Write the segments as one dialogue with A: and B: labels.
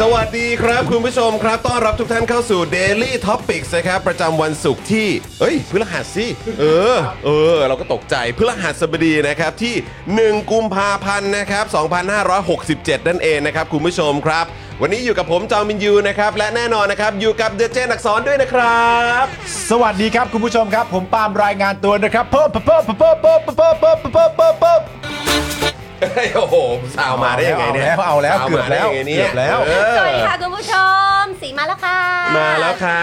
A: สวัสดีครับคุณผู้ชมครับ ต้อนรับทุกท่านเข้าสู่ Daily Topics นะครับ ประจำวันศุกร์ที่เอ้ยพฤหัสสิเออ เออ เราก็ตกใจพฤหัสบดีนะครับ ที่ 1 กุมภาพันธ์นะครับ 2567 นั่นเองนะครับ คุณผู้ชมครับ วันนี้อยู่กับผมจอมินยูนะครับ และแน่นอนนะครับ อยู่กับเดเจนอักษรด้วยนะครับ
B: สวัสดีครับคุณผู้ชมครับ ผมปาล์มรายงานตัวนะครับเพิ่มเพิ่มเพิ่มเพิ่มเพิ่มเพิ่มเพิ่มเพิ่มเพิ่มเพิ่ม
A: เฮ้ ยโอ้โหสาวมาได้ยังไงเนี่ย
B: เอาแล้วเอาแล้ว
A: สมได้ยังไงนี่ย
B: เกือบแล้ว
A: เออ
C: สวัสดีค่ะคุณผู้ชม สีมาแล้วค่ะ
A: มาแล้วค่ะ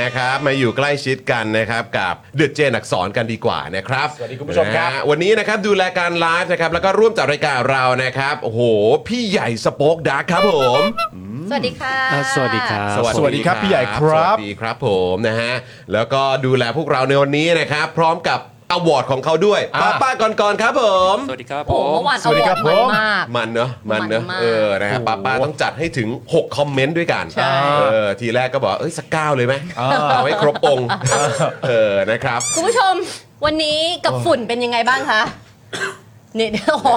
A: นะครับ มาอยู่ใกล้ชิดกันนะครับกับเดือดเจนอักสอนกันดีกว่านะครับ
B: สวัสดีคุณผู้ชมครับ
A: นะฮะวันนี้นะครับดูแลการไลฟ์นะครับแล้วก็ร่วมจัดรายการเรานะครับโอ้โห พี่ใหญ่สป็อกดาร์กครับผม
C: สวัสดีค่ะ
D: อ่ะสวัสดีครับ
B: สวัสดีครับพี่ใหญ่ครับ
A: สวัสดีครับผมนะฮะแล้วก็ดูแลพวกเราในวันนี้นะครับ พร้อมกับอวอร์ดของเขาด้วยป้าป้าก่อนก่อนๆครับผม
D: สวัสดีครับผ
C: โอ้โห
D: ม
C: เมื่อวาน
B: ส
C: เอา
B: วัส
C: ว
B: ดีครั
C: อด
B: บ
C: มัน
B: ผม
C: มาก
A: มันเนอะมันเนอะ
C: มันมาก
A: เออนะครับป้าป้าต้องจัดให้ถึง 6 คอมเมนต์ด้วยกันเออทีแรกก็บอกเอ้ยสักเก้าเลยไหมเอาไว้ครบองค์เออนะครับ
C: คุณผู้ชม วันนี้กับฝุ่นเป็นยังไงบ้างคะเนี่ยโอ้โห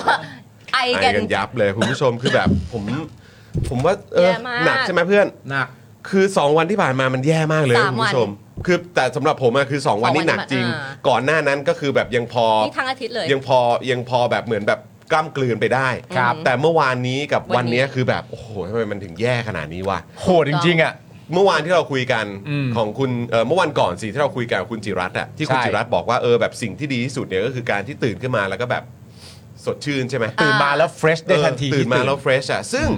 C: ไอ
A: ไอ
C: กัน
A: กันยับเลยคุณผู้ชมคือแบบ ผมผมว่าเออ
C: แย่มาก
A: หนักใช่ไหมเพื่อน
B: หนัก
A: คือ 2 วันที่ผ่านมามันแย่มากเลย
C: สาม
A: คุณ
C: วัน
A: ผู้ชม คือแต่สำหรับผมอะคือ 2 วัน
C: สองวัน
A: นี่หนักจริง
C: ที่ผ่านมา
A: ก่อนหน้านั้นก็คือแบบยังพอ
C: นี่ทั้งอาทิตย์เลย
A: ยังพอยังพอแบบเหมือนแบบกล้ามกลืนไปได้
B: ครับ
A: แต่เมื่อวานนี้กับ
C: วั
A: วัน
C: นนี้
A: เนี้ยคือแบบโอ้โหทำไมมันถึงแย่ขนาดนี้วะ
B: โหดจริงๆอ่ะ
A: เมื่อวานที่เราคุยกัน
B: อืม
A: ของคุณเอ่อเมื่อวันก่อนสิที่เราคุยกันกับคุณจิรัตน์อะที่คุณ
B: ใช่
A: จิรัตน์บอกว่าเออแบบสิ่งที่ดีที่สุดเนี่ยก็คือการที่ตื่นขึ้นมาแล้วก็แบบสดชื่นใช่ไหม
B: ตื่นมาแล้วเฟรชได้ทันที
A: เออตื่นมาแล้วเฟรชอะซึ่ง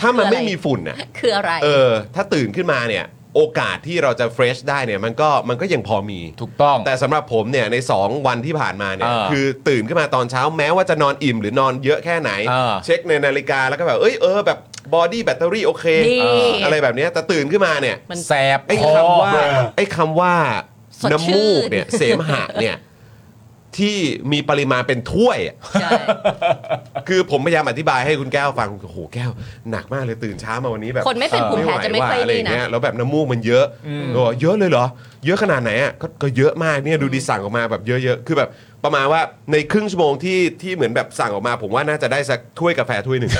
A: ถ้ามันไม่มีฝุ่นอะ
C: คืออะไร
A: เออ ถ้าตื่นขึ้นมาเนี่ย โอกาสที่เราจะเฟรชได้เนี่ยมันก็มันก็ยังพอมี
B: ถูกต้อง
A: แต่สำหรับผมเนี่ยใน 2 วันที่ผ่านมาเนี่ย
B: เออ
A: คือตื่นขึ้นมาตอนเช้าแม้ว่าจะนอนอิ่มหรือนอนเยอะแค่ไหน
B: เออ
A: เช็คในนาฬิกาแล้วก็แบบเอ้ยเออแบบบอดี้แบตเตอรี่โอเค
C: ดี
A: เอออะไรแบบเนี้ยแต่ตื่นขึ้นมาเนี่ย
C: มัน
B: แสบ
A: ไอ้
B: คอ
A: คำว่า
E: เบลอ
A: ไอ้คำว่า
C: สดชื่น
A: น้ำมูกเนี่ยเสมหะเนี่ยที่มีปริมาณเป็นถ้วยอะ
C: ใช่
A: คือผมพยายามอธิบายให้คุณแก้วฟังโอ้โหแก้วหนักมากเลยตื่นเช้ามาวันนี้แบบ
C: คนไม่เป็นภูมิแพ้จะไม่ค่อย
A: ไหวว่อะไร
C: ดี
A: อย่าง
C: นะ
A: เงี้ยแล้วแบบน้ำมูกมันเยอะเออเยอะเลยเหรอ เยอะขนาดไหนอ่ะก็ก็เยอะมากเนี่ยดูดีสั่งออกมาแบบเยอะๆคือแบบประมาณว่าในครึ่งชั่วโมงที่ที่เหมือนแบบสั่งออกมา ผมว่าน่าจะได้สักถ้วยกาแฟถ้วยหนึ่ง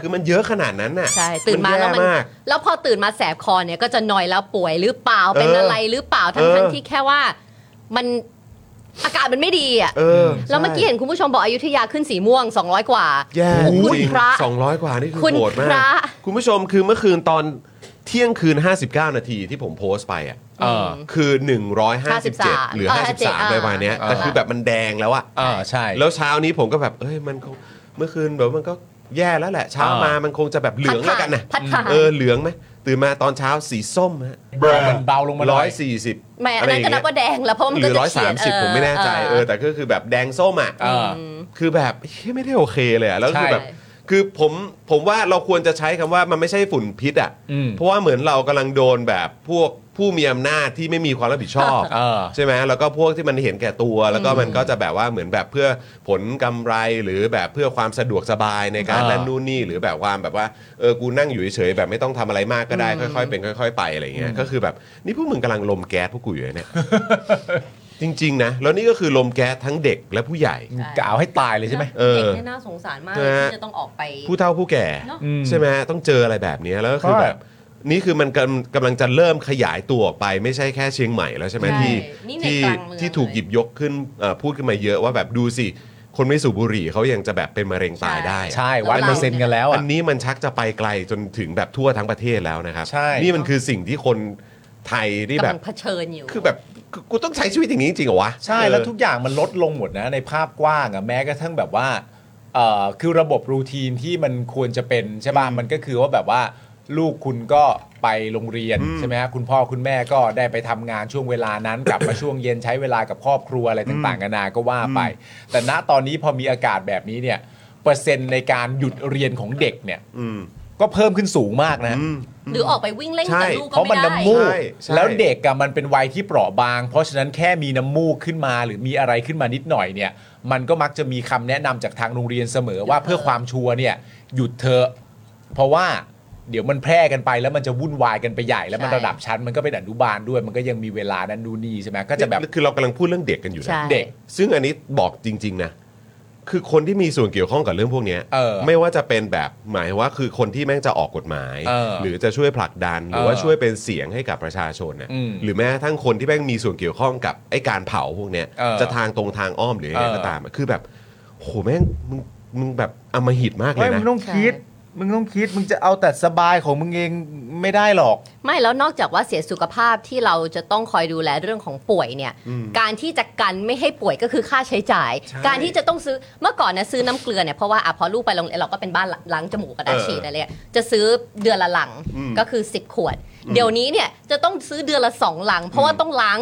A: คือมันเยอะขนาดนั้นน่ะ
C: ใช่ ตื่นมาแล้วมัน
A: แย่มาก
C: แล้วพอตื่นมาแสบคอเนี่ยก็จะหนอยแล้วป่วยหรือเปล่า เป็นอะไรหรือเปล่า ทั้ง
A: เอ
C: ทั้ง
A: อ
C: ที่แค่ว่า มันอากาศมันไม่ดีอ่ะ
A: เออ
C: แล้วเมื่อกี้
A: ใช่
C: เห็นคุณผู้ชมบอกอยุธยาขึ้นสีม่วง 200 กว่า
A: แย่จ
C: คุณ
A: ริง
C: พระ
A: สองร้อยกว่า นี่คือ
C: คุณ
A: โหดมา
C: พระ
A: ก คุณผู้ชมคือเมื่อคืนตอนเที่ยงคืน 59 นาทีที่ผมโพสต์ไปอ่ะ
B: เออ
A: คือ 157 หรือ
C: เออ
A: 53
C: 53
A: อะไรประมาณเนี้ยแต่คือแบบมันแดงแล้วอ่ะ
B: เออใช่
A: แล้วเช้านี้ผมก็แบบ เอ้ยมันคงเมื่อคืนแบบมันก็แย่แล้วแหละ เช้า
B: เออ
A: มามันคงจะแบบเหลืองแล้วกันนะ
C: พัดผ่าน
A: เออเหลืองไหมตื่นมาตอนเช้าสีส้มฮะ
B: มันเบาลงมาหน่
A: ร้อ
B: อย ย
A: สี่สิบ
C: แหม่อั
A: อะ
C: น
A: ไรอ
C: นั้น
A: ย่าง
C: ก็นั
A: เงี้ย
C: บว่าแดงแล้วเพราะมัน
A: ห
C: ก็
A: รือ
C: จะ
A: ร้อย
C: เขี
A: สาย ม
C: น
A: สิบผมไม่แน่ใจ
C: เออ
A: เออแต่ก็คือแบบแดงส้มอ่ะ
B: เออ
A: คือแบบเฮ้ยไม่ได้โอเคเลยอะแล้วคือ
B: ใช่
A: แบบ คือผมผมว่าเราควรจะใช้คำว่ามันไม่ใช่ฝุ่นพิษอ่ะ
B: อืม
A: เพราะว่าเหมือนเรากำลังโดนแบบพวกผู้มีอำนาจที่ไม่มีความรับผิดชอบ
B: เออ
A: ใช่ไหมแล้วก็พวกที่มันเห็นแก่ตัว แล้วก็มันก็จะแบบว่าเหมือนแบบเพื่อผลกำไรหรือแบบเพื่อความสะดวกสบายในการนั่นนู่นนี่หรือแบบความแบบว่าเออกูนั่งอยู่เฉยๆแบบไม่ต้องทำอะไรมากก็ได้ค่อยๆเป็นค่อย ๆ ไปอะไรอย่างเงี้ยก็คือแบบนี่พวกมึงกำลังลมแก๊สพวกกูอยู่เนี่ย จริงๆนะแล้วนี่ก็คือลมแก๊สทั้งเด็กและผู้ใหญ่
B: กล่าวให้ตายเลยใช่ไหม
A: เออ
C: เด็กเนี่ยน่าสงสารมาก
A: นะฮะ
C: ที่จะต้องออกไป
A: ผู้เฒ่าผู้แก่
C: เนอะ
B: อืม
A: ใช่ไหมต้องเจออะไรแบบนี้แล้วก็คือ
B: ใช่
A: แบบ นี่คือมันกำกำลังจะเริ่มขยายตัวออกไปไม่ใช่แค่เชียงใหม่แล้วใช่ไหม
C: ใช่
A: ที่
C: นี่ใน
A: ที่
C: กลางเมือง
A: ที่ถูกหยิบยกขึ้นเอ่อพูดขึ้นมาเยอะว่าแบบดูสิ คนไม่สูบบุหรี่เขายังจะแบบเป็นมะเร็งตายได้อะ
B: ใช่วัดเปอร์เซ็นต์กันแล้ว
A: อั
B: อ่ะ
A: นนี้มันชักจะไปไกลจนถึงแบบทั่วทั้งประเทศแล้วนะครับ
B: ใช่
A: นี่มันคือสิ่งที่คนไทยที่แบ
C: กำลั
A: บ
C: งเผชิญอยู่
A: คือแบบคือกูต้องใช้ชีวิตอย่างนี้จริงเหรอวะ
B: ใช่แล้ว
A: เออ
B: ทุกอย่างมันลดลงหมดนะในภาพกว้างอะแม้กระทั่งแบบว่าเอ่อคือระบบรูทีนที่มันควรจะเป็นใช่ป่ะมันก็คือว่าแบบว่า ลูกคุณก็ไปโรงเรียนใช่ไหมฮะคุณพ่อคุณแม่ก็ได้ไปทำงานช่วงเวลานั้น กลับมาช่วงเย็นใช้เวลากับครอบครัวอะไรต่างๆกันานาก็ว่าไป แต่ณตอนนี้พอมีอากาศแบบนี้เนี่ยเปอร์เซ็นต์ในการหยุดเรียนของเด็กเนี่ย
A: อืม
B: ก็เพิ่มขึ้นสูงมากนะ
C: หรือออกไปวิ่งเล่น
A: ใช่
C: กับลูก
B: เพ
C: ก็
B: ราะมัน
C: ไม่ได้
B: น้ำมูก
A: ใช่ใช่
B: แล้วเด็กอะมันเป็นวัยที่เปราะบาง เพราะฉะนั้นแค่มีน้ำมูกขึ้นมาหรือมีอะไรขึ้นมานิดหน่อยเนี่ย มันก็มักจะมีคำแนะนำจากทางโรงเรียนเสมอว่าเพื่อความชัวร์เนี่ยหยุดเถอะเพราะว่าเดี๋ยวมันแพร่กันไปแล้วมันจะวุ่นวายกันไปใหญ่แล้วมัน
C: ใช่
B: ระดับชั้นมันก็เป็นอนุบาลด้วย มันก็ยังมีเวลานั้นดูนนี่ใช่ไหมก็จะแบบ
A: คือเรากำลังพูดเรื่องเด็กกันอยู่นะ
C: ใช่
B: เด็ก
A: ซึ่งอันนี้บอกจริง ๆ นะ คือคนที่มีส่วนเกี่ยวข้องกับเรื่องพวกเนี้ย
B: เออ
A: ไม่ว่าจะเป็นแบบหมายว่าคือคนที่แม่งจะออกกฎหมาย
B: เออ
A: หรือจะช่วยผลักดัน หรือว่า
B: เออ
A: ช่วยเป็นเสียงให้กับประชาชนนะ
B: อืม
A: หรือแม้กระทั้งคนที่แม่งมีส่วนเกี่ยวข้องกับไอ้การเผาพวกเนี้ย
B: เออ
A: จะทางตรงทางอ้อมหรือยังไง
B: เออ
A: ก็ตามอะคือแบบโหแม่งมึงมึงแบบอำมหิตมากเลย
B: มึ
A: นะ
B: งต้องคิด มึงต้องคิดมึงจะเอาแต่สบายของมึงเองไม่ได้หรอก
C: ไม่แล้วนอกจากว่าเสียสุขภาพที่เราจะต้องคอยดูแลเรื่องของป่วยเนี่ย การที่จะกันไม่ให้ป่วยก็คือค่าใช้จ่าย
A: ใช่
C: การที่จะต้องซื้อเมื่อก่อนนะซื้อน้ำเกลือเนี่ยเพราะว่าอ่ะพอลูกไปโรงเรียนเราก็เป็นบ้านล้างจมูกกัน
A: เอ
C: อา
A: อ
C: ชีพอะไรเนี่ยจะซื้อเดือนละหลัง
A: อืม
C: ก็คือ 10 ขวด เดี๋ยวนี้เนี่ยจะต้องซื้อเดือนละสองหลัง เพราะว่าต้องล้าง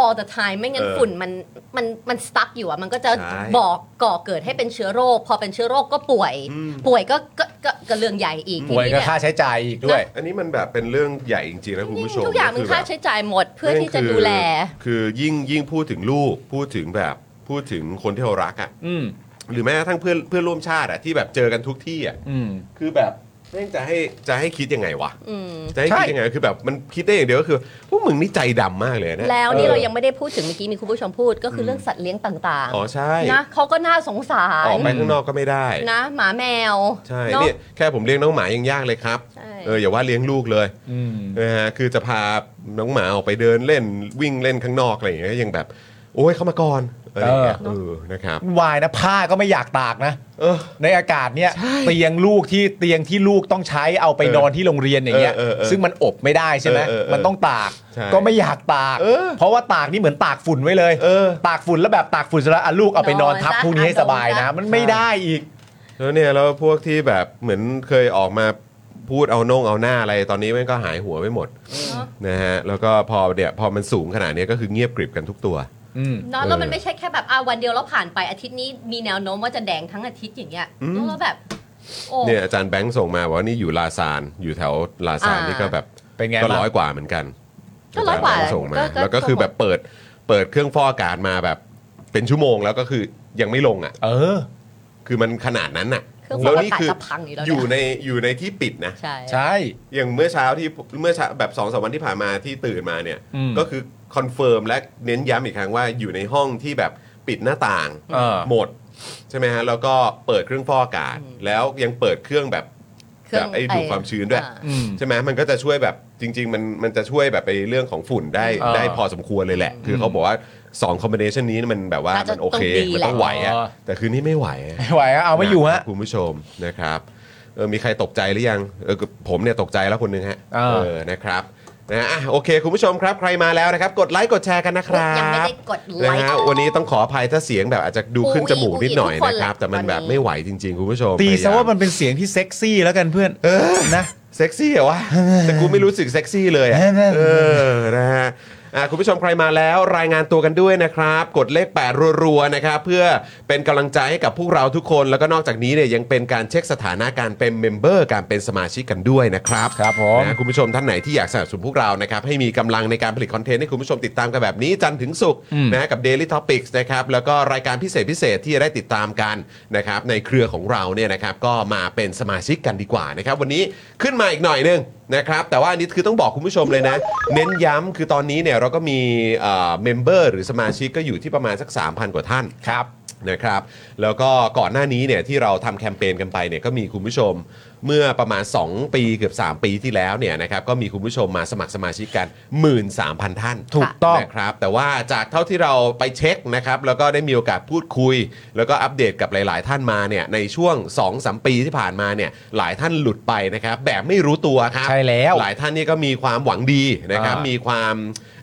C: all the time ไม่งั้น
A: เออ
C: ฝุ่นมันมันมันสตั๊กอยู่อะมันก็จะ
A: ใช่
C: บอกก่อเกิดให้เป็นเชื้อโรค พอเป็นเชื้อโรคก็ป่วย
A: อืม
C: ป่วยก็ก็ก็ก็เรื่องใหญ่อีกที
B: ป่วย
C: นี้
B: ก็
C: เนี่ย
B: ค่าใช้จ่ายอีกด้วย
A: อันนี้มันแบบเป็นเรื่องใหญ่จริงๆนะคุณผู้ชม
C: ทุกอย่างมัน
A: คือ
C: ค่า
A: แบบ
C: ใช้จ่ายหมดเพื่อที่จะ
A: นั่นคือ
C: ดูแล
A: คือยิ่งยิ่งพูดถึงลูกพูดถึงแบบพูดถึงคนที่เรารักอะ่ะ
B: อืม
A: หรือแม้กระทั่งเพื่อนเพื่อนร่วมชาติอะ่ะที่แบบเจอกันทุกที่อะ่ะ
B: อืม
A: คือแบบแม่งจะให้จะให้คิดยังไงวะ
C: อืม
A: จะให้คิด
B: ใช่
A: ยังไงคือแบบมันคิดได้อย่างเดียวก็คือพวกมึงนี่ใจดำมากเลยนะ
C: แล้วนี่
A: ออ
C: เรายังไม่ได้พูดถึงเมื่อกี้มีคุณผู้ชมพูดก็คือเรื่องสัตว์เลี้ยงต่าง
A: อ๋อใช่
C: ๆนะเขาก็น่าสงสา
A: อ
C: ร
A: อกไปข้างนอกก็ไม่ได้
C: นะ หมาแมว
A: ใช่
C: เนอะ
A: เนี่ยแค่ผมเลี้ยงน้องหมายังยากเลยครับ
C: ใช่
A: เอออย่าว่าเลี้ยงลูกเลย
B: อืม
A: นะฮะคือจะพาน้องหมาออกไปเดินเล่นวิ่งเล่นข้างนอกอะไรอย่างเงี้ยยังแบบ โอ้ยเข้ามาก่อนอะไรอย่างเงี้ย
B: เออ
A: เออนะครับ
B: วุ่นวายนะผ้าก็ไม่อยากตากนะ
A: เออ
B: ในอากาศเนี่ยเตียงลูกที่เตียงที่ลูกต้องใช้เอาไป
A: เออน
B: อนที่โรงเรียนอย่างเงี้ย
A: เออเออเออ
B: ซึ่งมันอบไม่ได้ใช่ไหม
A: เออเออเออ
B: มันต้องตาก
A: ใช่
B: ก็ไม่อยากตาก
A: เออ
B: เพราะว่าตากนี่เหมือนตากฝุ่นไว้เลย
A: เออ
B: ตากฝุ่นแล้วแบบตากฝุ่นเสร็จแล้วอ่ะลูกเอาไปนอน
C: นอน
B: ทับ
C: ซะ
B: พรุ่งนี้ให้
C: อ่ะ
B: สบาย
C: น
B: นะ
C: อนซะ
B: มันไม่ได้อีก
A: แล้วเนี่ยแล้วพวกที่แบบเหมือนเคยออกมาพูดเอานงเอาหน้าอะไรตอนนี้แม่งก็หายหัวไปหมด
C: เนอะ
A: นะฮะแล้วก็พอเนี่ยพอมันสูงขนาดเนี้ยก็คือเงียบกริบกันทุกตัว
B: อืม
C: เนอะแล้วมันไม่ใช่แค่แบบอาวันเดียวแล้วผ่านไปอาทิตย์นี้มีแนวโน้มว่าจะแดงทั้งอาทิตย์อย่างเงี้ยแล้วแบบ โอ้
A: เนี่ยอาจารย์แบงค์ส่งมาบอกว่านี่อยู่ลาซานอยู่แถวลาซาน
C: อ่านี่
A: นี่ก็แบบ
B: เป็นไง
A: ก็
B: บ้าง
A: ร้อยกว่าเหมือนกัน
C: ก็ร้อยกว่า
A: จแบงค์ส่งมา
C: ก็ก็
A: แล้วก็คือแบบเปิดเปิดเครื่องฟอกอากาศมาแบบเป็นชั่วโมงแล้วก็คือยังไม่ลงอ่ะ
B: เออ
A: คือมันขนาดนั้นอ่ะ
C: เครื่องฟ
A: แล้ว
C: อกอา
A: นี่
C: กาศ
A: คือ
C: จะพังอยู่แล้ว
A: อ
C: เนี่
A: ยู่
C: ย
A: ในอยู่ในที่ปิดนะ
C: ใช่
B: ใช่
A: อย่างเมื่อเช้าที่เมื่อเช้าแบบสองสามวันที่ผ่านมาที่ตื่นมาเนี่ย
B: อืม
A: ก็คือคอนเฟิร์มและเน้นย้ำอีกครั้งว่าอยู่ในห้องที่แบบปิดหน้าต่าง
B: เออ
A: หมด ใช่ไหมฮะ แล้วก็เปิดเครื่องฟอกอากาศ แล้วยังเปิดเครื่องแบบ
C: เครื่
A: แบ
C: อง
A: บไอ้ดูด
C: ไอ้
A: ความชื้นด้วย
C: อ่า
B: อืม
A: ใช่ไหมมันก็จะช่วยแบบจริง ๆ มันมันจะช่วยแบบไปเรื่องของฝุ่นได้
B: เออ
A: ได้พอสมควรเลยแหละ คือเขาบอกว่า2คอมบิเนชันนี้มันแบบว่า
C: น่าจะ
A: มันโอเค
C: ต้องดี
A: มันต้อง
C: แหละ
A: ไหวอะ
B: อ๋อ
A: แต่คืนนี้ไม่ไหวอะ
B: ไม่ไหวอะเอาไม่อยู่
A: นค
B: ฮะ
A: รับคุณผู้ชมนะครับเออมีใครตกใจหรือยังเออผมเนี่ยตกใจแล้วคนหนึงฮะ
B: อ่า
A: เออนะครับนะอ่ะโอเค คุณผู้ชมครับใครมาแล้วนะครับ กดไลค์กดแชร์กันนะครับ
C: ยังไม่ได้กดไล
A: นะ
C: ค์
A: ฮะวันนี้ต้องขออภัยถ้าเสียงแบบอาจจะดูขึ้นจมูกนิดหน่อยนะครับ แต่มันแบบไม่ไหวจริง ๆ คุณผู้ชม
B: ตีซะว่า
A: พยย
B: มันเป็นเสียงที่เซ็กซี่แล้วกันเพื่อนนะ
A: เซ็กซี่เหรอวะแต่กูไม่รู้สึกเซ็กซี่เลยอะ
B: นั่นๆ
A: เออนะฮะ อ่าคุณผู้ชมใครมาแล้วรายงานตัวกันด้วยนะครับ กดเลข 8 รัวๆนะครับเพื่อเป็นกำลังใจให้กับพวกเราทุกคน แล้วก็นอกจากนี้เนี่ยยังเป็นการเช็คสถานะการเป็นเมมเบอร์การเป็นสมาชิกกันด้วยนะครับ
B: ครับผม
A: นะ คุณผู้ชมท่านไหนที่อยากสนับสนุนพวกเรานะครับให้มีกำลังในการผลิตคอนเทนต์ให้คุณผู้ชมติดตามกันแบบนี้จันทร์ถึงศุกร์
B: อืม
A: นะฮะกับ Daily Topics นะครับแล้วก็รายการพิเศษพิเศษที่จะได้ติดตามกันนะครับในเครือของเราเนี่ยนะครับก็มาเป็นสมาชิกกันดีกว่านะครับวันนี้ขึ้นมาอีกหน่อยหนึงนะครับแต่ว่าอันนี้คือต้องบอกคุณผู้ชมเลยนะ เน้นย้ำคือตอนนี้เนี่ยเราก็มีเมมเบอร์หรือสมาชิกก็อยู่ที่ประมาณสัก 3,000 กว่าท่าน
B: ครับ
A: นะครับแล้วก็ก่อนหน้านี้เนี่ยที่เราทำแคมเปญกันไปเนี่ยก็มีคุณผู้ชมเมื่อประมาณ 2 ปีเกือบ 3 ปีที่แล้วเนี่ยนะครับก็มีคุณผู้ชมมาสมัครสมาชิกกัน 13,000 ท่าน
B: ถูกต้อง
A: นะครับแต่ว่าจากเท่าที่เราไปเช็คนะครับแล้วก็ได้มีโอกาสพูดคุย แล้วก็อัปเดตกับหลาย ๆ ท่านมาเนี่ยในช่วง 2-3 ปีที่ผ่านมาเนี่ยหลายท่านหลุดไปนะครับแบบไม่รู้ตัวครับ
B: ใช่แล้ว
A: หลายท่านนี่ก็มีความหวังดีนะครับ
B: อ่ามี
A: มีความ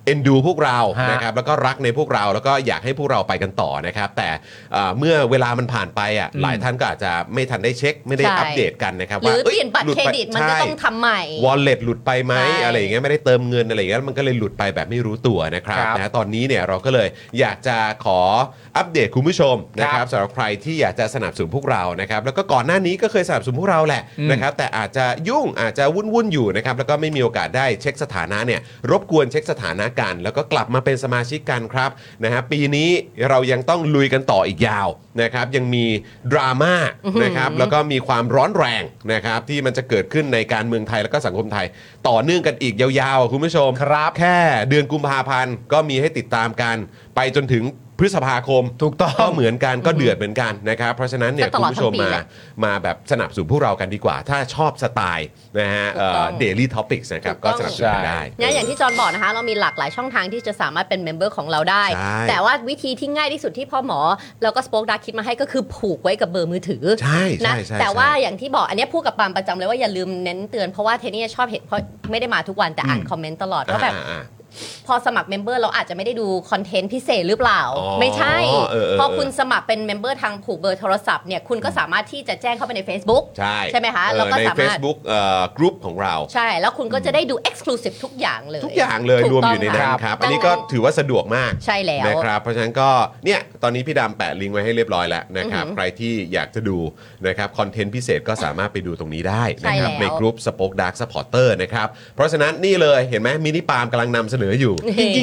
A: เอ็นดูพวกเรา
B: ฮะ
A: นะครับ แล้วก็รักในพวกเรา แล้วก็อยากให้พวกเราไปกันต่อนะครับ แต่เอ่อเมื่อเวลามันผ่านไปอ่ะ
B: อืม
A: หลายท่านก็อาจจะไม่ทันได้เช็ค ไม่ได้
C: ใช่
A: อัปเดตกันนะครับ
C: หรือ
A: อ้
C: เปลี่ยนบัตร
A: ห
C: เคร
A: ไป
C: ดิตมันจะ
A: ใช่
C: ต้องทำใหม่
A: วอลเล็ตหลุดไปไหม
C: ใช่
A: อะไรอย่างเงี้ยไม่ได้เติมเงินอะไรอย่างเงี้ยมันก็เลยหลุดไปแบบไม่รู้ตัวนะครับ
B: ครับ
A: นะตอนนี้เนี่ยเราก็เลยอยากจะขออัปเดตคุณผู้ชมนะค
B: ค
A: รั
B: รั
A: บบ สำหรับใครที่อยากจะสนับสนุนพวกเรานะครับแล้วก็ก่อนหน้านี้ก็เคยสนับสนุนพวกเราแหละ
B: อืม
A: นะครับแต่อาจจะยุ่งอาจจะวุ่นวุ่นๆอยู่นะครับแล้วก็ไม่มีโอกาสได้เช็คสถานะเนี่ยรบกวนเช็คสถานะกัน แล้วก็กลับมาเป็นสมาชิกกันครับนะฮะปีนี้เรายังต้องลุยกันต่ออีกยาวนะครับยังมีดราม่านะครับแล้ว แล้วก็มีความร้อนแรงนะครับที่มันจะเกิดขึ้นในการเมืองไทยแล้วก็สังคมไทย ต่อเนื่องกันอีกยาวๆอ่ะคุณผู้ชมครับแค่เดือนกุมภาพันธ์ก็มีให้ติดตามกัน ไปจนถึงพฤษภาคมถูกต้องก็เหมือนกันก็เดือดเหมือนกันนะครับเพราะฉะนั้นเนี่ย
C: ก็ต
A: คุณ
C: ลอด
A: ผู้ชม
C: ทั้ง
A: มา
C: ปีแหละ
A: มาแบบสนับสนุนพวกเรากันดีกว่า ถ้าชอบสไตล์นะฮะ
C: ถูกต้อง
A: เดลี่ท็อปิกนะครับก็สนับสนุนกันได้
C: เนี่ยอย่างที่จอห์นบอกนะคะ เรามีหลากหลายช่องทางที่จะสามารถเป็นเมมเบอร์ของเราได้
A: ใช่
C: แต่ว่าวิธีที่ง่ายที่สุดที่พ่อหมอ แล้วก็สปอคดักคิดมาให้ก็คือผูกไว้กับเบอร์มือถือ
A: ใช่ใช่
C: นะ
A: ใช่
C: แต่ว่า
A: ใช่
C: อย่างที่บอกอันเนี้ยพูดกับปาล์มประจำเลยว่าอย่าลืมเน้นเตือนเพราะว่าเทนนี่ชอบเห็นเพราะไม่ได้มาทุกวันแต่อ่าน
A: อืม
C: คอมเมนต์ตลอดว่าแบบ
A: อ่าอ่า
C: พอสมัครเมมเบอร์เราอาจจะไม่ได้ดูคอนเทนต์พิเศษหรือเปล่า
A: อ๋อ
C: ไม่ใช่
A: เออเออ
C: พอคุณสมัครเป็นเมมเบอร์ทางผูกเบอร์โทรศัพท์เนี่ยคุณก็สามารถที่จะแจ้งเข้าไปใน Facebook
A: ใช่
C: ใช่ไหมคะ
A: เออ
C: แล้วก็
A: ใน
C: สามารถ
A: Facebook เอ่อกรุ๊ปของเรา
C: ใช่ แล้วคุณก็จะได้ดู Exclusive ทุกอย่างเลย
A: ทุกอย่างเลย
C: ถูก
A: รวม
C: ต้
A: อยู่ในนั้นครับ อันนี้ก็ถือว่าสะดวกมาก
C: ใช่แล้ว
A: นะครับเพราะฉะนั้นก็เนี่ยตอนนี้พี่ดำแปะลิงก์ไว้ให้เรียบร้อยแล้วนะครับ
C: อือหือ
A: ใครที่อยากจะดูนะครับคอนเทนต์พิเศษก็สามารถไปดูตรงนี้ได้นะครั
C: ใช่แล้ว
A: ในกลุ่มสป็อคดักสปอร์เตอร์นะครับเพราะฉะนั้นนี่เลยเห็นไหมมินิปาล์มกำลังนำเสนออยู่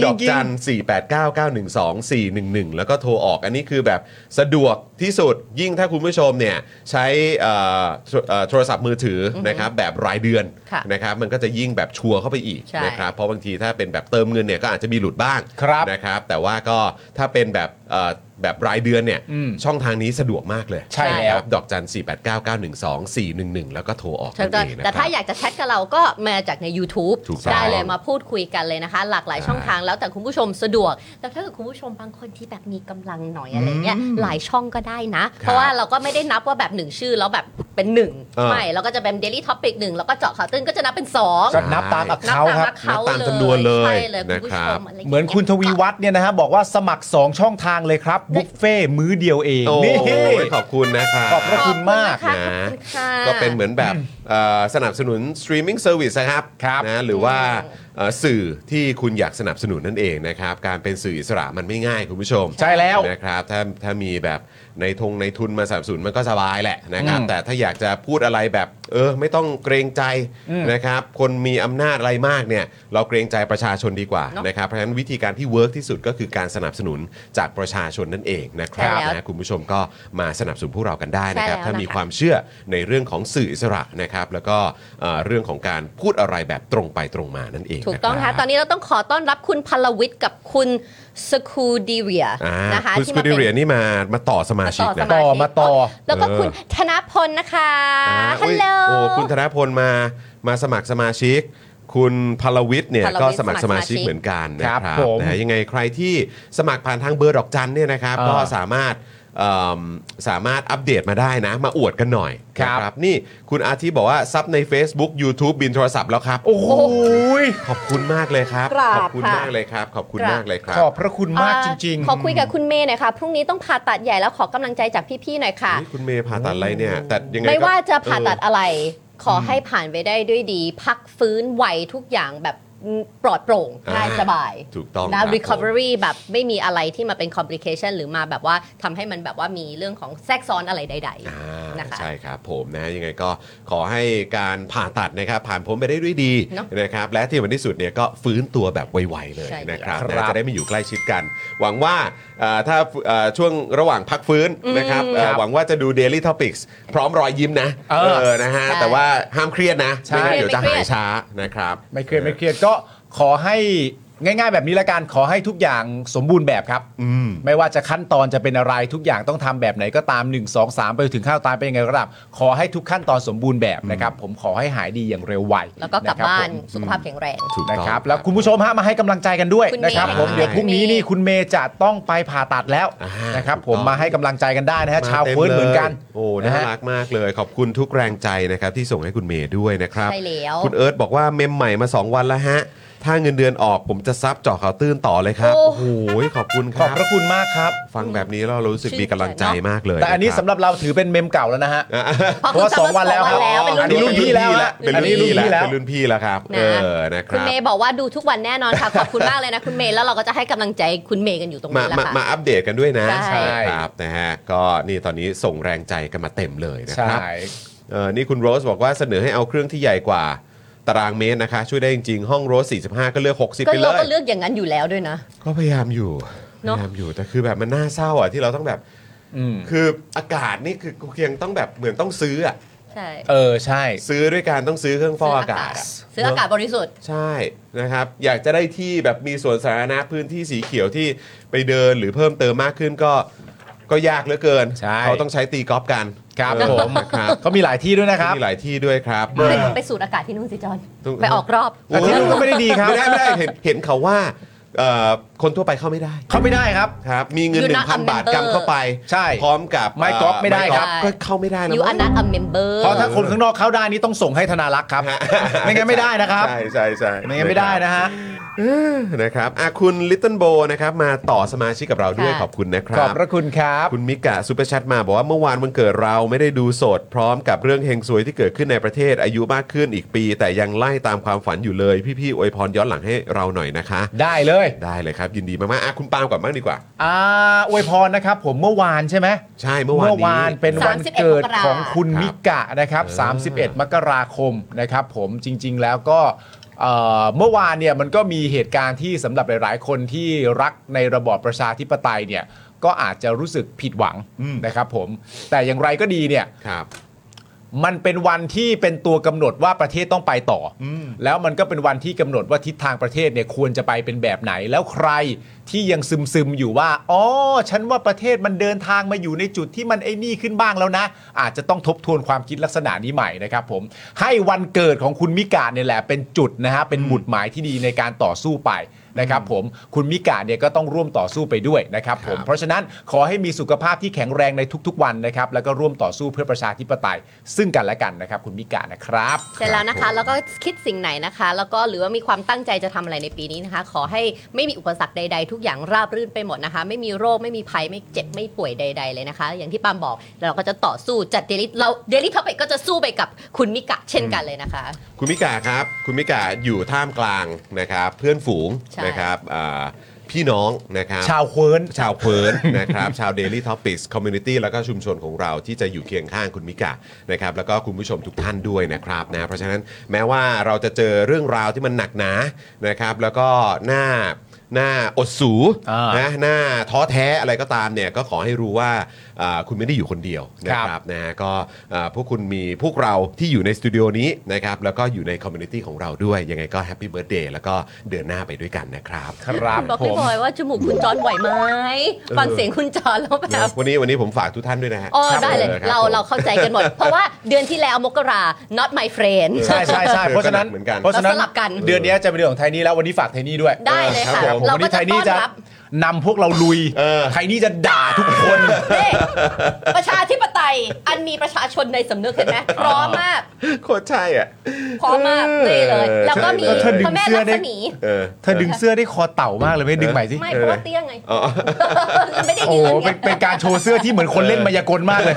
A: ดอกจัน 4 8 9 9 1 2 4 1 1 แล้วก็โทรออกอันนี้คือแบบสะดวกที่สุดยิ่งถ้าคุณผู้ชมเนี่ยใช้เอ่อโทรเอ่อโทรศัพท์มือถืออนะครับแบบรายเดือน
C: ค่ะ
A: นะครับมันก็จะยิ่งแบบชัวร์เข้าไปอีก
C: ใช่
A: นะครับเพราะบางทีถ้าเป็นแบบเติมเงินเนี่ยก็อาจจะมีหลุดบ้าง
B: ครับ
A: นะครับแต่ว่าก็ถ้าเป็นแบบเอ่อแบบรายเดือนเนี่ย
B: อืม
A: ช่องทางนี้สะดวกมากเลย
B: ใช่แล้ว
A: ดอกจัน 4 8 9 9 1 2 4 1 1 แล้วก็โทรออก
C: ใช่
A: นั่น
C: ก็
A: เองนะค
C: แต่
A: รั
C: ถ้า
A: บ
C: อยากจะแชทกับเราก็มาจากใน YouTube
A: ถูกต้อง
C: ได้เลยมาพูดคุยกันเลยนะคะ หลากหลาย
A: ใช่
C: ช่องทางแล้วแต่คุณผู้ชมสะดวก แต่ถ้าเกิดคุณผู้ชมบางคนที่แบบมีกำลังหน่อยอะไรเงี้ยหลายช่องก็ได้นะ เพราะว่าเราก็ไม่ได้นับว่าแบบหนึ่งชื่อแล้วแบบเป็นหนึ่ง
A: เออ
C: ไม่เราก็จะเป็น Daily Topic หนึ่งแล้วก็เจาะข่าวตื้นก็จะนับเป็นสอง
B: ก็นับตามอัก
C: นับ
B: เขา
C: ตาม
B: ครับ
A: นับ
C: ว่าเขา
A: ตามจำนวนเลย
C: ใช่เลยคุณผู้ช
A: นะครับ
C: มะไรย่างงี้ย
B: เหมือนคุณทวีวัฒน์เนี่ยนะฮะบอกว่าสมัคร 2 ช่องทางเลยครับ บุฟเฟ่ต์มื้อเดียวเอง
A: โอ้
B: นี่
A: ยขอบคุณนะครับ
B: ขอบพระ ณมาก
C: ขอบ
A: นะ
C: คุณนค
A: ก็เป็นเหมือนแบบเอ่อสนับสนุนสตรีมมิ่งเซอร์วิสนะครับ
B: ครับ
A: นะหรือว่าเอ่อสื่อที่คุณอยากสนับสนุนนั่นเองนะครับ การเป็นสื่ออิสระมันไม่ง่ายคุณผู้ชม
B: ใช่แล้ว
A: นะครับถ้าถ้ามีแบบในทงในทุนมาสนับสนุนมันก็สบายแหละนะครับ
B: อืม
A: แต่ถ้าอยากจะพูดอะไรแบบเออไม่ต้องเกรงใจ
B: อืม
A: นะครับ คนมีอำนาจอะไรมากเนี่ยเราเกรงใจประชาชนดีกว่านะครับเพราะฉะนั้นวิธีการที่เวิร์กที่สุดก็คือการสนับสนุนจากประชาชนนั่นเองนะครับนะคุณผู้ชมก็มาสนับสนุนพวกเรากันได้นะครับถ้ามีความ ความเชื่อในเรื่องของสื่ออิสระนะครับแล้วก็เอ่อเรื่องของการพูดอะไรแบบตรงไปตรงมานั่นเอง
C: ถูกต้อง
A: รั
C: ค่ะ
A: บ
C: ตอนนี้เราต้องขอต้อนรับคุณพลวิทย์กับคุณสคูดีเวีย
A: อ่า
C: นะคะ
A: คุณส
C: ที่
A: กู
C: มา
A: ดิ
C: เป็น
A: เรียนนี่มามาต่อสมาชิก
C: ต่อ
A: นะ
C: สมาชิก
B: มาต่อ
C: แล้วก็คุณธนพลนะคะ
A: อ่า
C: ฮั
A: อุ๊
C: ล
A: ย
C: โหล
A: โอ้คุณธนพลมามาสมัครสมาชิก คุณพลวิทย์เนี่ย
C: พลวิทย์
A: ก็สมัครส
C: สมั
A: มา
C: ครสมาชิ
A: ชิก
C: ก
A: เหมือนกันนะค
B: ครั
A: รับบ
B: ผม
A: นะฮะยังไงใครที่สมัครผ่านทางเบอร์ดอกจันเนี่ยนะครับ
B: อ่า
A: ก็สามารถเอิ่มสามารถอัปเดตมาได้นะ มาอวดกันหน่อย
B: ครับ
A: นะนี่คุณอาทิบอกว่าซับใน Facebook YouTube บินโทรศัพท์แล้วครับ
B: โอ้โหย
A: ขอบคุณมากเลยครับ
C: กราบ
A: ขอบคุณ
C: ค่ะ
A: มากเลยครับ ขอบคุณ
C: กราบ
A: มากเลยครั
B: ข
A: บ
B: อบพระคุณมากจริง
C: ขอคุยกับคุณเมย์หน่อยค่ะ พรุ่งนี้ต้องผ่าตัดใหญ่แล้วขอกำลังใจจากพี่ๆหน่อยค่ะ
A: คุณเมย์ผ่าตัดอะไรเนี่ย แต่ยังไง
C: ไม่
A: ก็
C: ว่าจะผ่าตัด
A: เออ
C: อะไร ขอให้ผ่านไปได้ด้วยดี พักฟื้นไวทุกอย่างแบบ ปลอดโปร่งง่าย
A: อ่า
C: สบาย
A: ถูกต้อง
C: นะ
A: ครับผม
C: recovery แบบไม่มีอะไรที่มาเป็น complication หรือมาแบบว่าทำให้มันแบบว่ามีเรื่องของแทรกซ้อนอะไรใด
A: อ่า
C: ๆ นะคะ
A: ใช่ครับผมนะยังไงก็ขอให้การผ่าตัดนะครับผ่านพ้นไปได้ด้วยดี
C: เนอะ
A: นะครับและที่สำคัญที่สุดเนี่ยก็ฟื้นตัวแบบไวๆเลย
C: ใช่
A: นะครับ
B: ครับ
A: นะจะได้ไม่อยู่ใกล้ชิดกัน หวังว่าเอ่อถ้าเอ่อช่วงระหว่างพักฟื้นนะครับเอ่อหวังว่าจะดู Daily Topics พร้อมรอยยิ้มนะ
B: เออ
A: นะฮะ
C: ใช่
A: แต่ว่าห้ามเครียดนะ
B: ใช่
A: ไม่งั้นเดี๋ยวจะ
C: ไม่เครี
A: หายย
C: ด
A: ช้านะครับ
B: ไม่เครียดไม่เครียดก็ขอให้ง่าย ๆ แบบนี้ละกันขอให้ทุกอย่างสมบูรณ์แบบครับ
A: อืม
B: ไม่ว่าจะขั้นตอนจะเป็นอะไรทุกอย่างต้องทำแบบไหนก็ตาม 1 2 3 ไปถึงข้าวตายเป็นยังไงก็ตามขอให้ทุกขั้นตอนสมบูรณ์แบบนะครับ ผมขอให้หายดีอย่างเร็วไว
C: แล้วก็กลับ
B: ะครั
C: บ้าน
B: ผม
C: สุขภาพแข็งแรง
A: ถูกต้อง
B: นะครับแล้วคุณผู้ชมฮะมาให้กำลังใจกันด้วย
C: คุณ
B: นะครับ
C: เมย์
B: ผมเดี๋ยวพรุ่งนี้นี่
C: คุณเมย์
B: คุณเมย์จะต้องไปผ่าตัดแล้ว
A: อ่าน
B: นะครับ
A: ถูก
B: ผม
A: ต้อง
B: มาให้กำลังใจกันได้นะฮะชาว
A: ต็
B: ฟื้น
A: ลย
B: เหมือนกัน
A: โอ้
B: นะ
A: น่า
B: ฮะ
A: รักมากเลยขอบคุณทุกแรงใจนะครับที่ส่งให้คุณเมย์ด้วยนะครับ
C: ใช่แล้ว
A: คุณเอิร์ธบอกว่าเมมใหม่มา 2 วันแล้วฮะ ถ้าเงินเดือนออกผมจะซับเจาะข่าวตื้นต่อเลยครับ
C: โอ้
A: โอ้โห ขอบคุณค
B: ขอ
A: รั
B: บบ พระคุณมากครับ
A: ฟังแบบนี้แล้วเรารู้สึกมีกำลังใจมากเลย
B: แต่อันนี้
A: ะค
B: สำหรับเราถือเป็นเมมเก่าแล้วนะฮะ
A: อ่ะ
C: เพราะ
B: เพราะว่า
C: คุณ
B: สองวันแล้ว
C: สองวันแล้วเป็น
B: อันนี้
C: รุ่น
B: รุ่นพี่แล้วฮะ
A: เป็นรุ่นพี่แล้วเป็นรุ่นพี่แล้วครับ เอ
C: นะ
A: อ นะค
C: คุณ
A: รับ
C: เมย์บอกว่าดูทุกวันแน่นอนค่ะ ขอบคุณมากเลยนะคุณเมย์แล้วเราก็จะให้กำลังใจคุณเมย์กันอยู่ตรง
A: มา
C: นี้แหละ
A: มา
C: ค่ะ
A: มาอัปเดตกันด้วยนะ
C: ใช่
A: ครับนะฮะ ก็นี่ตอนนี้ส่งแรงใจกันมาเต็มเลยนะค
B: ใช่
A: รับ เออนี่คุณโรสบอกว่าเสนอให้เอาเครื่องที่ใหญ่กว่าตารางเมตรนะคะ ช่วยได้จริงๆ ห้องโรส 45 ก็เลือก 60
C: ก็
A: ไปเล
C: เรา
A: ย
C: ก็เลือกอย่างนั้นอยู่แล้วด้วยนะ
A: ก็พยายามอยู่พ
C: เนอะ
A: ยายามอยู่แต่คือแบบมันน่าเศร้าอ่ะที่เราต้องแบบ
B: อืม
A: คืออากาศนี่คือกูเคียงต้องแบบเหมือนต้องซื้ออ่ะ
C: ใช่
B: เออใช่
A: ซื้อด้วยการต้องซื้อเครื่องฟอกอากาศะ
C: ซื้ออากาศ
A: เน
C: บริสุทธิ์
A: ะใช่นะครับ อยากจะได้ที่แบบมีสวนสาธารณะพื้นที่สีเขียวที่ไปเดินหรือเพิ่มเติมมากขึ้นก็ก็ยากเหลือเกิน
B: ใช่
A: เขาต้องใช้ตีกอล์ฟกัน
B: ครับ
A: เออ
B: ผม
A: นะครับ
B: เขามีหลายที่ด้วยนะครับ
A: มีหลายที่ด้วยครับ
C: ไปไปสูดอากาศที่นู่นสิจอน
A: ถูก
C: ไปออกรอบ
B: แต่ที่นู่นก็ไม่ได้ดีครับ
A: ไม่ได้ไม่ได้เห็นเห็นเขาว่าเอ่อคนทั่วไปเข้าไม่ได้
B: เขาไม่ได้ครับ
A: ครับมีเงิน
C: You're not a
A: 1,000 บาท
C: member
A: กำเข้าไป
B: ใช่
A: พร้อมกับ
B: ไม้กอล์ฟไม่ได้ครับ
A: ก็เข้าไม่ได้แล้ว
C: ยูอั
A: มั้
C: น
A: ง
C: นัทอเมมเบอร์
B: เพราะถ้าคนข้างนอกเข้าได้นี่ต้องส่งให้ธนารักษ์ครับ ไม่งั้นไม่ได้นะครับ
A: ใช่ใช่ใช่
B: ไม่งั้นไม่ได้นะฮะ
A: นะครับอ่ะคุณลิตเติ้ลโบนะครับมาต่อสมาชิกกับเราด้วยขอบคุณนะค
B: ข
A: รั
B: อบบ พระคุณครับ
A: คุณมิกะซูเปอร์แชทมาบอกว่าเมื่อวานวันเกิดเราไม่ได้ดูสด พร้อมกับเรื่องเฮงซวยที่เกิดขึ้นในประเทศอายุมากขึ้นอีกปี แต่ยังไล่ตามความฝันอยู่เลย พี่ๆอวยพรย้อนหลังให้เราหน่อยนะคะ
B: ได้เลย
A: ได้เลยครับยินดีมากๆอ่ะคุณปาล์มก่อนบ้างดีกว่า
B: อ่าอวยพรนะครับผมเมื่อวานใช่ไหม
A: ใช่เมื่อวานนี้
B: เป็นวันเกิดของคุณ
A: ครับ
B: มิกะนะครับ
A: เออ
B: 31 มกราคมนะครับผมจริง ๆ แล้วก็เอ่อเมื่อวานเนี่ยมันก็มีเหตุการณ์ที่สำหรับหลายๆ คนที่รักในระบอบประชาธิปไตยเนี่ยก็อาจจะรู้สึกผิดหวัง
A: อืม
B: นะครับผมแต่อย่างไรก็ดีเนี่ย
A: ครับ
B: มันเป็นวันที่เป็นตัวกำหนดว่าประเทศต้องไปต่ออ
A: ม
B: แล้วมันก็เป็นวันที่กำหนดว่าทิศทางประเทศเนี่ยควรจะไปเป็นแบบไหน แล้วใครที่ยังซึมซึมๆอยู่ว่าอ๋อฉันว่าประเทศมันเดินทางมาอยู่ในจุดที่มันไอ้นี่ขึ้นบ้างแล้วนะ อาจจะต้องทบทวนความคิดลักษณะนี้ใหม่นะครับผมให้วันเกิดของคุณมิกาเนี่ยแหละเป็นจุดนะฮะเป็นหมุดหมายที่ดีในการต่อสู้ไปนะครับผมคุณมิกาเนี่ยก็ต้องร่วมต่อสู้ไปด้วยนะครับผ
A: ค
B: ม
A: รับ
B: เพราะฉะนั้นขอให้มีสุขภาพที่แข็งแรงในทุกๆ วันนะครับ แล้วก็ร่วมต่อสู้เพื่อประชาธิปไตย ซึ่งกันและกันนะครับ คุณมิกานะครับ
C: เสร็จแล้วนะ
A: ครับ
C: คะ
A: ผม
C: แล้วก็คิดสิ่งไหนนะคะ แล้วก็หรือว่ามีความตั้งใจจะทำอะไรในปีนี้นะคะ ขอให้ไม่มีอุปสรรคใด ๆ ทุกอย่างราบรื่นไปหมดนะคะ ไม่มีโรคไม่มีภัยไม่เจ็บไม่ป่วยใด ๆ เลยนะคะ อย่างที่ปาล์มบอกเราก็จะต่อสู้จัดเดลิเราเดลิทอปิกก็จะสู้ไปกับคุณมิกะเช่นกันเลยนะคะ
A: คุณมิกาครับ คุณมิกาอยู่ท่ามกลางนะครับ เพื่อนฝูง
C: ใช่
A: นะครับอ่าพี่น้องนะครับ
B: ชาวเคิร์น
A: ชาวเพิร์น นะครับ ชาว Daily Topics Community แล้วก็ชุมชนของเราที่จะอยู่เคียงข้างคุณมิกะนะครับแล้วก็คุณผู้ชมทุกท่านด้วยนะครับนะเพราะฉะนั้นแม้ว่าเราจะเจอเรื่องราวที่มันหนักหนานะครับแล้วก็หน้าหน้าอดสู
B: อ่าน
A: นะหน้าท้อแท้อะไรก็ตามเนี่ยก็ขอให้รู้ว่าอ่าคุณไม่ได้อยู่คนเดียวนะค
B: ครั
A: รับบ นะฮะก็อ่าพวกคุณมีพวกเราที่อยู่ในสตูดิโอนี้นะครับแล้วก็อยู่ในคอมมูนิตี้ของเราด้วยยังไงก็แฮปปี้เบิร์ดเดย์แล้วก็เดินหน้าไปด้วยกันนะครับ
B: ครับ
C: บอก
B: ผ
C: พี่บ
B: ม
C: อยว่าจมูกคุณจอนไหวไหมฟังเสียงคุณจอนแล้วแบ
A: นะ
C: บ
A: วันนี้วันนี้ผมฝากทุกท่านด้วยนะฮะ
C: อ๋อ
A: คบ
C: ได้เลย
A: ออคบ
C: เรา
A: ผม
C: เราเข้าใจกันหมด เพราะว่าเดือนที่แล้วมกรา not my friend
B: ใช่ใช่ใช่
A: เออ
B: เพราะฉะนั้น
A: ก็หนักเหมือนกัน
B: เพราะฉะนั้น
C: เราสลับกัน
B: เดือนนี้จะเป็นเดือนของไทยนี่แล้ววันนี้ฝากไทยนี่ด้วย
C: ได้เลยค่ะ
B: รับผม
C: เรา
B: วัน
C: ก็
B: นี้
C: จะ
B: ไทยนี่
C: ต้
B: จะ
C: อนรับ
B: นำพวกเราลุย
A: เออ
B: ไทยนี่จะด่าทุกคน
C: เฮ้ประชาธิปไตย อันมีประชาชนในสำนึกเห็นไหมพร้อมมาก
A: โคตรใช่อ่ะ
C: พร้อมมากนี่เลย แล้วก็มี
A: ใช่เลย
B: ถ้าดึง
C: พระแม่
B: เสื้
C: ลั
B: อกได้
C: ษมี
A: เออ
B: เธอดึงเสื้อได้คอเต่ามากเลยไม่ดึงใหม่สิ
C: ไม่เพราะว่าเตี้ยไง
A: อ๋อ
C: ไม่ได้
B: โอ้
C: ยื
B: โห
C: น
B: เป็นเป็นการโชว์เสื้อที่เหมือนคนเล่นมายากลมากเลย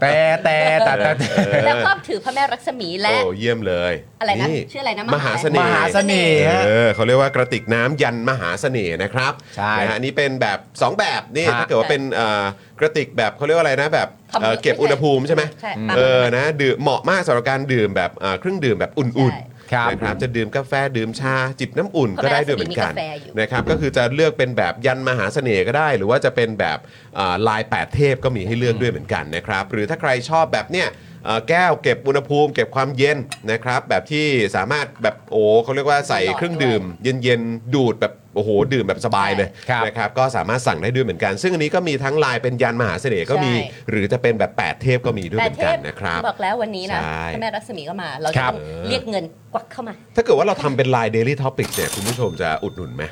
B: แต่แต่แต่แต่แต่
C: ไงแล้วก็ถือพระแม่ลักษมีและ
A: โอ้เยี่ยมเลย
C: อะไรนะ
A: นี่
C: ชื่ออะไรนะ
A: มหาเสน่ห์
B: มหาเสน่ห์ฮะ
A: เออเขาเรียกว่ากระติกน้ำยันมหาเสน่ห์นะครับ
B: ใช่
A: นะฮะอันนี่เป็นแบบสองแบบนี่
B: ฮะ
A: ถ้าเกิดว่าเป็นเอ่อกระติกแบบเขาเรียกว่าอะไรนะแบบ
C: ทำ
A: เอ่อเก็บอุณหภูมิใช่ไหม
C: ใช่ปั๊ม
A: เออนะดื่มเหมาะมากสำหรับการดื่มแบบเอ่อเครื่องดื่มแบบอุ่นๆ
C: ใช่
B: ครับ
A: นะครับจะดื่มกาแฟดื่มชาจิบน้ำอุ่นก็ได้ด้วยเหมือนกัน
C: มีกาแฟอยู่
A: นะครับก็คือจะเลือกเป็นแบบยันมหาเสน่ห์ก็ได้ หรือว่าจะเป็นแบบเอ่อลายแปดเทพก็มีให้เลือกด้วยเหมือนกันนะครับหรือถ้าใครชอบแบบเนี้ย เอ่อแก้วเก็บอุณหภูมิเก็บความเย็นนะครับ แบบที่สามารถแบบโอ้เขาเรียกว่าใส่เครื่องดื่ม เย็นๆ ดูดแบบโอ้โหดื่มแบบสบายเลย
B: ครับ
A: นะครับก็สามารถสั่งได้ด้วยเหมือนกัน ซึ่งอันนี้ก็มีทั้งลายเป็นยันมหาเสน่ห์ก็มี
C: ใช่
A: หรือจะเป็นแบบแปดเทพก็มีด้วย
C: แต่
A: เหมือน
C: เท
A: กัน
C: พ
A: นะครับ
C: บอกแล้ววันนี้นะ
A: ใช่
C: พระแม่รักษมีก็มา เราจะ
B: ครับ
C: ต้องเรียกเงินกวักเข้ามา
A: ถ้าเกิดว่าเราทำเป็นลาย Daily Topic เนี่ยคุณผู้ชมจะอุดหนุนไหม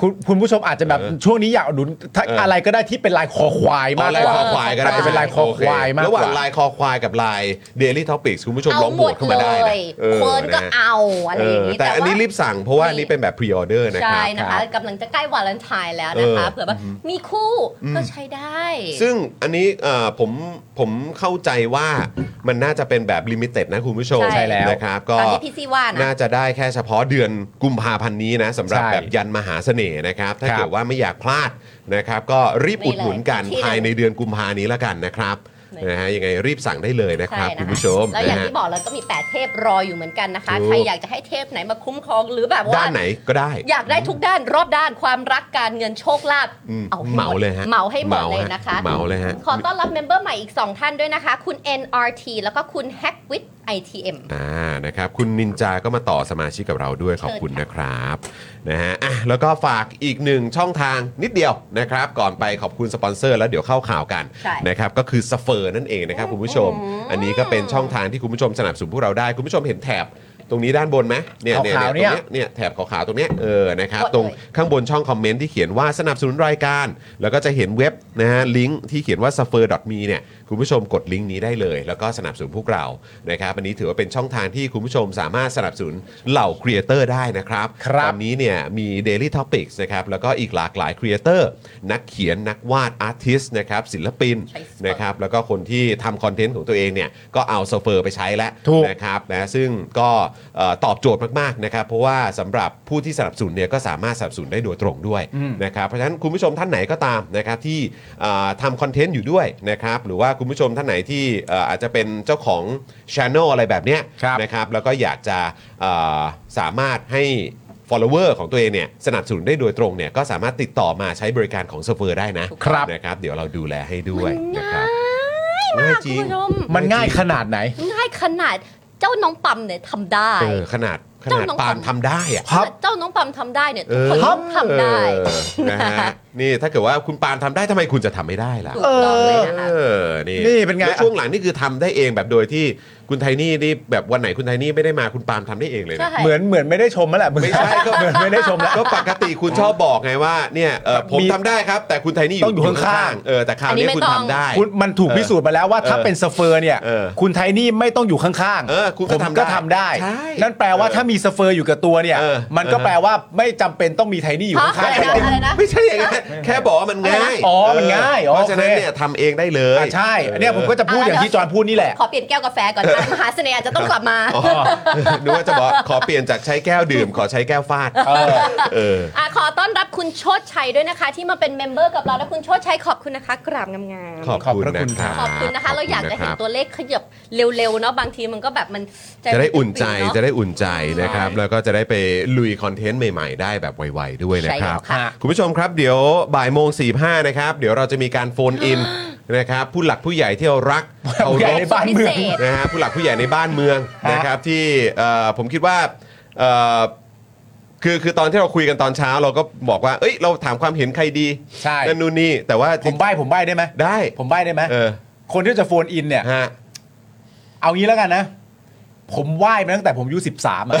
B: คุณคุณผู้ชมอาจจะแบบ
A: เออ
B: ช่วงนี้อยากอุดหนุนถ้า
A: เอออ
B: อะไรก็ได้ที่เป็นลายคอควายมาก
A: ลาย
B: ก
A: ค
B: ว่า
A: อควายก็ได้
C: อาจจะเป็นลาย
A: ใช่ไห
B: คอควายมากกว่า
A: ระหว่างลายคอควายกับลาย Daily Topics คุณผู้ชม
C: เอา
A: ลองโห
C: หม
A: วต
C: ด
A: เข้า
C: เล
A: มาได้นะ
C: ย
A: เออ
C: เฟิร์นก็
A: ะฮะ
C: เอาอะไรอย่างนี้
A: เออแต่อันนี้รีบสั่งเพราะว่าอันนี้เป็นแบบพรีออเดอร์นะค
C: ใช่
A: รับ
C: นะคะกำลังจะใกล้วาเลนไทน์แล้วนะคะ
A: เออ
C: เผื่อว่ามีคู่
A: อืม
C: ก็ใช้ได้
A: ซึ่งอันนี้เอ่อผมผมเข้าใจว่ามันน่าจะเป็นแบบลิมิเต็ดนะคุณผู้ชม
B: ใช่แล้ว
A: นะครับก็
C: ตามที่พี่ซีว่านะ
A: น่าจะได้แค่เฉพาะเดือนกุมภาพันธ์นี้นะสำหรับ
B: ใช่
A: แบบยันมหาเสน่ห์นะครับ ถ้า
B: ครับ
A: เกิดว่าไม่อยากพลาดนะครับ ก็รีบอุดหนุนกัน
C: นี่เลย
A: ภายในเดือนกุมภานี้แล้วกันนะครับ
C: นี่
A: นะฮะยังไงรีบสั่งได้เลยนะครับ
C: ใช่นะะ
A: คุณผู้ชม
C: แล้วอย่าง
A: นะฮะ
C: ที่บอกเราก็มี 8 เทพรออยู่เหมือนกันนะคะ
A: ถูก
C: ใครอยากจะให้เทพไหนมาคุ้มครองหรือแบบว่า
A: ด้านไหนก็ได้
C: อยากได้ทุกด้านรอบด้านความรักการเงินโชคลาภ
A: อืม
C: เอาให้
A: เหมาเลยฮะ
C: เหมาให้หมด
A: เหมา
C: เลย
A: ฮะ
C: นะคะ
A: เหมาเลยฮะ
C: ขอต้อนรับเมมเบอร์ใหม่อีก 2 ท่านด้วยนะคะ คุณ NRT แล้วก็คุณ Hack with ITM
A: อ่านะครับคุณนินจาก็มาต่อสมาชิกกับเราด้วยขอบคุณนะครับนะฮะอ่ะแล้วก็ฝากอีกหนึ่งช่องทางนิดเดียวนะครับ ก่อนไปขอบคุณสปอนเซอร์แล้วเดี๋ยวเข้าข่าวกัน
C: ใช่
A: นะครับก็คือสเฟอร์นั่นเองนะครับคุณผู้ชม อันนี้ก็เป็นช่องทางที่คุณผู้ชมสนับสนุนพวกเราได้ คุณผู้ชมเห็นแถบตรงนี้ด้านบนไหมเนี่ยเนี่ย
B: ขาวๆเนี่ย
A: ตรงเนี้ยเนี่ยแถบขาวๆตรงเนี้ยเออนะครับ
C: กดเลย
A: ตรงข้างบนช่องคอมเมนต์ที่เขียนว่าสนับสนุนรายการ แล้วก็จะเห็นเว็บนะฮะลิงก์ที่เขียนว่า s u f f e r m e เนี่ยคุณผู้ชมกดลิงก์นี้ได้เลย แล้วก็สนับสนุนพวกเรานะครับอันนี้ถือว่าเป็นช่องทางที่คุณผู้ชมสามารถสนับสนุนเหล่าครีเอเตอร์ได้นะครับ
B: ครับ
A: ตอนนี้เนี่ยมี Daily Topics นะครับแล้วก็อีกหลากหลายครีเอเตอร์นักเขียนนักวาดอาร์ติสนะครับศิลปิน
C: ใช้ Spur
A: นะครับแล้วก็คนที่ทำคอนเทนต์ของตัวเองเนี่ยก็เอา s u f f e r ไปใช้แล้ว
B: ถูก
A: นะครับนะซึ่งก็เอ่อตอบโจทย์มากๆนะครับเพราะว่าสำหรับผู้ที่สนับสนุนเนี่ยก็สามารถสนับสนุนได้โดยตรงด้วยนะครับเพราะฉะนั้นคุณผู้ชมท่านไหนก็ตามนะครับที่เอ่อทำคอนเทนต์อยู่ด้วยนะครับหรือว่าคุณผู้ชมท่านไหนที่เอ่ออาจจะเป็นเจ้าของช n e l อะไรแบบเนี้ย
B: ครับ
A: นะครับแล้วก็อยากจะเอ่อสามารถให้ follower ของตัวเองเนี่ยสนับสนุนได้โดยตรงเนี่ยก็สามารถติดต่อมาใช้บริการของเซฟเวอร์ได้นะครับ นะครับเดี๋ยวเราดูแลให้ด้วยนะ
C: ง่า
A: ครับ
C: ยมาก
A: จ
C: คุ
A: ริง
C: ณผู้ชม
B: มันง่ายขนาดไหน
C: ง่ายขนาดเจ้าน้องปั๊มเนี่ยทำได้
A: เออขนาดขนาด
C: เจ้าน้อง
A: ปาล์ม
C: ปอม
A: ทำได้อะ
B: ครับ
C: เจ้าน้องปั๊มทำได้เนี่ย
A: เออ
C: ทุกคนต้องทำได้
A: เออนะฮะ นี่ถ้าเกิดว่าคุณปานทำได้ทำไมคุณจะทำไม่ได้ล่ะ
C: ถูกต้องเลยนะคะ
A: เออนี่
B: นี่เป็นไง
A: แล้วช่วงหลังนี่คือทำได้เองแบบโดยที่คุณไทนี่นี่แบบวันไหนคุณไทนี่ไม่ได้มาคุณปาล์มทำได้เองเลยนะ
C: ใช่
B: เหมือนเหมือนไม่ได้ชมแล้วแหละ
A: ไม่ใช่ก็
B: เหมือนไม่ได้ชมแล้ว
A: ก็ปกติคุณชอบบอกไงว่าเนี่ยเอ่อผม
B: มี
A: ทำได้ครับ แต่คุณไทนี่
B: ต้องอยู่ข้างๆ
A: เออแต่คราวนี้
C: อันนี้ไม่
A: คุณ
C: ต้อง
A: ทำได้
B: คุณมันถูก
A: เออ
B: พิสูจน์มาแล้วว่าถ้า
A: เออ
B: เป็นสเฟอร์เนี่ย
A: เออ
B: คุณไทนี่ไม่ต้องอยู่ข้าง
A: เออคุณก็
B: ผม
A: ทำได้
B: ก็ทำได้
A: ใช่
B: นั่นแปลว่า
A: เออ
B: ถ้ามีสเฟอร์อยู่กับตัวเนี่ย
A: เออ
B: มันก็
A: เออ
B: แปลว่าไม่จำเป็นต้องมีไทนี่อยู่ข้าง
C: อะไร
B: ๆ
C: นะอะไรนะ
A: ไม่ใช่อย่างนั้นแค่บอกว่ามันง่าย
B: อ๋อมันง่าย
A: เออเพราะฉะนั้น
B: โอเค
A: เนี่ยทำเองได้เลย
B: อ่ะใช่เนี่ยผมก็จะพูด
C: อ่ะ
B: อย่างที่จอห์นพูดนี่แหละ
C: ขอเปลี่ยนแก้วกาแฟก่อนนะมหาเสน่ห์อาจจะต้องกลับมา
A: อ๋อนึกว่าจะบอกขอเปลี่ยนจากใช้แก้วดื่ม ขอใช้แก้วฟาดเออ
C: อ่ะขอต้อนรับคุณโชติชัยด้วยนะคะ ที่มาเป็นเมมเบอร์กับเราและคุณโชติชัยขอบคุณนะคะ กราบงาม
A: ขอบ
B: ขอบ
A: คุณ
B: พระ
A: นะ
B: คุณ
A: ค
B: ครั
A: รับ
B: บ
C: ๆขอบคุณนะคะ เราอยากจะเห็นตัวเลขขยับเร็วๆเนาะบางทีมันก็แบบมัน
A: จะได้อุ่นใจ
C: เา
A: จะได้อุ่นใจนะครับ แล้วก็จะได้ไปลุยคอนเทนต์ใหม่ๆ ได้แบบไวๆด้วยนะครับ
C: ใช่แล้วค่ะ
A: คุณผู้ชมครับเดี๋ยวบ่ายโมง45นะครับ เดี๋ยวเราจะมีการโฟนอิน นะครับผู้หลักผู้ใหญ่ที่เรารักเขา
B: ผู้ให
A: ร
B: ญ่
A: พ
B: ในบ้านเมือง
A: นะฮะผู้หลักผู้ใหญ่ในบ้านเมือง
B: ฮะ
A: นะครับที่เอ่อผมคิดว่าเอ่อคือคือตอนที่เราคุยกันตอนเช้าเราก็บอกว่า เอ้ยเราถามความเห็นใครดี
B: ใช่
A: นั่นนู่นนี่แต่ว่าจ
B: ผ
A: ริง
B: มใบ้ผมใบ้ได้ไหม
A: ได้
B: ผมใบ้ได้ไหม
A: เออ
B: คนที่จะโฟนอินเนี่ย
A: ฮะ
B: เอางี้แล้วกันนะ ผมไหว้มาตั้งแต่ผมอายุสิบสามอ่ะ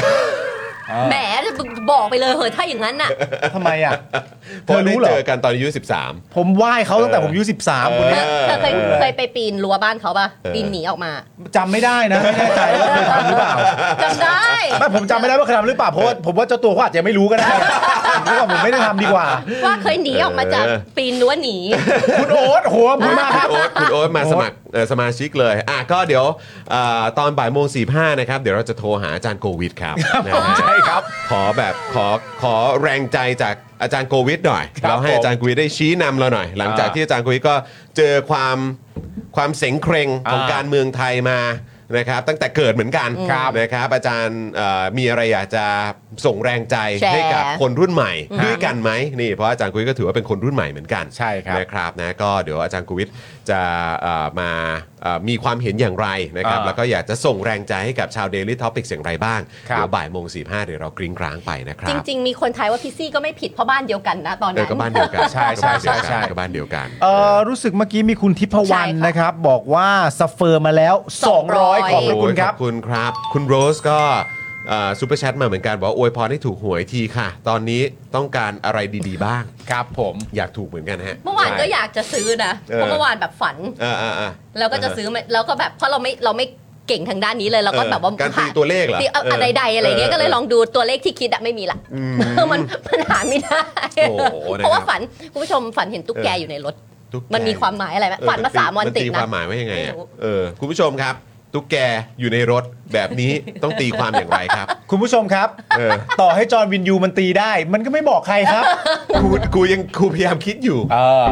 C: แหมจะ บอกไปเลยเหอะถ้าอย่างนั้นน่ะ
B: ทำไมอ่ะ
A: เพราะ
B: เธอรู้
A: ได้
B: เหรอ
A: เจอกันตอนอายุ13
B: ผมไหว้เขาตั้งแต่ผมอายุ13คน
C: เธ
B: เนี้
C: อยเธอเคยเคยไปปีนรั้วบ้านเขาป่ะ
A: เออ
C: ปีนหนีออกมา
B: จำไม่ได้นะไม่แน่ใจว่าเคยทำหรือเปล่า
C: จำได้
B: ไม่ผมจำไม่ได้ว่าเคยทำหรือเปล่าเพราะว่าผมว่าเจ้าตัวเขาอาจจะไม่รู้ก็ได้ผมว่าผมไม่ได้ทำดีกว่า
C: ว่าเคยหนีออกมาจาก
A: เออ
C: ปีนรั้วหนี
B: คุณโอ๊ตโหผมมากครับ
A: โอ๊ตคุณโอ๊ตมาสมัครเอ่อสมาชิกเลยอ่ะก็เดี๋ยวเอ่อตอนบ่ายโมงสี่ห้านะครับ เดี๋ยวเราจะโทรหาอาจารย์โควิดครับนะฮะ
B: ใช่ครับ
A: ขอแบบขอขอแรงใจจากอาจารย์โควิดหน่อย
B: ครับ
A: เราให้
B: ผม
A: อาจารย์โควิดได้ชี้นำเราหน่อย หลังจาก
B: อ่า
A: ที่อาจารย์โควิดก็เจอความความเสงเครงของ
B: อ่า
A: การเมืองไทยมานะครับ ตั้งแต่เกิดเหมือนกัน
B: ครับ
A: นะครับ อาจารย์เอ่อมีอะไรอยากจะส่งแรงใจ
C: แชร์
A: ให้กับคนรุ่นใหม่
B: ครับ
A: ด้วยกันไหมนี่เพราะอาจารย์โควิดก็ถือว่าเป็นคนรุ่นใหม่เหมือนกัน
B: ใช่ครับ
A: นะครับนะก็เดี๋ยวอาจารย์กุวิทย์จะเอ่อมาเอ่อมีความเห็นอย่างไรนะครับ
B: อ่า
A: แล้วก็อยากจะส่งแรงใจให้กับชาว Daily Topics อย่างไรบ้าง
B: ครับ
A: เดี๋ยวบ่ายโมงสีเดี๋ยวเรากริ้งกร้างไปนะครั
C: จ
A: บ
C: ริง ๆ มีคนทายว่าพี่ซี่ก็ไม่ผิดเพราะบ้านเดียวกันนะตอน
A: เอ
C: นั้
A: อน ก็บ้านเดียวกัน
B: ใช่ใช่ใช่ใช่
A: ก็บ้านเดียวกัน
B: เออรู้สึกเมื่อกี้มีคุณทิพวรรณ
C: ใช่ค่ะ
B: นะครับ บอกว่าสเฟอร์มาแล้ว 200
C: 200
B: ขอบพระ
A: โอ้
B: คุ
A: ย
B: ณค
A: ข
B: รั
A: อบ บคุณครับ คุณโรสก็ซูเปอร์แชทมาเหมือนกันบอกว่าอวยพรให้ถูกหวยทีค่ะ ตอนนี้ต้องการอะไรดีๆบ้าง
B: ครับผม
A: อยากถูกเหมือนกันฮะ
C: เมื่อวานก็อยากจะซื้อนะ
A: เออ
C: เพราะเมื่อวานแบบฝัน
A: เออเออเออ
C: เราก็จะซื้อมาแล้วก็แบบเพราะเราไม่เราไม่เก่งทางด้านนี้เลยเราก็แบบว่า
A: การตีตัวเลขเหรอ
C: ตีเอาอะไรใดๆอะไรเงี้ยก็เลยลองดูตัวเลขที่คิดอะไม่มีละ
A: อืม
C: มันมันหาไม่ได้
A: โอ้โหนะครับ
C: เพราะว่าฝันคุณผู้ชมฝันเห็นตุ๊กแกอยู่ในรถ
A: ตุ๊กแก
C: มันมีความหมายอะไรไหม
A: เออ
C: ฝันมาสามวันติด
A: ตี
C: นะ
A: ความหมายว่ายังไง
C: ไม่
A: อะ
C: รู้
A: เออคุณผู้ชมครับ ตุ๊กแกอยู่ในรถแบบนี้ ต้องตีความอย่างไรครับ
B: คุณผู้ชมครับ
A: เออ
B: ต่อให้จอร์นวินยูมันตีได้ มันก็ไม่บอกใครครับ
A: กูกูยังกูพยายามคิดอยู่
B: เออ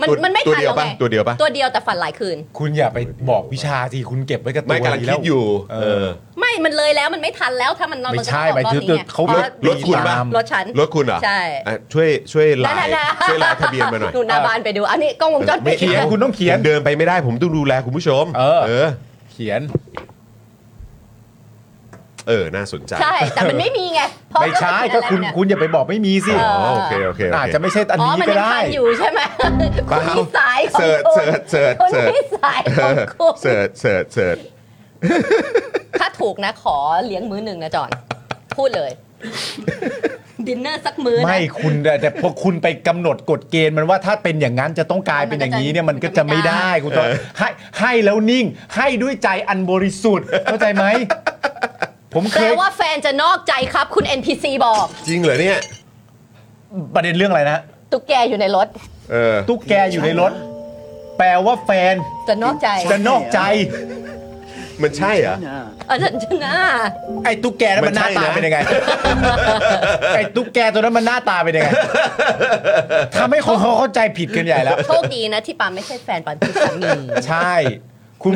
C: มัน
A: ตัว
C: มันไม่
A: ตัว
C: ทัน
A: เดียว
C: หรอก
A: ปะ
C: ไง
A: ตัวเดียวปะ
C: ตัวเดียวแต่ฝันหลายคืน
B: คุณอย่าไปบอกวิชาสิคุณเก็บไว้กับตัว
A: ไม่กำลัง
B: ดี
A: คิ
B: แว
A: ดอยู่ เออ
C: ไม่ มันเลยแล้วมันไม่ทันแล้วถ้ามันนอน
B: ไม่
C: มันก็
B: ใช่
C: ต้องออกรอบ
B: หมายถึง
C: นี้ไง
B: เขา
C: อ๋อ
B: ลดลดคุณปะ
C: รถฉัน
A: รถคุณเหรอ
C: ใช่
A: อ่ะช่วยช่วย
C: ได้
A: ลาย
C: ๆๆ
A: ช่วยลายทะเบียนมาหน่อย
C: หนูหน้าบ้านไปดู อันนี้กล้องวงจรปิด
B: เขียนคุณต้องเขียน
A: ผมเดินไปไม่ได้ผมต้องดูแลคุณผู้ชม
B: เออ
A: เออ
B: เขียน
A: เออ น่าสนใจ
C: ใช่ แต่มันไม่มีไงเพราะ
B: ไม่ใช่
C: มัน
B: ก็
C: เป็น
B: คุณ
C: อะไรเนี่ย
B: คุณอย่าไปบอกไม่มีสิ
C: เ
A: อ๋อโอเคโอเคโอ
B: อาจ
A: เค
B: จะไม่ใช่อัน
C: อ๋อ
B: นี้
C: มัน
B: ก็
C: ยัง
B: ได้
C: ทันอยู่ใช่ไหม
A: เป
C: คุ
A: ล่า
C: ณมีสายของ
A: เสิร์ช
C: คุณ
A: เสิร์ช
C: คุณ
A: เสิร์ช
C: มีสายของคุณ
A: เสิร์ชเสิร์ชเสิร์ช
C: ถ้าถูกนะขอเลี้ยงมื้อหนึ่งนะจอนพูด เลย ดินเนอร์สักมื้อนะ
B: ไม่คุณแต่แต่พอคุณไปกำหนดกฎเกณฑ์มันว่าถ้าเป็นอย่างนั้นจะต้องกลายเป็นอย่างนี้เนี่ยมันก็จะไม่ได้คุณต้องให้ให้แล้วนิ่ง ให้ด้วยใจอันบริสุทธิ์เข้าใจไหม ผมเค
C: แปล
B: ย
C: ว่าแฟนจะนอกใจครับ คุณ NPC บอก
A: จริงเหรอเนี่ย
B: ประเด็นเรื่องอะไรนะ
C: ตุ๊กแกอยู่ในรถ
A: เออ
B: ตุ๊กแกอยู่ในรถ แปลว่าแฟน
C: จะนอกใจ
B: จะนอกใจ
A: มันใช่เหรอ
C: เออฉันชนะ
B: ไอ้ตุ๊กแกนั้นมันหน้าตาเป็นยังไง ไอ้ตุ๊กแกตัวนั้นมันหน้าตาเป็นยังไงทำให้คนเขาเข้าใจผิดกันใหญ่แล้ว
C: โชคดีนะที่ปาไม่ใช่แฟนปานคือสามี
B: ใช่ คุณ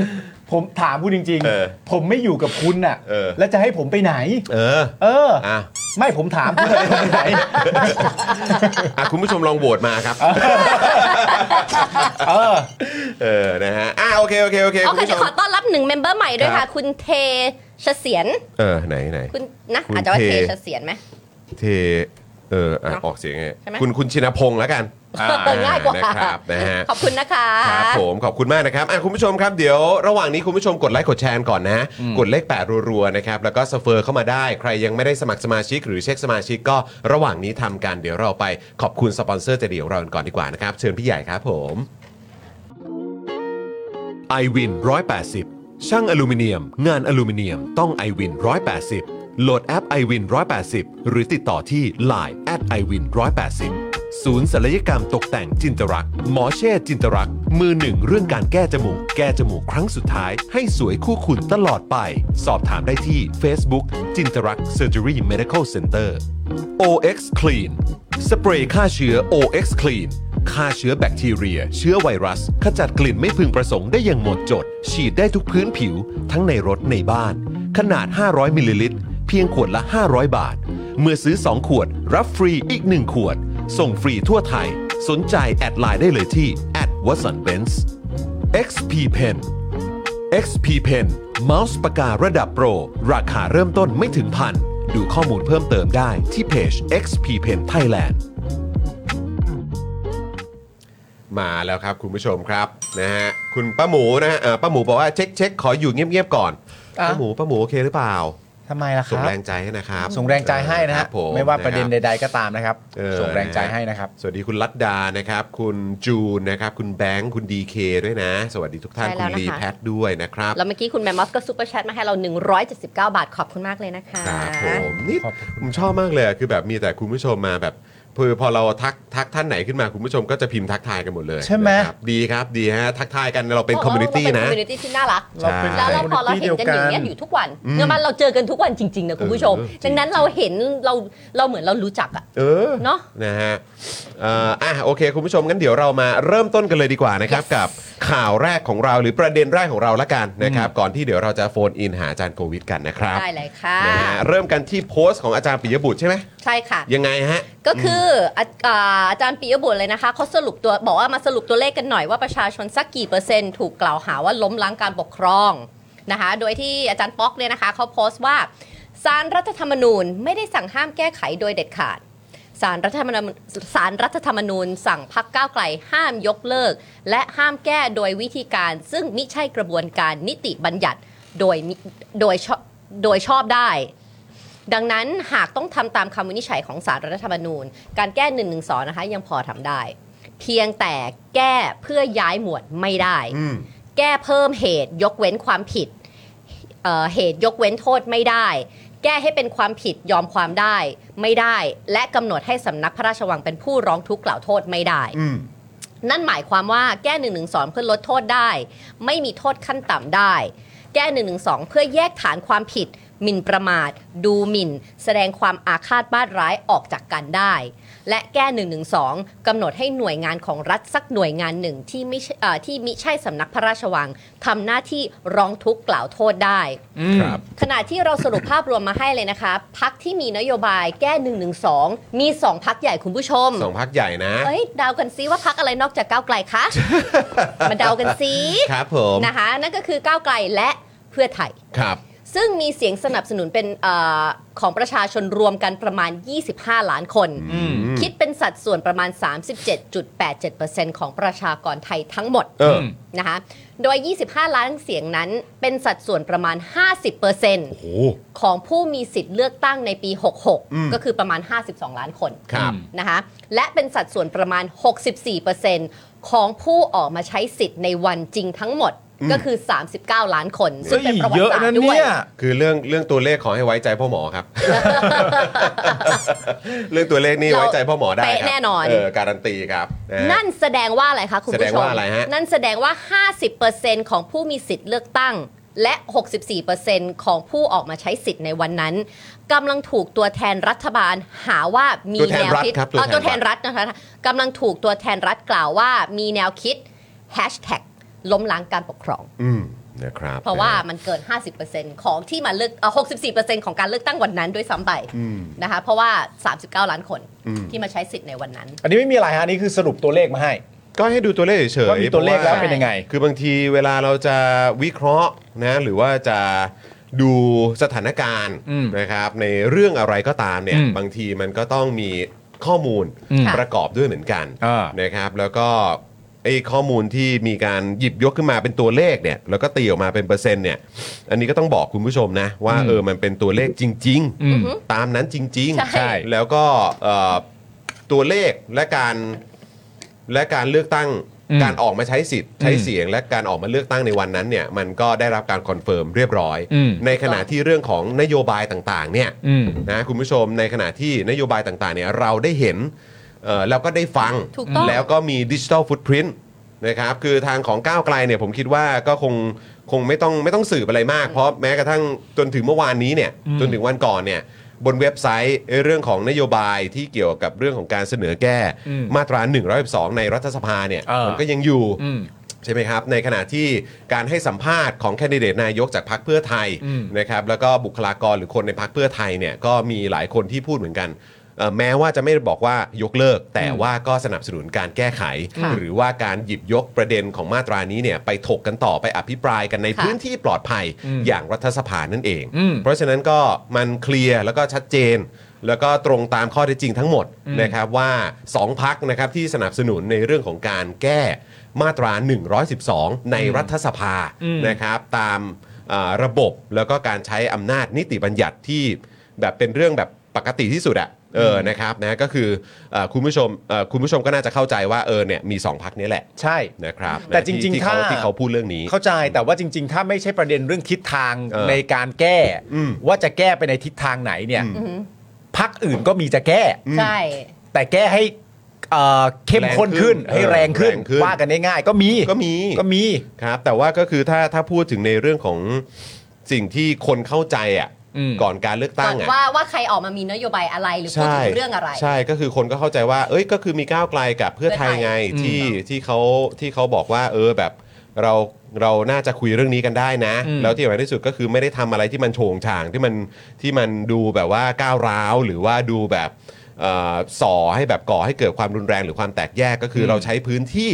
B: ผมถามคุณจริง
A: เออ
B: ๆ ผมไม่อยู่กับคุณน่ะ
A: เออ
B: แล้วจะให้ผมไปไหน
A: เออ
B: เออ
A: อ่ะ
B: ไม่ผมถามคุณจะให้ผมไปไหน
A: อ่ะคุณผู้ชมลองโหวตมาครับ
B: เออ
A: เออ นะฮะ อ่ะโอเค โอเค โอเค
C: โอ
A: คุณ
C: เค
A: ผู้ช
C: เดี๋ยว
A: ม
C: ขอต้อนรับหนึ่งเมมเบอร์ใหม่ด้วย
A: ครั
C: ค่ะ
A: บ
C: คุณเทเฉษียน
A: เออ ไหนไหน
C: คุณนะ
A: คุณ
C: อาจจะว่า
A: เท
C: เทเฉษียนไหม
A: เท เอออ่ะ
C: เนอะ
A: ออกเสียงไง
C: ใช่ไหม
A: คุณ คุณชินพงษ์แล้วกันอ่
C: ง่ายกว่า
A: นะครับ นะฮะ
C: ขอบคุณนะคะ
A: ครับผมขอบคุณมากนะครับอ่ะคุณผู้ชมครับเดี๋ยวระหว่างนี้คุณผู้ชมกดไลค์กดแชร์ก่อนนะ กดเลขแปดรัวๆนะครับแล้วก็สเฟอร์เข้ามาได้ ใครยังไม่ได้สมัครสมาชิก หรือเช็คสมาชิกก็ระหว่างนี้ทำกันเดี๋ยวเราไปขอบคุณสปอนเซอร์ใจเดียวเรากันก่อนดีกว่านะครับ เชิญพี่ใหญ่ครับผม i w วิน180 ช่างอลูมิเนียม งานอลูมิเนียมต้อง i w วิน180 โหลดแอป i w วิน180 หรือติดต่อที่ Line at i w วิน180 ศูนย์ศัลยกรรมตกแต่งจินตรัก หมอเช่จินตรัก มือหนึ่งเรื่องการแก้จมูก แก้จมูกครั้งสุดท้าย ให้สวยคู่คุณตลอดไป สอบถามได้ที่ Facebook จินตรัก Surgery Medical Center OX Clean สเปรย์ฆ่าเชื้อ OX Clean ฆ่าเชื้อแบคทีเรีย เชื้อไวรัส ขจัดกลิ่นไม่พึงประสงค์ได้อย่างหมดจด ฉีดได้ทุกพื้นผิว ทั้งในรถในบ้าน ขนาด 500มิลลิลิตร เพียงขวดละ 500 บาท เมื่อซื้อ 2 ขวด รับฟรีอีก 1 ขวด ส่งฟรีทั่วไทย สนใจแอดไลน์ได้เลยที่ w a t s o n b e n z XP Pen XP Pen เมาส์ปากการะดับโปร ราคาเริ่มต้นไม่ถึงพัน ดูข้อมูลเพิ่มเติมได้ที่เพจ XP Pen Thailand มาแล้วครับคุณผู้ชมครับนะฮะคุณป้าหมูนะฮะเอ่อป้าหมูบอกว่าเช็คเช็คขออยู่เงียบๆก่อน
B: อ่ะ
A: ป้าหมูป้าหมูโอเคหรือเปล่า
B: ทำไมล่ะค
A: ส่ง
B: รับ
A: แรงใจให้นะครับ
B: ส่งแรงใจให้นะ
A: ค
B: ฮะ
A: รับผม
B: ไม่ว่าประเด็น
A: คบ
B: ใด ๆ ก็ตามนะครับ
A: เออ
B: ส่งแรงใจให้นะครับ
A: สวัสดีคุณลัดดานะครับ คุณจูนนะครับ คุณแบงค์ คุณดีเคด้วยนะ สวัสดีทุกท่าน
C: ใช่แล้
A: คุณ
C: วนะคะ
A: ลีแพทด้วยนะครับ
C: แล้วเมื่อกี้คุณแมมมอสก็ซูเปอร์แชทมาให้เรา 179 บาทขอบคุณมากเลยนะคะ
A: ครับผมนี่
B: ขอบคุณครับ
A: ผมชอบมากเลยอะคือแบบมีแต่คุณผู้ชมมาแบบคือพอเราทักทักท่านไหนขึ้นมาคุณผู้ชมก็จะพิมพ์ทักทายกันหมดเลย
B: ใช่ไหม
A: นะครับดีครับดีฮะทักทายกันเราเป็นคอมมูนิตี้
C: เราเป็
A: นะ
C: คอมมูนิตี้ที่น่ารัก
A: ใช่
C: แล้วเราพอเราเห็นกันอย่างเงี้ยอยู่ทุกวันเนื่อมันเราเจอกันทุกวันจริงๆนะคุณผู้ชม
A: เออจริง
C: ดังนั้นเราเห็นเราเราเหมือนเรารู้จักอะ
A: เออ
C: เนาะ
A: นะฮะเอ่ออ่ะโอเค คุณผู้ชมงั้นเดี๋ยวเรามาเริ่มต้นกันเลยดีกว่านะครับ
C: Yes
A: กับข่าวแรกของเราหรือประเด็นแรกของเราละกันนะครับก่อนที่เดี๋ยวเราจะโฟนอินหาอาจารย์โควิดกันนะครับ
C: ได้เลยค่ะ
A: นะฮะเริ่มกันที่โพสต์ของอาจารย์ปิยบุตรใช่ไหม
C: ใช่ค่ะ
A: ยังไงฮะ
C: ก็คืออาอ่าอาจารย์ปิยบุตรเลยนะคะเขาสรุปตัวบอกว่ามาสรุปตัวเลขกันหน่อยว่าประชาชนสักกี่เปอร์เซ็นต์ถูกกล่าวหาว่าล้มล้างการปกครองนะคะ โดยที่อาจารย์ป๊อกเนี่ยนะคะเขาโพสต์ว่าสารรัฐธรรมนูญไม่ได้สั่งห้ามแก้ไขโดยเด็ดขาดสารรัฐธรรมนูญสารรัฐธรรมนูญ สั่งพักก้าวไกลห้ามยกเลิก และห้ามแก้โดยวิธีการ ซึ่งมิใช่กระบวนการนิติบัญญัติโดยมิโดยชอบโดยชอบได้ ดังนั้นหากต้องทำตามคำวินิจฉัยของสารรัฐธรรมนูญ การแก้1นึนะคะยังพอทำได้ เพียงแต่แก้เพื่อย้ายหมวดไม่ได้
A: อืม
C: แก้เพิ่มเหตุยกเว้นความผิดเอ่อเหตุยกเว้นโทษไม่ได้ แก้ให้เป็นความผิดยอมความได้ไม่ได้ และกำหนดให้สำนักพระราชวังเป็นผู้ร้องทุกข์กล่าวโทษไม่ได้
A: อืม
C: นั่นหมายความว่าแก้1นึเพื่อลดโทษได้ ไม่มีโทษขั้นต่ำได้ แก้1นึเพื่อแยกฐานความผิดหมิ่นประมาท ดูหมิ่น แสดงความอาฆาตบาดร้ายออกจากกันได้ และแก้1นึกำหนดให้หน่วยงานของรัฐสักหน่วยงานหนึ่งที่ไม่ใช่เอ่อที่มิใช่สำนักพระราชวังทำหน้าที่ร้องทุกข์กล่าวโทษได้
A: ครับ
C: ขณะที่เราสรุปภาพรวมมาให้เลยนะคะพักที่มีนโยบายแก้1นึมีสองพักใหญ่คุณผู้ชม
A: สองพักใหญ่นะ
C: เอ้ยเดากันซิว่าพักอะไรนอกจากก้าวไกลคะ มาเดากันซิ
A: ครับผม
C: นะคะ นั่นก็คือก้าวไกลและเพื่อไทย
A: ครับ
C: ซึ่งมีเสียงสนับสนุนเป็นเออของประชาชนรวมกันประมาณ 25 ล้านคน
B: อืม
A: อืม
C: คิดเป็นสัดส่วนประมาณ 37.87%ของประชากรไทยทั้งหมด
A: เออ
C: นะคะ โดย 25 ล้านเสียงนั้นเป็นสัดส่วนประมาณ 50%
A: โอ้
C: ของผู้มีสิทธิ์เลือกตั้งในปี
A: อืม
C: 66 ก็คือประมาณ 52 ล้านคน
A: ครับ
C: นะคะและเป็นสัดส่วนประมาณ 64%ของผู้ออกมาใช้สิทธิ์ในวันจริงทั้งหมด
A: อืม
C: ก็คือ 39 ล้านคน
B: เฮ้
C: ซึ่ง
B: ย
C: เป็นประวั
B: เย
C: ติ
B: อะ
C: ศาสต
B: นะ
C: ร์ด้ว
B: เนี่ย ย
A: คือเรื่องเรื่องตัวเลขขอให้ไว้ใจพ่อหมอ ครับ เรื่องตัวเลขนี่
C: เรา
A: ไว้ใจพ่อหมอได้ครับ
C: เป๊ะแน่นอน
A: เออการันตีครับะฮะ
C: นั่นแสดงว่าอะไรคะคุณ
A: แสด
C: ผู้
A: ง
C: ชม
A: ว่าอะไรฮะ
C: นั่นแสดงว่า 50%ของผู้มีสิทธิ์เลือกตั้ง และ 64%ของผู้ออกมาใช้สิทธิ์ในวันนั้นกำลังถูกตัวแทนรัฐบาลหาว่ามี
A: ตัวแท
C: แน
A: น
C: ว
A: รัฐ
C: คิด
A: ครับ
C: เอ่อตัวแทนรัฐนะคะกำลังถูกตัวแทนรัฐกล่าวว่ามีแนวคิด hashtag ล้มล้างการปกครอง
A: อืมนะครับ
C: เพราะว่ามันเกิน 50%ของที่มาเลือกเอ่อ64%ของการเลือกตั้งวันนั้นด้วยซ้ำไป
A: อืม
C: นะคะ เพราะว่า 39 ล้านคน
A: อืม
C: ที่มาใช้สิทธิ์ในวันนั้น
B: อันนี้ไม่มีอะไรฮะอันนี่คือสรุปตัวเลขมาให้
A: ก็ให้ดูตัวเลขเฉยๆ
B: ว่ามีตัวเลขแล้ว
A: พราะา
B: เป็นยังไง
A: คือบางทีเวลาเราจะวิเคราะห์นะหรือว่าจะดูสถานการณ์
B: อืม
A: นะครับในเรื่องอะไรก็ตามเนี่ย
B: อืม
A: บางทีมันก็ต้องมีข้อมูล
B: อืม
A: ประกอบด้วยเหมือนกัน
B: อ่า
A: นะครับ แล้วก็ไอ้ข้อมูลที่มีการหยิบยกขึ้นมาเป็นตัวเลขเนี่ยแล้วก็ตีออกมาเป็นเปอร์เซ็นต์เนี่ยอันนี้ก็ต้องบอกคุณผู้ชมนะว่าเออมันเป็นตัวเลขจริง ๆ
B: อืม
A: ตามนั้นจริง
C: ใช่
A: ๆแล้วก็เอ่อตัวเลขและการและการเลือกตั้ง
B: อืม
A: การออกมาใช้สิทธิ์ใช้
B: อืม
A: เสียง และการออกมาเลือกตั้งในวันนั้นเนี่ยมันก็ได้รับการคอนเฟิร์มเรียบร้อย
B: อืม
A: ในขณะที่เรื่องของนโยบายต่างๆเนี่ย
B: อืม
A: นะคุณผู้ชมในขณะที่นโยบายต่างๆเนี่ยเราได้เห็นเอ่อแล้วก็ได้ฟัง
C: ถูกต้อง
A: แล้วก็มีดิจิทัลฟุตพิ i n t นะครับคือทางของก้าวไกลเนี่ยผมคิดว่าก็คงคงไม่ต้องไม่ต้องสืบอะไรมาก เพราะแม้กระทั่งจนถึงเมื่อวานนี้เนี่ยจนถึงวันก่อนเนี่ยบนเว็บไซต์เอ่อเรื่องของนโยบายที่เกี่ยวกับเรื่องของการเสนอแก้
B: อืม
A: มาตรา1นึในรัฐสภาเนี่ย
B: เออ
A: มันก็ยังอยู่
B: อืม
A: ใช่ไหมครับ ในขณะที่การให้สัมภาษณ์ของแคนดิเดตนายกจากพรรคเพื่อไทย
B: อืม
A: นะครับแล้วก็บุคลากรหรือคนในพรรคเพื่อไทยเนี่ยก็มีหลายคนที่พูดเหมือนกันเอ่อแม้ว่าจะไม่ได้บอกว่ายกเลิก แต่ว่าก็สนับสนุนการแก้ไข
C: ค่ะ
A: หรือว่าการหยิบยกประเด็นของมาตรานี้เนี่ยไปถกกันต่อไปอภิปรายกันใน
C: ค่ะ
A: พื้นที่ปลอดภัย
B: อืม
A: อย่างรัฐสภานั่นเอง
B: อืม
A: เพราะฉะนั้นก็มันเคลียร์แล้วก็ชัดเจน แล้วก็ตรงตามข้อเท็จจริงทั้งหมดนะครับว่า 2พักนะครับที่สนับสนุนในเรื่องของการแก้มาตรา 112 ในรัฐสภา
B: อืม
A: นะครับตาม อ่าระบบแล้วก็การใช้อำนาจนิติบัญญัติที่แบบเป็นเรื่องแบบปกติที่สุดอะเออนะครับนะก็คือเอ่อคุณผู้ชมเอ่อคุณผู้ชมก็น่าจะเข้าใจว่าเออเนี่ยมีสองพักนี้แหละ
B: ใช่
A: นะครับนะ
B: แต่จริงๆ
A: ที่ที่เขา
B: ถ้า
A: ที่เขาพูดเรื่องนี้
B: เข้าใจแต่ว่าจริง ๆ ถ้าไม่ใช่ประเด็นเรื่องทิศทาง
A: เออ
B: ในการแก้
A: อืม
B: ว่าจะแก้ไปในทิศทางไหนเนี่ย
C: อืม
B: พักอื่นก็มีจะแก้
C: ใช่
B: แต่แก้ให้เอ่อเข้มข้นขึ้น
A: แรงขึ้น
B: ให้แรงขึ้น
A: แรงขึ้น
B: ว่ากันง่ายๆก็มี
A: ก็มี
B: ก็มี
A: ครับแต่ว่าก็คือถ้าถ้าพูดถึงในเรื่องของสิ่งที่คนเข้าใจอ่ะ
B: อืม
A: ก่อนการเลือกตั้งอ่ะ
C: ว่าว่าใครออกมามีนโยบายอะไรหรือพูด
A: ใช่
C: ถึงเรื่องอะไร
A: ใช่ก็คือคนก็เข้าใจว่า เอ้ยก็คือมีก้าวไกลกับเพื่อไทยไง
B: เพื่อไทย
A: ที่ที่เขาที่เขาบอกว่า เออแบบเราเราน่าจะคุยเรื่องนี้กันได้นะ
B: อืม
A: แล้วที่สำคัญที่สุดก็คือไม่ได้ทำอะไรที่มันโฉงฉางที่มันที่มันดูแบบว่าก้าวร้าวหรือว่าดูแบบเอ่อส่อให้แบบก่อให้เกิดความรุนแรงหรือความแตกแยกก็คือเราใช้พื้นที่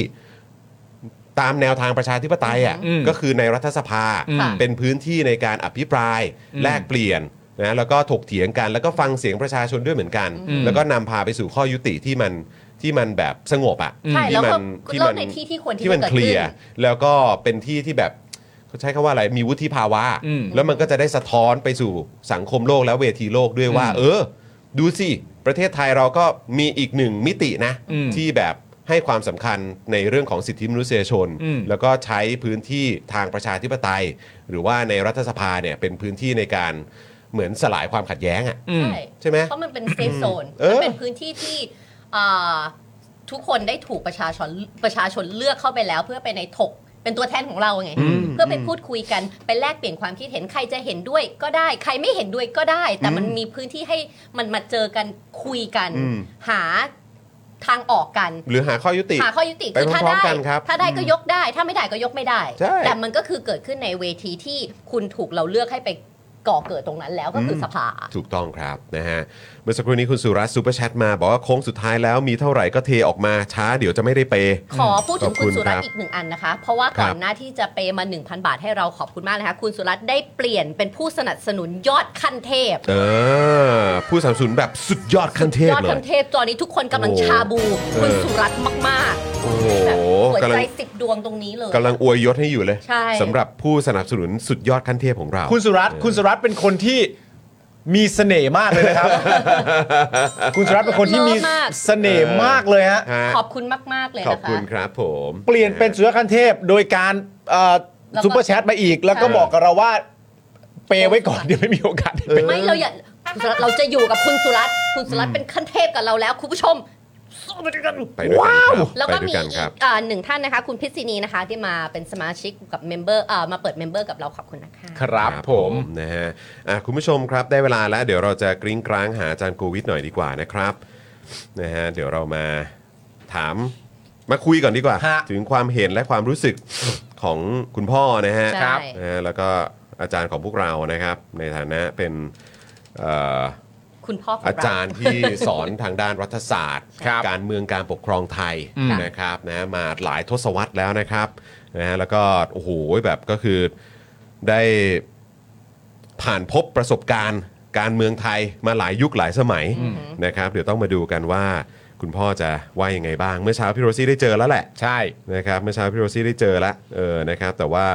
A: ตามแนวทางประชาธิปไตยอ่ะ
B: อืม
A: ก็คือในรัฐสภา
B: อืม
A: เป็นพื้นที่ในการอภิปราย
B: อืม
A: แลกเปลี่ยนนะแล้วก็ถกเถียงกัน แล้วก็ฟังเสียงประชาชนด้วยเหมือนกัน
B: อืม
A: แล้วก็นำพาไปสู่ข้อยุติที่มันที่มันแบบสงบอ่ะ
B: ใช่
A: ที่
C: แล้วก็
A: มั
C: เล่าในที่ที่ควรที่
A: ที่มัน
C: จะเกิด
A: เคลียร์
C: ขึ้
A: แล้วก็เป็นที่ที่แบบเขาใช้คำว่าอะไรมีวุฒิภาวะ
B: อืม
A: แล้วมันก็จะได้สะท้อนไปสู่สังคมโลกและเวทีโลกด้วยว่า
B: อืม
A: เออ ดูสิประเทศไทยเราก็มีอีกหนึ่งมิตินะ
B: อืม
A: ที่ ที่แบบให้ความสำคัญในเรื่องของสิทธิมนุษยชน
B: อืม
A: แล้วก็ใช้พื้นที่ทางประชาธิปไตย หรือว่าในรัฐสภาเนี่ยเป็นพื้นที่ในการเหมือนสลายความขัดแย้งอะ่ะ
B: อืม
C: ใช่
A: ใช่ไหม
C: เพราะมันเป็นเซฟโซน
A: เออ
C: มันเป็นพื้นที่ที่เอ่อทุกคนได้ถูกประชาชนประชาชนเลือกเข้าไปแล้ว เพื่อไปในถกเป็นตัวแทนของเราไง เพื่อไปพูดคุยกันไปแลกเปลี่ยนความคิดเห็นใครจะเห็นด้วยก็ได้ ใครไม่เห็นด้วยก็ได้ แต่มันมีพื้นที่ให้มันมาเจอกันคุยกัน
A: อืม
C: หาทางออกกัน
A: หรือหาข้อยุติ
C: หาข้อยุติ
A: ไป
C: คือถ้า
A: พร้อม
C: ได้
A: ๆกันครับ
C: ถ้าได้ก็ยกได้ ถ้าไม่ได้ก็ยกไม่ได้
A: ใช่
C: แต่มันก็คือเกิดขึ้นในเวทีที่คุณถูกเราเลือกให้ไปก่อเกิดตรงนั้นแล้วก็คืออ
A: ม
C: สภา
A: ถูกต้องครับนะฮะเมื่อสักครู่นี้คุณสุรัตน์ซูเปอร์แชทมา บอกว่าโค้งสุดท้ายแล้วมีเท่าไหร่ก็เทออกมาช้าเดี๋ยวจะไม่ได้เปย์
C: ขอพูดถึง
A: ขอบ
C: คุณ
A: คุณ
C: สุรัต
A: ครับ
C: น์อีกหนึ่งอันนะคะ เพราะว่าก่อนหน้าที่จะเปย์มา 1,000 บาทให้เราขอบคุณมากนะคะคุณสุรัตน์ได้เปลี่ยนเป็นผู้สนับสนุนยอดขั้นเทพ
A: เออผู้สนับสนุนแบบสุดยอดขั้นเทพ
C: ยอด
A: เลย
C: ขั้นเทพตอนนี้ทุกคนกำลัง
A: โอ้
C: ชาบูคุณ
A: เออ
C: สุรัตน์มาก
A: โอ้โห
C: ๆแบบหัว
A: กำลั
C: ใจ
A: ง
C: สิบดวงตรงนี้เลย
A: กำลังอวยยศให้อยู่เลย
C: ใช่
A: สำหรับผู้สนับสนุนสุดยอดขั้นเทพของเรา
B: คุณสุรัตน์คุณสุรัตน์เป็นคนที่มีเสน่ห์มากเลย นะครับ คุณสุรัตน์เป็นคนที่มี
C: เลิศมาก
B: เสน่ห์มากเลยฮะ
A: ฮะ
C: ขอบคุณมากๆเลย
A: ขอบ
C: นะคะ
A: คุณครับผม
B: เปลี่ยนเป็นสุรคันเทพโดยการเอ่อ
C: แล้วก็
B: ซูเปอร์แชทมาอีก แล้วก็บอกกับเราว่าเปย์ไว้ก่อนเดี๋ยวไม่มีโอกาสได้เปย์
C: ไม่เราอย่าคุณสุรัตน์เราจะอยู่กับคุณสุรัตน์คุณสุรัตน์เป็นขั้นเทพกับเราแล้วคุณผู้ชม
A: ไปด้วยกันครับ
C: แล้วก็
A: ไปด้
C: มี
A: ยน
C: อี
A: ครั
C: ก
A: บ
C: อ่าหนึ่งท่านนะคะ คุณพิษณีนะคะที่มาเป็นสมาชิกกับเมมเบอร์อ่ามาเปิดเมมเบอร์กับเราขอบคุณนะคะ
B: ครับผม
A: นะฮะอ่ะคุณผู้ชมครับได้เวลาแล้ว เดี๋ยวเราจะกริ้งกร้างหาอาจารย์โควิดหน่อยดีกว่านะครับนะฮะเดี๋ยวเรามาถามมาคุยก่อนดีกว่า
B: ฮะ
A: ถึงความเห็นและความรู้สึกของคุณพ่อนะฮะ
C: ใช่
A: นะฮะแล้วก็อาจารย์ของพวกเรานะครับ ในฐานะเป็นเอ่อ
C: คุณพ่อของ
A: อา
C: เรา
A: จารย์ที่สอนทางด้านรัฐศาสตร์
B: ครับ
A: การเมืองการปกครองไทย
B: อืม
A: นะครับนะมาหลายทศวรรษแล้วนะครับนะฮะแล้วก็โอ้โหแบบก็คือได้ผ่านพบประสบการณ์ การเมืองไทยมาหลายยุคหลายสมัยนะครับ เดี๋ยวต้องมาดูกันว่าคุณพ่อจะว่ายังไงบ้าง เมื่อเช้าพี่โรซี่ได้เจอแล้วแหละ
B: ใช่
A: นะครับเมื่อเช้าพี่โรซี่ได้เจอแล้วเออนะครับแต่ว่า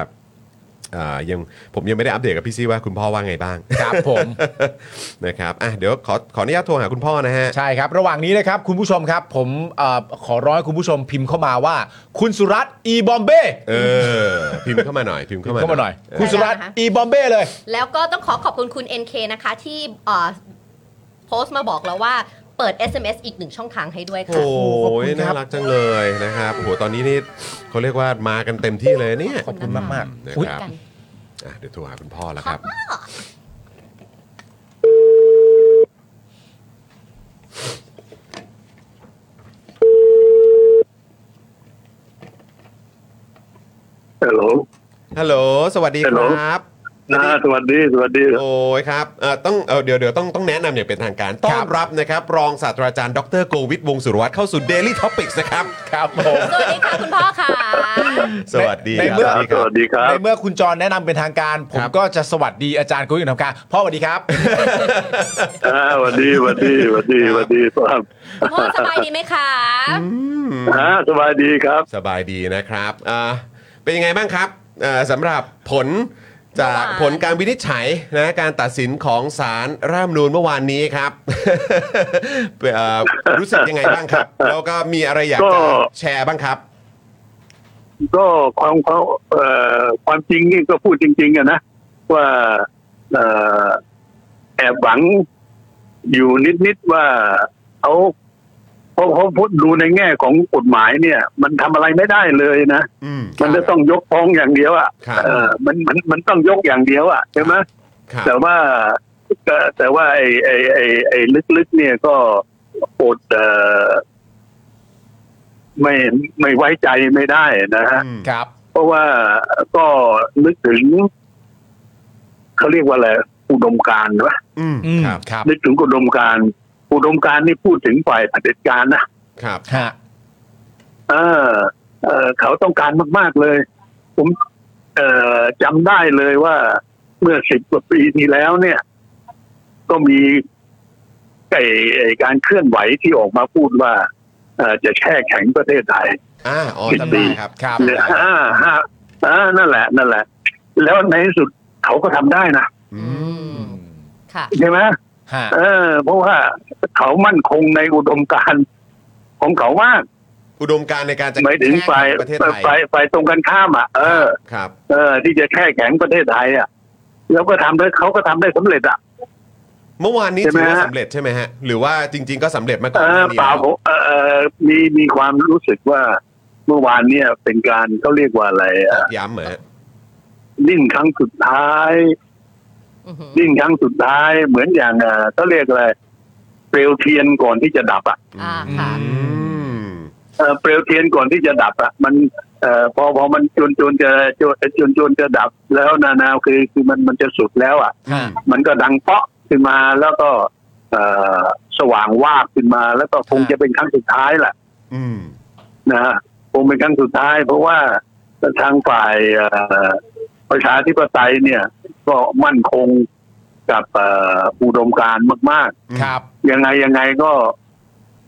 A: อ่ายังผมยังไม่ได้อัปเดตกับพี่ซี่ว่าคุณพ่อว่าไงบ้าง
B: ครับผม
A: นะครับอ่ะเดี๋ยวขอขออนุญาตโทรหาคุณพ่อนะฮะ
B: ใช่ครับ ระหว่างนี้นะครับ คุณผู้ชมครับ ผมเออขอร้องให้คุณผู้ชมพิมพ์เข้ามาว่า คุณสุรัตน์อีบอมเบ้
A: เออ พิมพ์เข้ามาหน่อย พิมพ์
B: พิ
A: เข้ามมา
B: พ์เข้ามาหน่อย
A: เ
B: คุณสุรัตน์
C: ได้แล้วนะคะ
B: อีบอมเบ้เลย
C: แล้วก็ต้องขอขอบคุณคุณ NK นะคะที่เอ่อโพสต์มาบอกเราว่าเปิด SMS อีกหนึ่งช่องทางให้ด้วย
A: โอ้
C: ค่ะ
A: โห
B: ขอบคุณครับ
A: น่ารักจังเลยนะครับโอ้โหตอนนี้นี่เขาเรียกว่ามากันเต็มที่เลยเนี่ย
C: ขอบคุณมาก
A: นะ
B: อุ๊ย
A: ครับ
C: กัน
A: อ่ะเดี๋ยวโทรหาคุณพ่อแล้วครับ
D: ฮัลโหล
A: ฮัลโหลสวัสดี
D: ฮั
A: ค
D: ลโหล
A: รับ
D: นะสวัสดี สวัสดี
A: โอ้ยครับเอ่อต้องเอ่อเดี๋ยวเดี๋ยวต้องต้องแนะนำอย่างเป็นทางการต้อนรับนะครับ รองศาสตราจารย์ดรโกวิทวงศ์สุรวัตรเข้าสู่ Daily Topics นะครับ
B: ครับผม
C: สวัสดีค่ะคุณพ่อค่ะ
A: สวัสดีค
B: ใน
A: รับ
B: เมื่อ
A: สวัสดี
D: ส
A: ครับ
D: วัสดีครับ
B: ในเมื่อคุณจรแนะนำเป็นทางการ ผม
A: ครับ
B: ก็จะสวัสดีอาจารย์คุณอยู่ทางการพ่อสวัสดีครับ
D: อ่าสวัสดีสวัสดีสวัสดีสวัสดีครับ
C: คุณพ่อสบายดีไหมคะ
D: อ่าสบายดีครับ
A: สบายดีนะครับอ่าเป็นยังไงบ้างครับเอ่อสำหรับผล จากผลการวินิจฉัยนะการตัดสินของศาลร่ามนูนเมื่อวานนี้ครับ เอ่อรู้สึกยังไงบ้างครับ แล้วก็มีอะไรอยาก
D: ก็
A: จะแชร์บ้างครับ
D: ก็ความความเอ่อความจริงนี่ก็พูดจริง ๆอะนะว่าเอ่อแอบหวังอยู่นิดๆว่าเขาเพราะเขาพูดดูในแง่ของกฎหมายเนี่ย มันทำอะไรไม่ได้เลยนะ
A: อืม
D: มันจะต้องยกฟ้องอย่างเดียวอะ
A: ครับ
D: เออมันมันมันต้องยกอย่างเดียวอะใช่ไหม
A: ครับ
D: แต่ว่าแต่แต่ว่าไอ้ไอ้ไอ้ไอ้ลึกๆเนี่ยก็อดเอ่อไม่ไม่ไว้ใจไม่ได้นะฮะ
A: อืม
B: ครับ
D: เพราะว่าก็นึกถึงเขาเรียกว่าอะไรอุดมการณ์วะ
A: อืม
B: อืม
A: ครับ
B: ครับ
D: นึกถึงอุดมการณ์อุดมการณ์นี่พูดถึงฝ่ายเผด็จการนะครับ
B: ฮะ
D: เออเออเขาต้องการมาก ๆเลย ผม เออจำได้เลยว่าเมื่อสิบกว่าปีที่แล้วเนี่ย ก็มีไอ้ไอ้การเคลื่อนไหวที่ออกมาพูดว่า เอ่อจะแช่แข็งประเทศไทย
A: อ่าอ๋อจำได้ครับ
B: ครับ
D: เหลือห้าห้าอ่านั่นแหละ นั่นแหละ แล้วในที่สุดเขาก็ทำได้นะ
A: อื
C: อื
A: ม
C: มค่ะ
D: ใช่ไหม
B: ฮะ
D: เออ เพราะว่าเขามั่นคงในอุดมการณ์ของเขามาก
A: อุดมการณ์ในการจะ
D: ไม่ถึงฝ่าย
A: แก้ไขประเทศไทย
D: ฝ่ายฝ่ายตรงกันข้ามอ่ะเออ
A: ครับ
D: เออ ที่จะแค่แข็งประเทศไทยอ่ะแล้วก็ทำได้เขาก็ทำได้สำเร็จอ่ะ
A: เมื่อวานนี้
D: ใช่
A: ถื
D: ไหม
A: อว่า
D: ฮะ
A: สำเร็จใช่ไหมฮะ หรือว่าจริง ๆ ก็สำเร็จมาก่
D: เอ
A: อนห
D: อ
A: น้านี้
D: เปล่า
A: แล้ว
D: ผมเออเออมีมีความรู้สึกว่าเมื่อวานเนี่ย เป็นการเขาเรียกว่าอะไร
A: ตอ
D: อ่ะ
A: กย้ำเหมือน
D: ดิ้นครั้งสุดท้าย
C: อือหือ
D: ยิ่งครั้งสุดท้ายเหมือนอย่างเอ่อเขาเรียกอะไรเปลวเทียนก่อนที่จะดับอ่ะ
C: อ่าค่ะ
A: อืม
D: เอ่อเปลวเทียนก่อนที่จะดับอ่ะมันเอ่อพอพอมันจนจนจะจนจนจนจะดับแล้วนานาคือคือมันมันจะสุดแล้วอ่ะ
B: ฮะ
D: มันก็ดังเปาะขึ้นมาแล้วก็ เอ่อสว่างวาบขึ้นมา แล้วก็คงจะเป็นครั้งสุดท้ายแหละ
A: อืม
D: นะฮะคงเป็นครั้งสุดท้าย เพราะว่าทางฝ่ายเอ่อประชาธิปไตยเนี่ย ก็มั่นคงกับเอ่ออุดมการณ์มาก ๆ
B: ครับ
D: ยังไงยังไงก็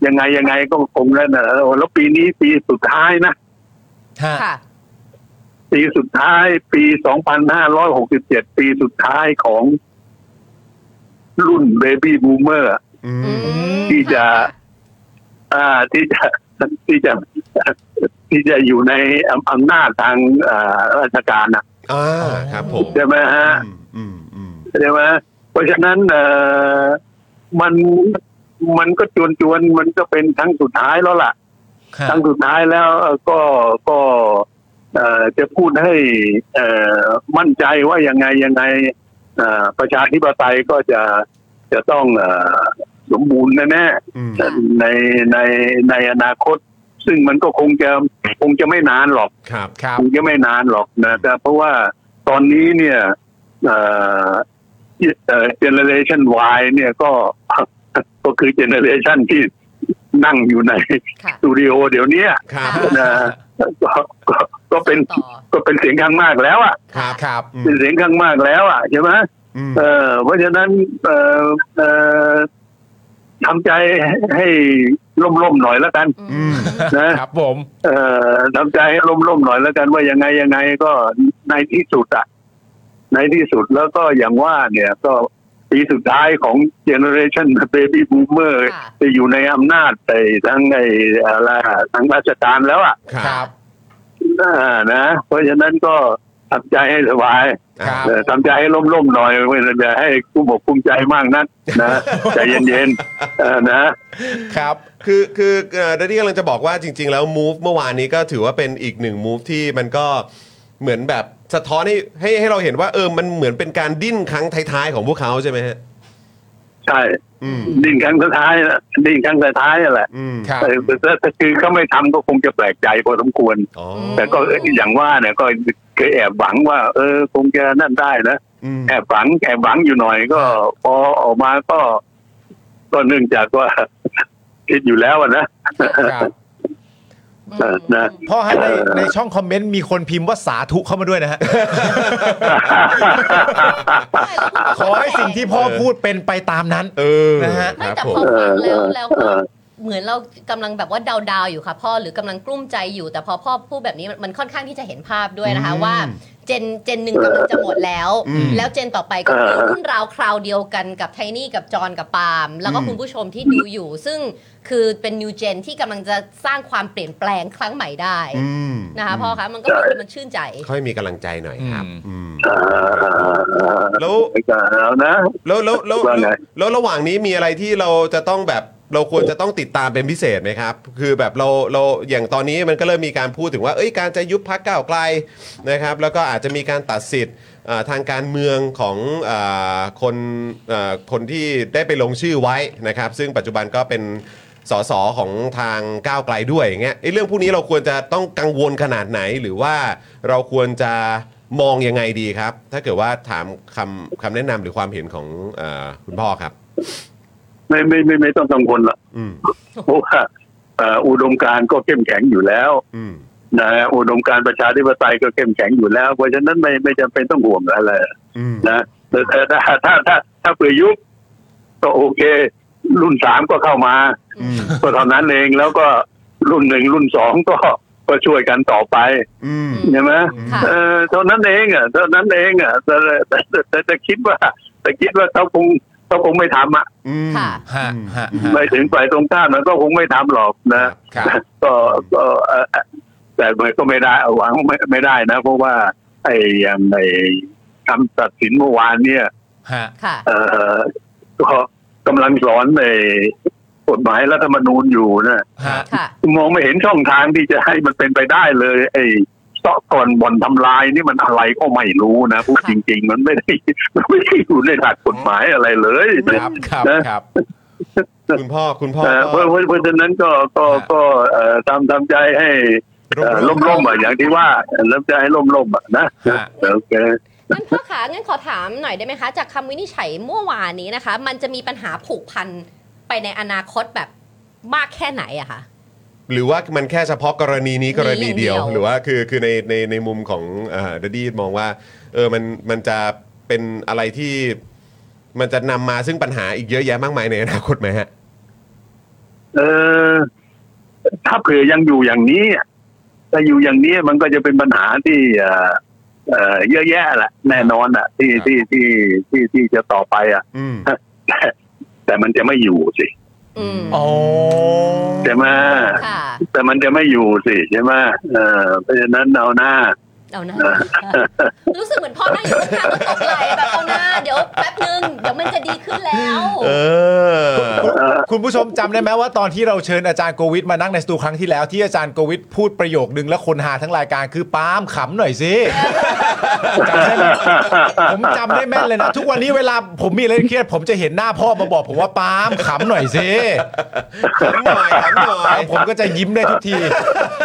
D: ยังไงยังไงก็คงแล้วนะแล้วแล้วปีนี้ปีสุดท้ายนะ
B: ฮะ
C: ค่ะ
D: ปีสุดท้ายปีสองพันห้าร้อยหกสิบเจ็ดปีสุดท้ายของรุ่นเบบี้บูมเมอร์
A: อื
C: อื
A: ม
C: ม
D: ที่จะ อ่าที่จะที่จะที่จะอยู่ในอำอำนาจทางอ่าราชการนะ
A: อ่า ครับผม
D: ใช่ไหมฮะ
A: อืมอืมอืม
D: ใช่ไหมเพราะฉะนั้นเออมันมันก็จวนจวนๆมันก็เป็นครั้งสุดท้ายแล้วล่ะ
B: ฮะ
D: ครั้งสุดท้ายแล้วเอ่อก็ก็เอ่อจะพูดให้เอ่อมั่นใจว่ายังไงยังไงเอ่อประชาธิปไตยก็จะจะต้องเอ่อสมบูรณ์แน่
A: อืม
D: ๆในในในอนาคต ซึ่งมันก็คงจะคงจะไม่นานหรอก
A: ครับ
B: ครับ
D: คงจะไม่นานหรอกนะแต่เพราะว่าตอนนี้เนี่ยเอ่อเจเนเรชัน Y เนี่ยก็ ก็คือเจเนเรชันที่นั่งอยู่ใน
C: ค่ะ
D: สตูดิโอเดี๋ยวเนี้ย
A: ครับ
D: นะ ก็ก็ก็เป็น
C: ต่อ
D: ก็เป็นเสียงข้างมากแล้วอ่ะ
B: ครับครับ
A: อืม
D: เป็นเสียงข้างมากแล้วอ่ะใช่ไหม
A: อืม
D: เออเพราะฉะนั้นเออเออทำใจให้ล่มๆหน่อยแล้วกัน
C: อืม
D: นะ
B: ครับผม
D: เออทำใจให้ล่มๆหน่อยแล้วกันว่ายังไงยังไงก็ในที่สุดอ่ะในที่สุดแล้วก็อย่างว่าเนี่ยก็ปีสุดท้ายของเจเนอเรชันเบบี้บูมเมอร์
C: ค่ะ
D: จะอยู่ในอำนาจไปทั้งไอ้อะไรอะทั้งราชการแล้วอ่ะ
A: ครั
B: ครับ บ
D: อ่านะเพราะฉะนั้นก็ทำใจให้สบาย
B: ครับ
D: เอ่อทำใจให้ล่มๆหน่อยไม่ต้องอย่าให้กุ้มอกกุ้มใจมากนักนะใจเย็นๆเออนะ
B: ครับ
A: คือคือเอ่อดดี้กำลังจะบอกว่าจริง ๆ แล้วมูฟเมื่อวานนี้ก็ถือว่าเป็นอีกหนึ่งมูฟที่มันก็เหมือนแบบสะท้อนให้ให้ให้เราเห็นว่าเออมันเหมือนเป็นการดิ้นครั้งท้ายๆของพวกเขาใช่ไหมฮะ
D: ใช่
A: อืม
D: ดิ้นครั้งสุดท้ายนะดิ้นครั้งสุดท้ายนั่นแหละ
A: อืม
B: ครับ
D: เออแต่ถ้าคือเขาไม่ทำก็คงจะแปลกใจพอสมควร
A: อ๋อ
D: แต่ก็อย่างว่าเนี่ยก็เคยแอบหวังว่า เออ คงจะนั่นได้นะ
A: อืม
D: แอบหวังแอบหวังอยู่หน่อยก็ พอออกมาก็ ก็เนื่องจาก ว่า คิดอยู่แล้วอะนะ
B: ครับ
D: เออนะ
B: พ่อฮะในในช่องคอมเมนต์มีคนพิมพ์ว่าสาธุเข้ามาด้วยนะฮะ ขอให้สิ่งที่พ่อพูดเป็นไปตามนั้น
A: เออ
B: นะฮะ
C: ไม่
A: ครับ
C: แต่
A: ผ
C: พอ
A: ม
C: ฟังแล้ว
D: เออ
C: แล้ว
D: เอ
C: ก็
D: อ
C: เหมือนเรากำลังแบบว่าดาวๆอยู่ค่ะพ่อหรือกำลังกลุ้มใจอยู่ แต่พอพ่อพูดแบบนี้มันมันค่อนข้างที่จะเห็นภาพด้วยนะคะ
A: อืม
C: ว่าเจ เจนเจนหนึ่งกำลังจะหมดแล้ว
A: อืม
C: แล้วเจนต่อไปก็
D: เออ
C: คือรุ่นราวคราวเดียวกันกับไทนี่กับจอนกับปาล์มแล้วก็
A: อืม
C: คุณผู้ชมที่ดูอยู่ ซึ่งคือเป็นนิวเจนที่กำลังจะสร้างความเปลี่ยนแปลงครั้งใหม่ได้
A: อืม
C: นะคะพ่อคะมันก็มันชื่นใจ
A: ค่อยมีกำลังใจหน่อยครับ
B: อืม
A: อืม
D: อ่า
A: แล้ว
D: เอานะ
A: แล้วแล้วแล้ว
D: ว่าไง
A: แล้วระหว่างนี้มีอะไรที่เราจะต้องแบบเราควรจะต้องติดตามเป็นพิเศษไหมครับ คือแบบเราเราอย่างตอนนี้มันก็เริ่มมีการพูดถึงว่าเอ้ยการจะยุบพักก้าวไกลนะครับ แล้วก็อาจจะมีการตัดสิทธิ์อ่าทางการเมืองของอาคนอ่าคนที่ได้ไปลงชื่อไว้นะครับ ซึ่งปัจจุบันก็เป็นสสของทางก้าวไกลด้วยอย่างเงี้ยไอ้เรื่องพวกนี้เราควรจะต้องกังวลขนาดไหนหรือว่าเราควรจะมองยังไงดีครับ ถ้าเกิดว่าถามคำคำแนะนำหรือความเห็นของอาคุณพ่อครับ
D: ไม่ไม่ไม่ไม่ต้องกังวลละ
A: อืม
D: เพราะว่าเอ่ออุดมการณ์ก็เข้มแข็งอยู่แล้ว
A: อืม
D: นะฮะอุดมการณ์ประชาธิปไตยก็เข้มแข็งอยู่แล้ว เพราะฉะนั้นไม่ไม่จำเป็นต้องห่วงอะไร
A: อืม
D: นะแต่แต่ถ้าถ้าถ้าถ้าเปลี่ยนยุคก็โอเค รุ่นสามก็เข้ามา
A: อืม
D: ก็เท่านั้นเองแล้วก็รุ่นหนึ่งรุ่นสองก็ก็ช่วยกันต่อไป
A: อืม
D: ใช่ไหม
C: ค่ะ
D: เออเท่านั้นเองอ่ะเท่านั้นเองอ่ะแต่แต่แต่แต่แต่คิดว่า แต่คิดว่าเขาคงเขาคงไม่ทำอ่ะ
A: อืม
C: ค่ะ
B: ฮะฮะฮะ
D: ไม่ถึงฝ่ายตรงข้ามมันก็คงไม่ทำหรอกนะครับ ก็ก็เอ่อแต่มันก็ไม่ได้หวังไม่ไม่ได้นะ เพราะว่า ไอ้อย่างในคำตัดสินเมื่อวานเนี่ย
B: ฮะ
C: ค่ะ
D: เอ่อก็กำลังสอนในกฎหมายรัฐธรรมนูญอยู่นะ
B: ฮะ
C: ค่ะ
D: มองไม่เห็นช่องทางที่จะให้มันเป็นไปได้เลย ไอ้เซาะก่อนบ่อนทำลายนี่มันอะไรก็ไม่รู้นะพูด
C: ค่ะ
D: จริง ๆ มันไม่ได้มันไม่ได้อยู่ในหลักกฎหมายอะไรเลยนะครับ
B: ครับครับ
A: คุณพ่อคุณพ่อ
D: เอ่อเพ
A: ก็
D: ราะเพราะเพราะฉะนั้นก็ก็
B: ครับ
D: ก็เอ่อทำทำใจให้เอ่อ
A: ร่มๆ
D: ล่มๆอ่ะอย่างที่ว่าทำใจให้ล่มๆอ่ะนะ
B: ฮะ
D: โอเค
C: งั้นพ่อขางั้นขอถามหน่อยได้ไหมคะ จากคำวินิจฉัยเมื่อวานนี้นะคะ มันจะมีปัญหาผูกพันไปในอนาคตแบบมากแค่ไหนอะคะ
A: หรือว่ามันแค่เฉพาะกรณีนี้กรณีเดียว
C: มีอย่างเดียว
A: หรือว่าคือคือในในในมุมของเอ่อดดี้มองว่าเออมันมันจะเป็นอะไรที่มันจะนำมาซึ่งปัญหาอีกเยอะแยะมากมายในอนาคตไหมฮะ
D: เออถ้าเผื่อยังอยู่อย่างนี้อ่ะถ้าอยู่อย่างนี้มันก็จะเป็นปัญหาที่เอ่อเอ่อเยอะแยะแหละแน่นอนอ่ะ ที่ที่ที่ที่ที่จะต่อไปอ่ะ
A: อืม
D: แต่ แต่มันจะไม่อยู่สิ
C: อืม
B: อ๋อ
D: ใช่ไหม
C: ค่ะ
D: แต่มันจะไม่อยู่สิใช่ไหมเออเพราะฉะนั้นเอาหน้า
C: เอาหน้า รู้สึกเหมือนพ่อนั่งอยู่ข้างๆก็ตกไหลแบบเอาหน้า เดี๋ยวแป๊บนึง เดี๋ยวมันจะดีขึ้นแล้ว
A: เออ
B: คุณผู้ชมจำได้ไหมว่าตอนที่เราเชิญอาจารย์โกวิทมานั่งในสตูครั้งที่แล้วที่อาจารย์โกวิทพูดประโยคนึงแล้วคนหาทั้งรายการคือปาล์มขำหน่อยสิจำได้ไหมผมจำได้แม่นเลยนะ ทุกวันนี้เวลาผมมีอะไรเครียดผมจะเห็นหน้าพ่อมาบอกผมว่าปาล์มขำหน่อยสิ
A: ขำหน่อยขำหน่อ
B: แล้ว
A: ย
B: ผมก็จะยิ้มได้ทุกที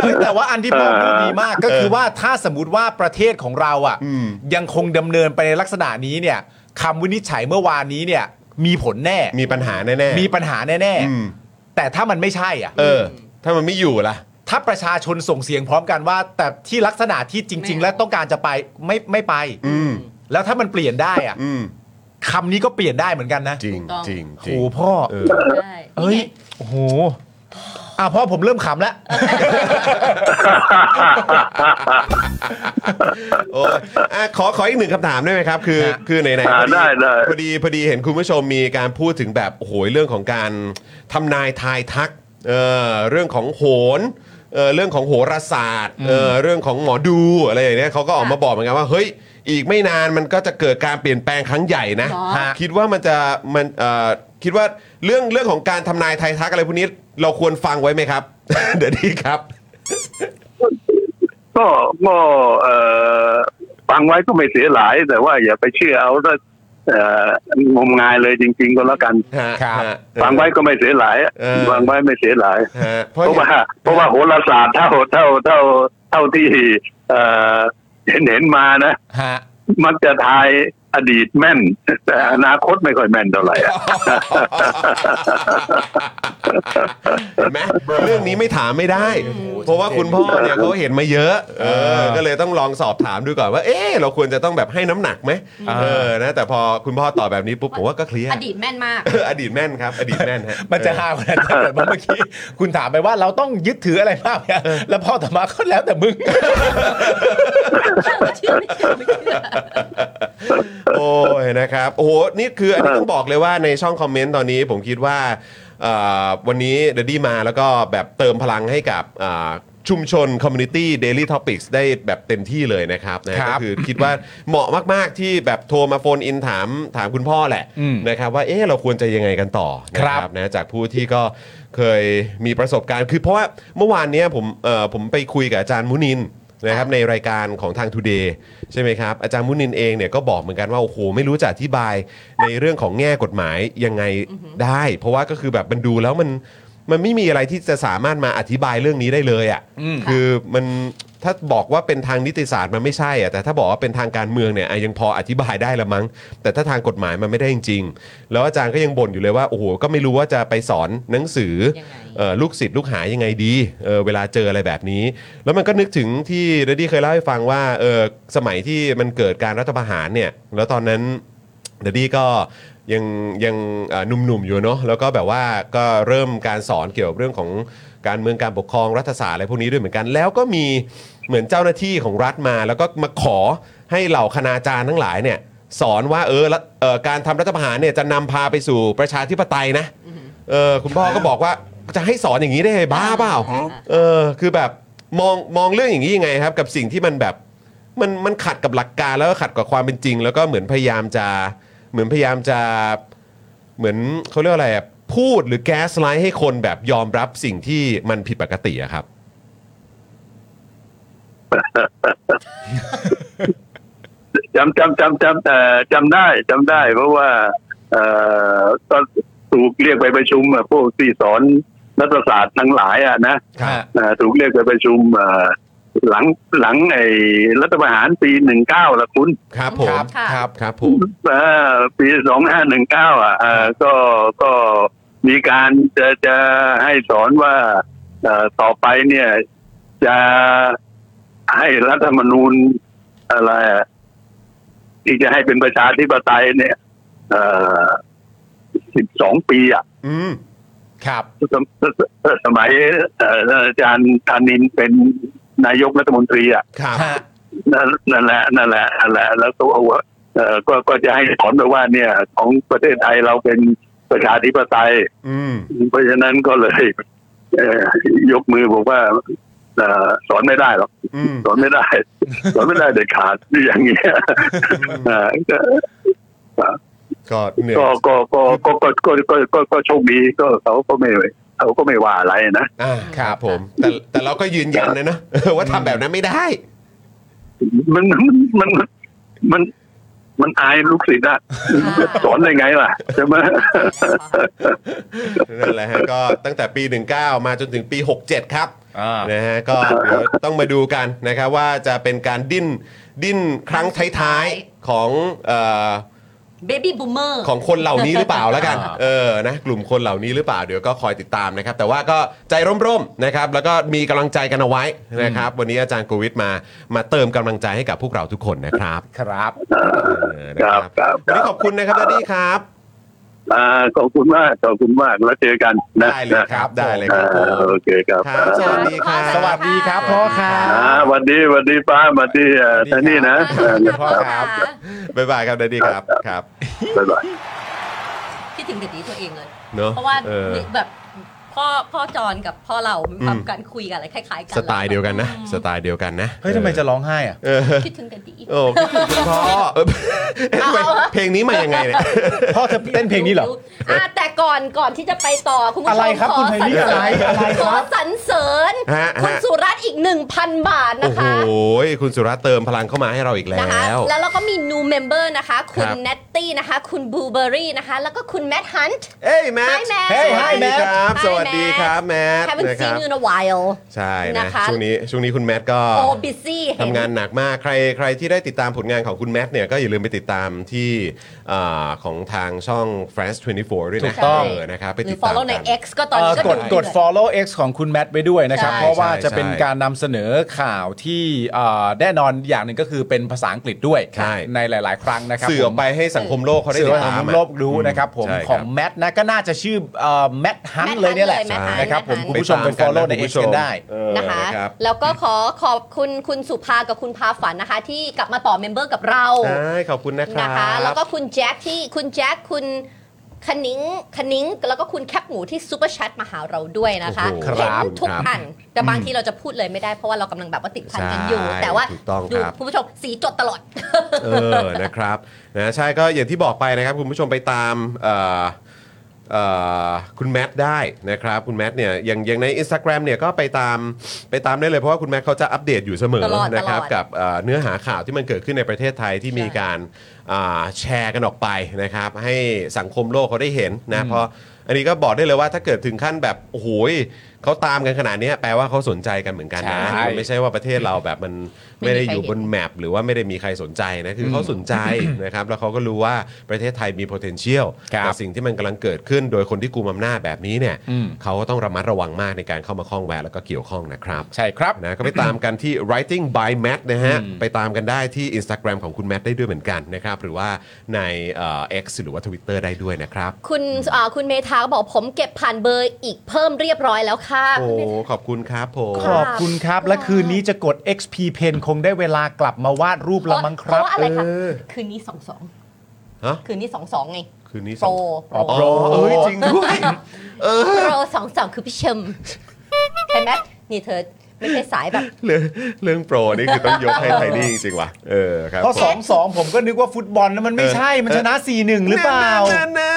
B: เฮ้ยแต่ว่าอันที่พ่อพูดดีมากก็คือว่าถ้าสมมติว่าประเทศของเราอ่ะ
A: อืม
B: ยังคงดำเนินไปในลักษณะนี้เนี่ยคำวินิจฉัยเมื่อวานนี้เนี่ย มีผลแน่
A: มีปัญหาแน่ๆ
B: มีปัญหาแน่
A: อืม
B: ๆ แต่ถ้ามันไม่ใช่อ่ะ
A: เออ ถ้ามันไม่อยู่ล่ะ
B: ถ้าประชาชนส่งเสียงพร้อมกันว่า แต่ที่ลักษณะที่จริง ๆ และต้องการจะไปไม่ไม่ไป
A: อืม
B: แล้วถ้ามันเปลี่ยนได้อ่ะ
A: อืม
B: คำนี้ก็เปลี่ยนได้เหมือนกันนะ
A: จริง
C: ถูกต้อง
A: จริงจริ
B: โอ้
A: ง
B: โหพ่อ
A: เออ
C: ใช่
B: เอ้ยโอ้โหอ่ะพ่อผมเริ่มขำแล้ว
A: โอ้ยอ่ะขอขออีกหนึ่งคำถามได้ไหมครับ คือ
B: ฮะ
A: คือไหนๆ
D: อ่า
A: พอ
D: ได้ได้
A: พอดีพอดีเห็นคุณผู้ชมมีการพูดถึงแบบโอ้โหเรื่องของการทำนายทายทักเออเรื่องของโหนเออเรื่องของโหราศาสตร์เออเรื่องของหมอดูอะไรอย่างเงี้ยเขาก็ออกมาบอกเหมือนกันว่าเฮ้ยอีกไม่นานมันก็จะเกิดการเปลี่ยนแปลงครั้งใหญ่นะ
F: หรอ
A: ฮะคิดว่ามันจะมันเอ่อคิดว่าเรื่องเรื่องของการทำนายทายทักอะไรพวกนี้เราควรฟังไว้ไหมครับ เดี๋ยวดีครับ
D: ก็ก็เออฟังไว้ก็ไม่เสียหลาย แต่ว่าอย่าไปเชื่อเอาถ้าเอ่องมงายเลยจริง ๆ ก็แล้วกัน
A: ฮะ
B: ครับ
A: ฮะ
D: ฟังไว้ก็ไม่เสียหลาย
A: เออ
D: ฟังไว้ไม่เสียหลาย
A: ฮะเพ
D: เพ
A: ราะ
D: ราะ
A: ว่า
D: ว่าเพราะว่าโหราศาสตร์เท่าเท่าเท่าเท่าที่เอ่อเห็นเห็นมานะ
B: ฮะ
D: มักจะทาย อดีตแม่น แต่อนาคตไม่ค่อยแม่นเท่าไหร่ อะ
A: เห็นไหมเรื่องนี้ไม่ถามไม่ได้
B: โอ้โห
A: เพราะว่าคุณพ่อเนี่ยเขาเห็นมาเยอะเออก็เลยต้องลองสอบถามดูก่อนว่า เอ๊ะเราควรจะต้องแบบให้น้ำหนักไหมเออนะแต่พอคุณพ่อตอบแบบนี้ปุ๊บผมว่าก็เคลียร์
C: อดีตแม่นมาก
A: เอออดีตแม่นครับ อดีตแม่นฮะ
B: มันจะหากว่านั้นถ้าเกิดว่าเมื่อกี้คุณถามไปว่าเราต้องยึดถืออะไรมากเนี่ยแล้วพ่อต่อมาก็แล้วแต่มึง
A: โอ้ยนะครับโอ้โหนี่คืออันนี้ต้องบอกเลยว่าในช่องคอมเมนต์ตอนนี้ผมคิดว่าเอ่อวันนี้เดดดี้มาแล้วก็แบบเติมพลังให้กับอ่าชุมชนคอมมูนิตี้เดลี่ท็อปิกได้แบบเต็มที่เลยนะครับนะฮะ
B: ครั
A: ก็
B: บ
A: คือคิดว่าเหมาะมากๆที่แบบโทรมาโฟนอินถามถามคุณพ่อแหละ
B: อืม
A: นะครับว่าเอ๊ะเราควรจะยังไงกันต่อนะค
B: ครั
A: รับบ นะจากผู้ที่ก็เคยมีประสบการณ์ คือเพราะว่าเมื่อวานเนี้ยผมเอ่อผมไปคุยกับอาจารย์มุนิน นะครับในรายการของทาง Today ใช่ไหมครับ อาจารย์มุนินเองเนี่ยก็บอกเหมือนกันว่า โอ้โห ไม่รู้จะอธิบายในเรื่องของแง่กฎหมายยังไงได้ เพราะว่าก็คือแบบมันดูแล้วมันมันไม่มีอะไรที่จะสามารถมาอธิบายเรื่องนี้ได้เลยอะ่ะคือมันถ้าบอกว่าเป็นทางนิติศาสตร์มันไม่ใช่อะ่ะแต่ถ้าบอกว่าเป็นทางการเมืองเนี่ยอ่ะยังพออธิบายได้ละมั้ง แต่ถ้าทางกฎหมายมันไม่ได้จริงๆแล้วอาจารย์ก็ยังบ่นอยู่เลยว่าโอ้โหก็ไม่รู้ว่าจะไปสอนหนังสือ
C: ยังไง
A: เอ่อลูกศิษย์ลูกหายังไงดีเออเวลาเจออะไรแบบนี้ แล้วมันก็นึกถึงที่เรดดี้เคยเล่าให้ฟังว่าเออสมัยที่มันเกิดการรัฐประหารเนี่ย แล้วตอนนั้นเรดดี้ก็ยังยังเอ่อหนุ่มๆอยู่เนาะแล้วก็แบบว่าก็เริ่มการสอนเกี่ยวกับเรื่องของการเมืองการปกครองรัฐศาสตร์อะไรพวกนี้ด้วยเหมือนกัน แล้วก็มีเหมือนเจ้าหน้าที่ของรัฐมา แล้วก็มาขอให้เหล่าคณาจารย์ทั้งหลายเนี่ยสอนว่าเออละเออการทำรัฐประหารเนี่ยจะนำพาไปสู่ประชาธิปไตยนะ เออคุณพ่อก็บอกว่าจะให้สอนอย่างนี้ได้ไงบ้าเปล่า
C: อ่า
A: เออคือแบบมองมองเรื่องอย่างนี้ยังไงครับ กับสิ่งที่มันแบบมันมันขัดกับหลักการแล้วก็ขัดกับความเป็นจริง แล้วก็เหมือนพยายามจะเหมือนพยายามจะเหมือนเขาเรียกว่าอะไรอะพูดหรือแก๊สไลท์ให้คนแบบยอมรับสิ่งที่มันผิดปกติอะครับ
D: จำจำจำจำเอ่อจำได้จำได้เพราะว่า เอ่อตอนถูกเรียกไปประชุมอะพวกที่สอนรัฐศาสตร์ทั้งหลายอ่ะนะ
B: ฮะ
D: เอ่อถูกเรียกไปประชุมเอ่อหลังหลังไอ้รัฐประหารปีหนึ่งเก้าละคุณ
A: ครับผม
B: ครับ
C: ค่ะ
B: ครับ
A: ครับผม
D: เอ่อปีสองห้าหนึ่งเก้าอ่ะเอ่อก็ก็มีการจะจะให้สอนว่าเอ่อต่อไปเนี่ยจะให้รัฐธรรมนูญอะไรอ่ะที่จะให้เป็นประชาธิปไตยเนี่ย เอ่อสิบสองปีอ่ะ
A: อืม
B: ครับ
D: สมสมัยเอ่ออาจารย์ธานินเป็นนายกรัฐมนตรีอ่ะ
A: ครับ
B: ฮะ
D: นั่นนั่นแหละนั่นแหละนั่นแหละแล้วก็เอาว่าเอ่อก็ก็จะให้ถอนไปว่าเนี่ย ของประเทศไทยเราเป็นประชาธิปไตย
A: อืม
D: เพราะฉะนั้นก็เลยเอ่อยกมือบอกว่าเอ่อสอนไม่ได้หรอก
A: อืม
D: สอนไม่ได้ สอนไม่ได้เด็ดขาดอย่างเงี้ยเอ่อก็
A: ก็เหนื่อย
D: ก็ก็ก็ก็ก็ก็ก็ก็ก็โชคดีก็เขาก็ไม่เขาก็ไม่ว่าอะไรนะ
A: อ่าครับผม แต่แต่เราก็ยืนยันนะเนอะ ว่าทำแบบนั้นไม่ได้
D: มันมันมันมันมันอายลูกศิษย์อะสอนได้ไงล่ะใช่ไหม
A: นั่นแหละฮะก็ตั้งแต่ปี 19 มาจนถึงปี 67 ครับ
B: อ่าน
A: นะฮะก็เดี๋ยวต้องมาดูกันนะครับว่าจะเป็นการดิ้นดิ้นครั้งท้ายๆของเอ่อ
C: เบบี้บูมเมอร์
A: ของคนเหล่านี้หรือเปล่าแล้วกัน
B: อ่า
A: เออนะกลุ่มคนเหล่านี้หรือเปล่าเดี๋ยวก็คอยติดตามนะครับ แต่ว่าก็ใจร่มๆนะครับ แล้วก็มีกำลังใจกันเอาไว้นะครับ วันนี้อาจารย์กวิทมามาเติมกำลังใจให้กับพวกเราทุกคนนะครับ
B: ครับ
A: เออนะค
D: ครั
A: รับบ
D: ค
A: วัน
D: รับ
A: นี้ขอบคุณนะครับดัดดี้ครับ
D: อ่าขอบคุณมากขอบคุณมากแล้วเจอกันนะ
A: ได้เลยครับได้เลยครับผ
D: อ่าม โอเคครับ
A: ครับ สวัสดีครับ
B: สวัสดีครับพ่อครั
D: อ่า
B: บ
D: วันดีวันดีป้าวันดีเอ่อ
B: สวั
D: ท่า
B: ส
D: น
B: ดี
D: นี่
B: ครับ
D: นะอ่า
B: พ่อครับ
A: บ๊ายบายครับดัดดี้ครับครับ
D: บ๊ายบาย
C: คิดถึงเด็กนี้ตัวเองเลย
A: เนาะ
C: เพราะว่า
A: ออ
C: แบบพ่อพ่อจอนกับพ่อเรามีความ
A: อืม
C: การคุยกันอะไรคล้ายๆกัน
A: สไตล์เดียวกันนะ
C: อืม
A: สไตล์เดียวกันนะ
B: เฮ้ยทำไมจะร้องไห้อ่ะ
A: เออ
C: คิดถึงแต่ดี
A: โอ้คิดถึงคุณพ่อเออเอ๊ะทำไม
C: เอาเอา
A: เพลงนี้มายังไงเนี่ย
B: พ่อเธอเต้นเพลงนี้เหรอ
C: อ่ะแต่ก่อนก่อนที่จะไปต่อคุณผู้ชม
B: อะไรครับ
C: ขอ
B: คุณไพลี่
C: ส
B: อะไรอะไรครับ
C: ขอสรรเสริญ
A: ฮะ
C: คุณ
A: ฮะ
C: สุรัตน์อีก 1,000 บาท
A: โอ้
C: นะ
A: โห
C: คะ
A: คุณสุรัตน์เติมพลังเข้ามาให้เราอีกแล้
C: นะคะ
A: ว
C: แล้วเราก็มี new member นะคะ คุ
A: ค
C: ณ
A: รับ
C: เนตตี้นะคะ คุณบลูเบอรี่นะคะ แล้วก็คุณแมทฮันต์
A: เอ้ยแมท
C: Hi Matt
A: เฮ้ย
B: Hi
A: แม
B: Matt
A: ครับ
C: Hi
A: สวัส วัสดีครับแมท
C: haven't
A: นะค
C: seen
A: รับ
C: you in a while
A: ใช่นะ
C: นะคะ
A: ช่วงนี้ช่วงนี้คุณแมทก็
C: โอ้ busy เห็น
A: ทำงานหนักมากใครใครที่ได้ติดตามผลงานของคุณแมทเนี่ยก็อย่าลืมไปติดตามที่อ่าของทางช่อง France 24 ด้วยนะ
B: ถูกต้อง
A: เนะครับไป
C: หรื
A: ติ
C: อ
A: ดตาม
C: follow ใน
A: กัน
C: X ก็ตอนนี้ก็
B: เอ่อกด
C: ดู
B: กด follow X ของคุณแมทไว้ด้วยนะครับ
C: ใช่
B: เพราะว่า
A: ใช่
B: จะเป็น
A: ใช่
B: การนำเสนอข่าวที่เอ่อแน่นอนอย่างหนึ่งก็คือเป็นภาษาอังกฤษด้วย
A: ใช่
B: ในหลาย ๆ ครั้งนะครับ
A: สื่อออกไปให้สังคมโลกเขาได้
B: สื่อ
A: ติด
B: ขอ
A: ตาม
B: ง
A: อะ
B: โลกรู้นะครับผม
A: ใช่
B: ข
A: ค
B: อ
A: รั
B: ง
A: บ
B: แมทนะก็น่าจะชื่อแมทฮัน
C: Matt
B: เลยเนี่ยแหละ
C: Hunt เลย Matt Hunt
B: นะครับผม
C: Matt Hunt
B: คุณผู้ชมไป
A: ตามกัน
B: follow
A: นะ
B: ใน
A: คุณ
B: X
A: ผู้ชม
B: กันได้
A: เออ
C: นะคะ
A: นะครับ
C: แล้วก็ขอขอบคุณคุณสุภากับคุณพาฝันนะคะ ที่กลับมาต่อเมมเบอร์กับเรา
A: ใช่ขอบคุณนะครับ
C: นะคะ แล้วก็คุณแจ็คที่คุณแจ็คคุณคณิ้งคณิ้งแล้วก็คุณแคปหมูที่ซูเปอร์แชทมาหาเราด้วยนะคะ
A: โอ้โหค
C: เห็น
A: รับ
C: ทุก
A: ครับ
C: อันแต่บางทีเราจะพูดเลยไม่ได้เพราะว่าเรากำลังแบบว่าติดพันกันอยู่
A: ใช่
C: แต่ว่า
A: ถูกต้อง
C: ดู
A: ครับ
C: คุณผู้ชมสีจดตลอด
A: เออ นะครับนะใช่ก็อย่างที่บอกไปนะครับคุณผู้ชมไปตามเอ่อเอ่อคุณแมทได้นะครับ คุณแมทเนี่ยอย่างอย่างใน Instagram เนี่ยก็ไปตามไปตามได้เลยเพราะว่าคุณแมทเขาจะอัปเดตอยู่เสมอ
C: ตลอด
A: นะครับ
C: ตลอด
A: กับเอ่อเนื้อหาข่าวที่มันเกิดขึ้นในประเทศไทยที่มีการอ่าแชร์กันออกไปนะครับ ให้สังคมโลกเขาได้เห็นนะเพราะอันนี้ก็บอกได้เลยว่าถ้าเกิดถึงขั้นแบบโอ้โหยเขาตามกันขนาดเนี้ยแปลว่าเขาสนใจกันเหมือนกันนะ
B: ใช่
A: ไม่ใช่ว่าประเทศเราแบบมัน
C: ไม่
A: ไม่
C: มี
A: ได้
C: ใคร
A: อยู่
C: เห็
A: บ
C: น
A: น แมปหรือว่าไม่ได้มีใครสนใจนะคือเขาสน ใจ นะครับแล้วเขาก็รู้ว่าประเทศไทยมี potential
B: ครับ
A: แต่สิ่งที่มันกำลังเกิดขึ้นโดยคนที่กุมอำนาจแบบนี้เนี่ย
B: อืม
A: เขาก็ต้องระมัดระวังมากในการเข้ามาข้องแวะแล้วก็เกี่ยวข้องนะครับ
B: ใช่ครับ
A: นะก็ไปตามกัน ที่ writing by Matt นะฮะ ไปตามกันได้ที่ Instagram ของคุณแมทได้ด้วยเหมือนกันนะครับหรือว่าในเอ่อ X หรือว่า Twitter ได้ด้วยนะครับ
C: คุณอ่าคุณเมธาก็บอกผมเก็บผ่านเบอร์อีกเพิ่มเรียบร้อยแล้วค่ะ
A: โอ้
C: คุณเมธา
A: ขอบคุณครับผม
B: ขอบคุณครับ และคืนนี้จะกด XP Pen คงได้เวลากลับมาวาดรูปละมั้งครับ
C: เพราะว่าอะไรคะ
A: เออ
C: คืนนี้สองสอง
A: ฮะ
C: คืนนี้สองสองไง
A: คืนนี้ส
C: โปร
A: อง
C: โปร
B: อ๋อ
C: โป
A: อ๋อ
C: ร
A: เอ้ยจริงด้วย
C: สองสองคือพี่เชมเห็นไหมนี่เธอไม่ใช่สายแบบ
A: เรื่องเรื่องโปรนี่คือต้องยกให้ไทนี่จริงๆว่ะเออครับ
B: เพราะ
A: ผม
B: สองสองผมก็นึกว่าฟุตบอลนะมันไม่ใช่มันชนะ 4-1 หรือเปล่า
A: น่าน่าน่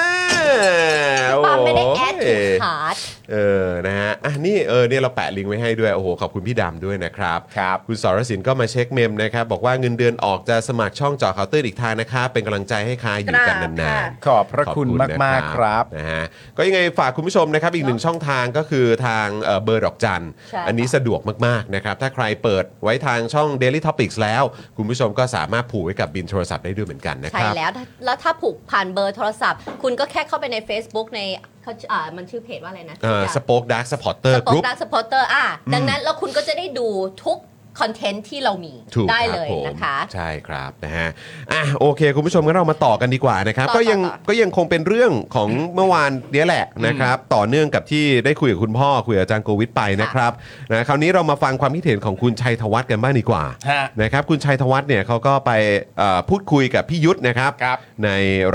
A: า
C: ปาล์มไม่ได้
A: โอ้
C: แอด
A: โห
C: ถึงขาด
A: เออ นะฮะ อ่ะ นี่ เออ เนี่ยเราแปะลิงก์ไว้ให้ด้วย โอ้โห ขอบคุณพี่ดำด้วยนะครับ
B: ครับ
A: คุณสรสินก็มาเช็คเมมนะครับ บอกว่าเงินเดือนออกจะสมัครช่องเจอเคาน์เตอร์อีกทางนะครับ เป็นกำลังใจให้ค่ะอยู่กันนานๆ
B: ขอบพระคุณ
A: ขอบนะ
B: มาก ๆ ครับ
A: นะฮะก็ยังไงฝากคุณผู้ชมนะครับอีกหนึ่งช่องทางก็คือทางเอ่อเบอร์ดอกจัน
C: ใช่
A: อันนี้สะดวกมากๆนะครับถ้าใครเปิดไว้ทางช่อง Daily Topics แล้ว คุณผู้ชมก็สามารถผูกไว้กับบินโทรศัพท์ได้ด้วยเหมือนกันนะค
C: ใช่
A: รับ
C: แล้วแล้วถ้าผูกผ่านเบอร์โทรศัพท์ คุณก็แค่เข้าไปใน Facebook ในเขาอ่ามันชื่อเพจว่าอะไรนะ
A: สป็อคดักสปอร์เตอร์
C: ป
A: ก
C: อ
A: รุ๊ป
C: ดักสปอร์เตอร์อ่ะดังนั้นแล้วคุณก็จะได้ดูทุกคอนเทนต์ที่เรามี
A: ถูก
C: ได้
A: ครับ
C: เลย
A: ผม
C: นะคะ
A: ใช่ครับนะฮะอ่ะโอเค คุณผู้ชมก็เรามาต่อกันดีกว่านะครับ
C: ต่อ
A: ก็ยัง
C: ต่อต่อ
A: ก็ยังคงเป็นเรื่องของเมื่อวานเนี้ยแหละนะครับ ต่อเนื่องกับที่ได้คุยกับคุณพ่อคุยกับอาจารย์โกวิทไปนะครับนะคราวนี้เรามาฟังความคิดเห็นของคุณชัยธวัฒน์กันบ้างดีกว่า
B: ฮะ
A: นะครับคุณชัยธวัฒน์เนี่ยเขาก็ไปเอ่อพูดคุยกับพี่ยุทธนะครับ
B: ครับ
A: ใน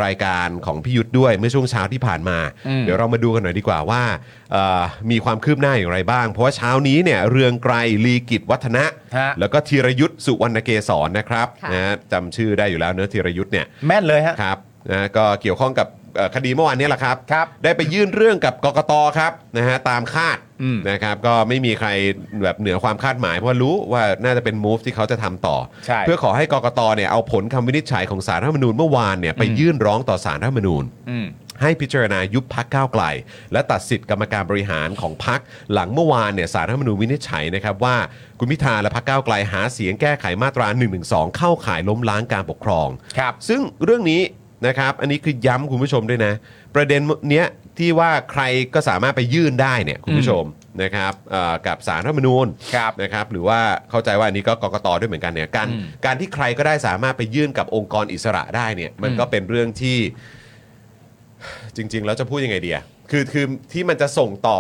A: รายการของพี่ยุทธด้วยเมื่อช่วงเช้าที่ผ่านมา
B: อืม
A: เดี๋ยวเรามาดูกันหน่อยดีกว่าว่าเอ่อมีความคืบหน้าอย่างไรบ้าง เพราะว่าเช้านี้เนี่ยเรืองไกรลีกิจวัฒนะ
B: ฮะ
A: แล้วก็ธีรยุทธ์สุวรรณเกศรนะครับ
C: ค่ะ
A: นะฮะจำชื่อได้อยู่แล้วเนอะธีรยุทธ์เนี่ย
B: แม่นเลยฮะ
A: ครับนะก็เกี่ยวข้องกับเอ่อคดีเมื่อวานเนี้แหละครับ
B: ครับ
A: ได้ไปยื่นเรื่องกับกกตครับนะฮะตามคาด
B: อืม
A: นะครับก็ไม่มีใครแบบเหนือความคาดหมาย เพราะรู้ว่าน่าจะเป็นมูฟที่เขาจะทำต่อ
B: ใช่
A: เพื่อขอให้กกตเนี่ยเอาผลคำวินิจฉัยของสารรัฐธรรมนูญเมื่อวานเนี่ยไปยื่นร้องต่อสารรัฐธรรมนูญ
B: อืม
A: ให้พิจารณายุบพักก้าวไกล และตัดสิทธิ์กรรมการบริหารของพักหลังเมื่อวานเนี่ยสารรัฐธรรมนูญวินิจฉัยนะครับว่าคุณพิธาและพักก้าวไกลหาเสียงแก้ไขมาตรา1นึเข้าข่ายล้มล้างการปกครอง
B: ครับ
A: ซึ่งเรื่องนี้นะครับอันนี้คือย้ำคุณผู้ชมด้วยนะ ประเด็นเนี้ยที่ว่าใครก็สามารถไปยื่นได้เนี่ยคุณผู้ชมนะครับเอ่อกับสารรัฐธรรมนูญ
B: ครับ
A: นะครับหรือว่าเข้าใจว่าอันนี้ก็กกตด้วยเหมือนกันเนี่ยการ
B: อืม
A: การที่ใครก็ได้สามารถไปยื่นกับองค์กรอิสระได้เนี่ยมันก็เป็นเรื่องที่ จริงๆ แล้วจะพูดยังไงดีอะคือคือที่มันจะส่งต่อ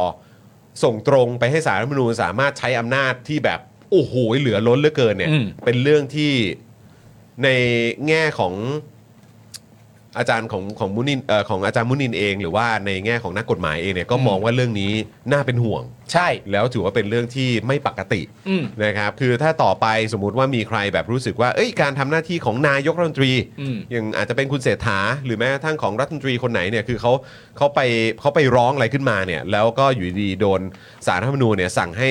A: ส่งตรงไปให้สารรัฐธรรมนูญสามารถใช้อำนาจที่แบบโอ้โหเหลือล้นเหลือเกินเนี่ย
B: อืม
A: เป็นเรื่องที่ในแง่ของอาจารย์ของของมุนินเอ่อของอาจารย์มุนินเอง หรือว่าในแง่ของนักกฎหมายเองเนี่ยก็มองว่าเรื่องนี้น่าเป็นห่วง
B: ใช่
A: แล้วถือว่าเป็นเรื่องที่ไม่ปกติ
B: อืม
A: นะครับ คือถ้าต่อไปสมมุติว่ามีใครแบบรู้สึกว่า เอ้ยการทำหน้าที่ของนายกรัฐมนตรี
B: อืม
A: อย่างอาจจะเป็นคุณเศรษฐาหรือแม้กระทั่งของรัฐมนตรีคนไหนเนี่ยคือเขาเขาไปเขาไปร้องอะไรขึ้นมาเนี่ย แล้วก็อยู่ดีๆโดนสารรัฐธรรมนูญเนี่ยสั่งให้